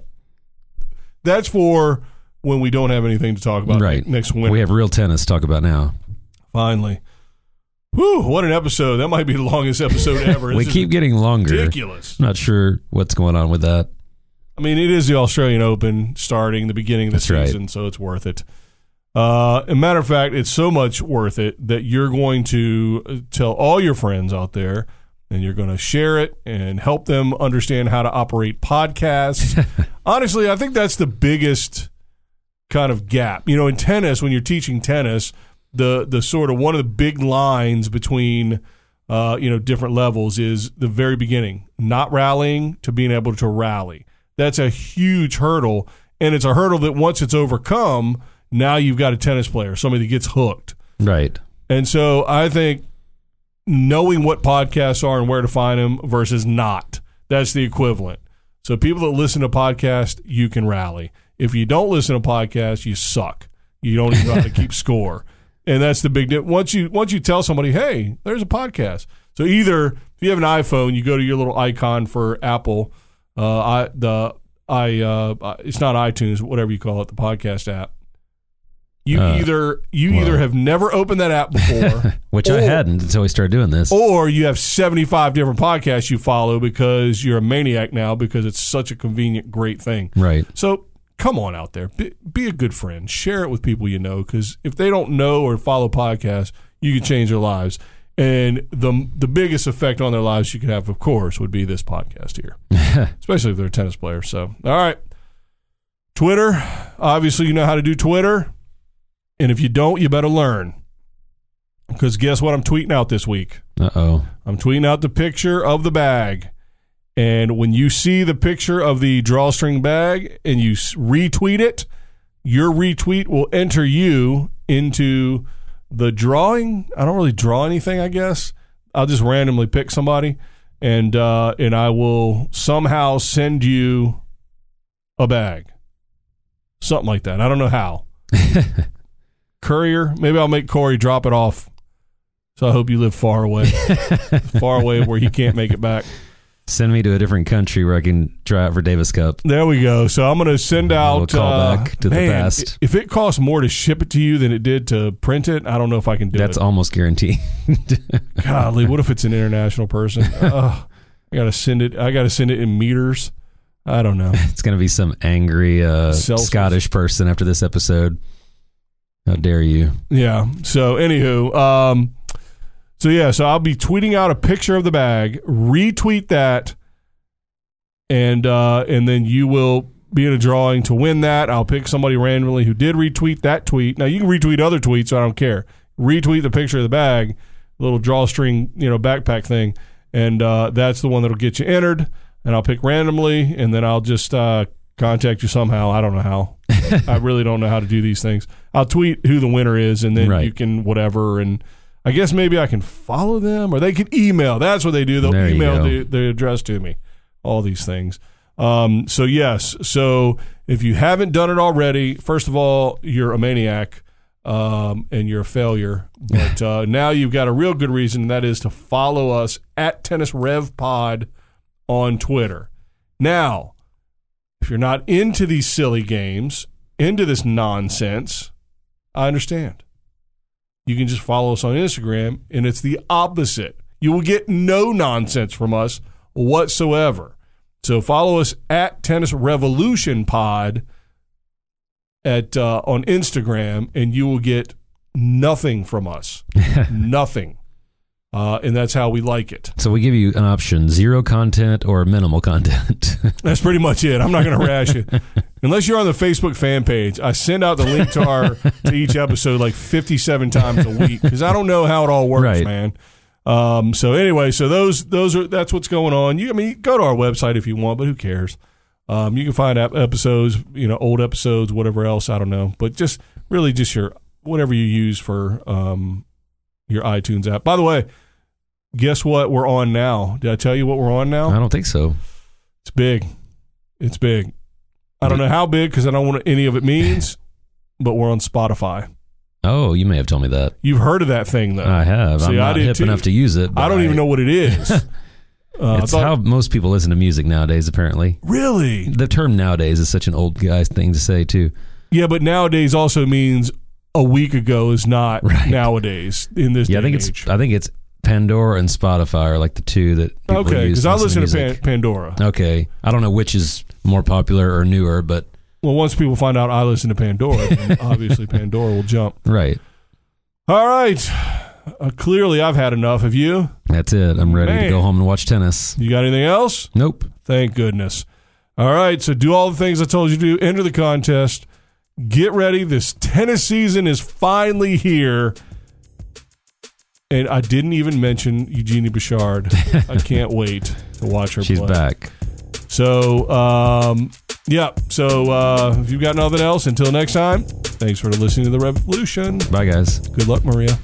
Speaker 2: that's for when we don't have anything to talk about
Speaker 3: right?
Speaker 2: next winter.
Speaker 3: we have real tennis to talk about now.
Speaker 2: Finally. Whew, what an episode. That might be the longest episode ever.
Speaker 3: we
Speaker 2: This is
Speaker 3: keep getting longer.
Speaker 2: ridiculous.
Speaker 3: Not sure what's going on with that.
Speaker 2: I mean, it is the Australian Open starting the beginning of the
Speaker 3: That's right.
Speaker 2: season, so it's worth it. Uh, a matter of fact, it's so much worth it that you're going to uh, tell all your friends out there, and you're going to share it and help them understand how to operate podcasts. Honestly, I think that's the biggest kind of gap. You know, in tennis, when you're teaching tennis, the the sort of one of the big lines between uh, you know different levels is the very beginning, not rallying to being able to rally. That's a huge hurdle, and it's a hurdle that once it's overcome, now you've got a tennis player, somebody that gets hooked.
Speaker 3: Right?
Speaker 2: And so I think knowing what podcasts are and where to find them versus not, that's the equivalent. So people that listen to podcasts, you can rally. If you don't listen to podcasts, you suck. You don't even know how to keep score. And that's the big di- once you once you tell somebody, hey, there's a podcast. So either if you have an iPhone, you go to your little icon for Apple, uh, I the I uh, it's not iTunes, whatever you call it, the podcast app. You
Speaker 3: Uh,
Speaker 2: either you
Speaker 3: well.
Speaker 2: either have never opened that app before,
Speaker 3: Which I
Speaker 2: or-
Speaker 3: hadn't until we started doing this.
Speaker 2: or you have 75 different podcasts you follow because you're a maniac now because it's such a convenient, great thing.
Speaker 3: Right?
Speaker 2: So come on out there. Be, be a good friend. Share it with people you know because if they don't know or follow podcasts, you can change their lives. And the, the biggest effect on their lives you could have, of course, would be this podcast here, especially if they're a tennis player. So, all right. Twitter. Obviously, you know how to do Twitter. And if you don't, you better learn. Because guess what I'm tweeting out this week?
Speaker 3: Uh oh.
Speaker 2: I'm tweeting out the picture of the bag. And when you see the picture of the drawstring bag and you s- retweet it, your retweet will enter you into the drawing. I don't really draw anything, I guess. I'll just randomly pick somebody and uh, and I will somehow send you a bag. Something like that. I don't know how. Courier, maybe I'll make Corey drop it off. So I hope you live far away far away where he can't make it back.
Speaker 3: Send me to a different country where I can try out for Davis Cup.
Speaker 2: There we go. So I'm going to send
Speaker 3: A little
Speaker 2: out uh,
Speaker 3: callback to the
Speaker 2: man,
Speaker 3: past.
Speaker 2: If it costs more to ship it to you than it did to print it, I don't know if I can do
Speaker 3: That's
Speaker 2: it.
Speaker 3: almost guaranteed.
Speaker 2: Golly, what if it's an international person? Ugh. I got to send it. I got to send it in meters. I don't know.
Speaker 3: it's going to be some angry uh,
Speaker 2: Celsius.
Speaker 3: Scottish person after this episode. How dare you?
Speaker 2: Yeah. So anywho, um, so yeah, so I'll be tweeting out a picture of the bag, retweet that, and uh, and then you will be in a drawing to win that. I'll pick somebody randomly who did retweet that tweet. Now you can retweet other tweets, so I don't care. Retweet the picture of the bag, little drawstring, you know, backpack thing, and uh, that's the one that'll get you entered. And I'll pick randomly, and then I'll just uh, contact you somehow. I don't know how. I really don't know how to do these things. I'll tweet who the winner is, and then
Speaker 3: Right.
Speaker 2: you can whatever. And I guess maybe I can follow them, or they can email. That's what they do. They'll
Speaker 3: There you
Speaker 2: email
Speaker 3: go.
Speaker 2: the, the address to me. All these things. Um, so yes. So if you haven't done it already, first of all, you're a maniac. um, and you're a failure. But uh, now you've got a real good reason, and that is to follow us at Tennis Rev Pod on Twitter. Now, if you're not into these silly games, into this nonsense, I understand. You can just follow us on Instagram, and it's the opposite. You will get no nonsense from us whatsoever. So follow us at Tennis Revolution Pod at uh, on Instagram, and you will get nothing from us, nothing. Uh, and that's how we like it.
Speaker 3: So we give you an option: zero content or minimal content.
Speaker 2: That's pretty much it. I'm not going to rash it, unless you're on the Facebook fan page. I send out the link to our to each episode like 57 times a week because I don't know how it all works,
Speaker 3: Right.
Speaker 2: man. Um, so anyway, so those those are that's what's going on. You, I mean, go to our website if you want, but who cares? Um, you can find ep- episodes, you know, old episodes, whatever else. I don't know, but just really just your whatever you use for um, your iTunes app. By the way, guess what we're on now? Did I tell you what we're on now?
Speaker 3: I don't think so.
Speaker 2: It's big. It's big. I don't know how big because I don't know what any of it means, but we're on Spotify.
Speaker 3: Oh, you may have told me that.
Speaker 2: You've heard of that thing though.
Speaker 3: I have.
Speaker 2: See,
Speaker 3: I'm
Speaker 2: I
Speaker 3: not
Speaker 2: did
Speaker 3: hip
Speaker 2: too.
Speaker 3: enough to use it.
Speaker 2: I don't
Speaker 3: but
Speaker 2: even know what it is. Uh, I
Speaker 3: It's
Speaker 2: thought-
Speaker 3: how most people listen to music nowadays. Apparently,
Speaker 2: really?
Speaker 3: the term nowadays is such an old guy's thing to say too.
Speaker 2: Yeah, but nowadays also means a week ago is not
Speaker 3: Right.
Speaker 2: nowadays in this.
Speaker 3: Yeah, I
Speaker 2: day
Speaker 3: think
Speaker 2: and
Speaker 3: it's
Speaker 2: age.
Speaker 3: I think it's Pandora and Spotify are like the two that people
Speaker 2: okay
Speaker 3: use
Speaker 2: because I listen to, Pan-
Speaker 3: music.
Speaker 2: Pandora.
Speaker 3: okay, I don't know which is more popular or newer, but
Speaker 2: Well, once people find out I listen to Pandora, then obviously Pandora will jump.
Speaker 3: right,
Speaker 2: All right. Uh, clearly, I've had enough. Have you?
Speaker 3: that's it. I'm ready to
Speaker 2: Man.
Speaker 3: go home and watch tennis.
Speaker 2: You got anything else?
Speaker 3: Nope.
Speaker 2: Thank goodness. All right, so do all the things I told you to do. Enter the contest. Get ready. This tennis season is finally here. And I didn't even mention Eugenie Bouchard. I can't wait to watch her
Speaker 3: She's
Speaker 2: play.
Speaker 3: back.
Speaker 2: So, um, yeah. So, uh, if you've got nothing else, until next time, thanks for listening to The Revolution.
Speaker 3: Bye, guys.
Speaker 2: Good luck, Maria.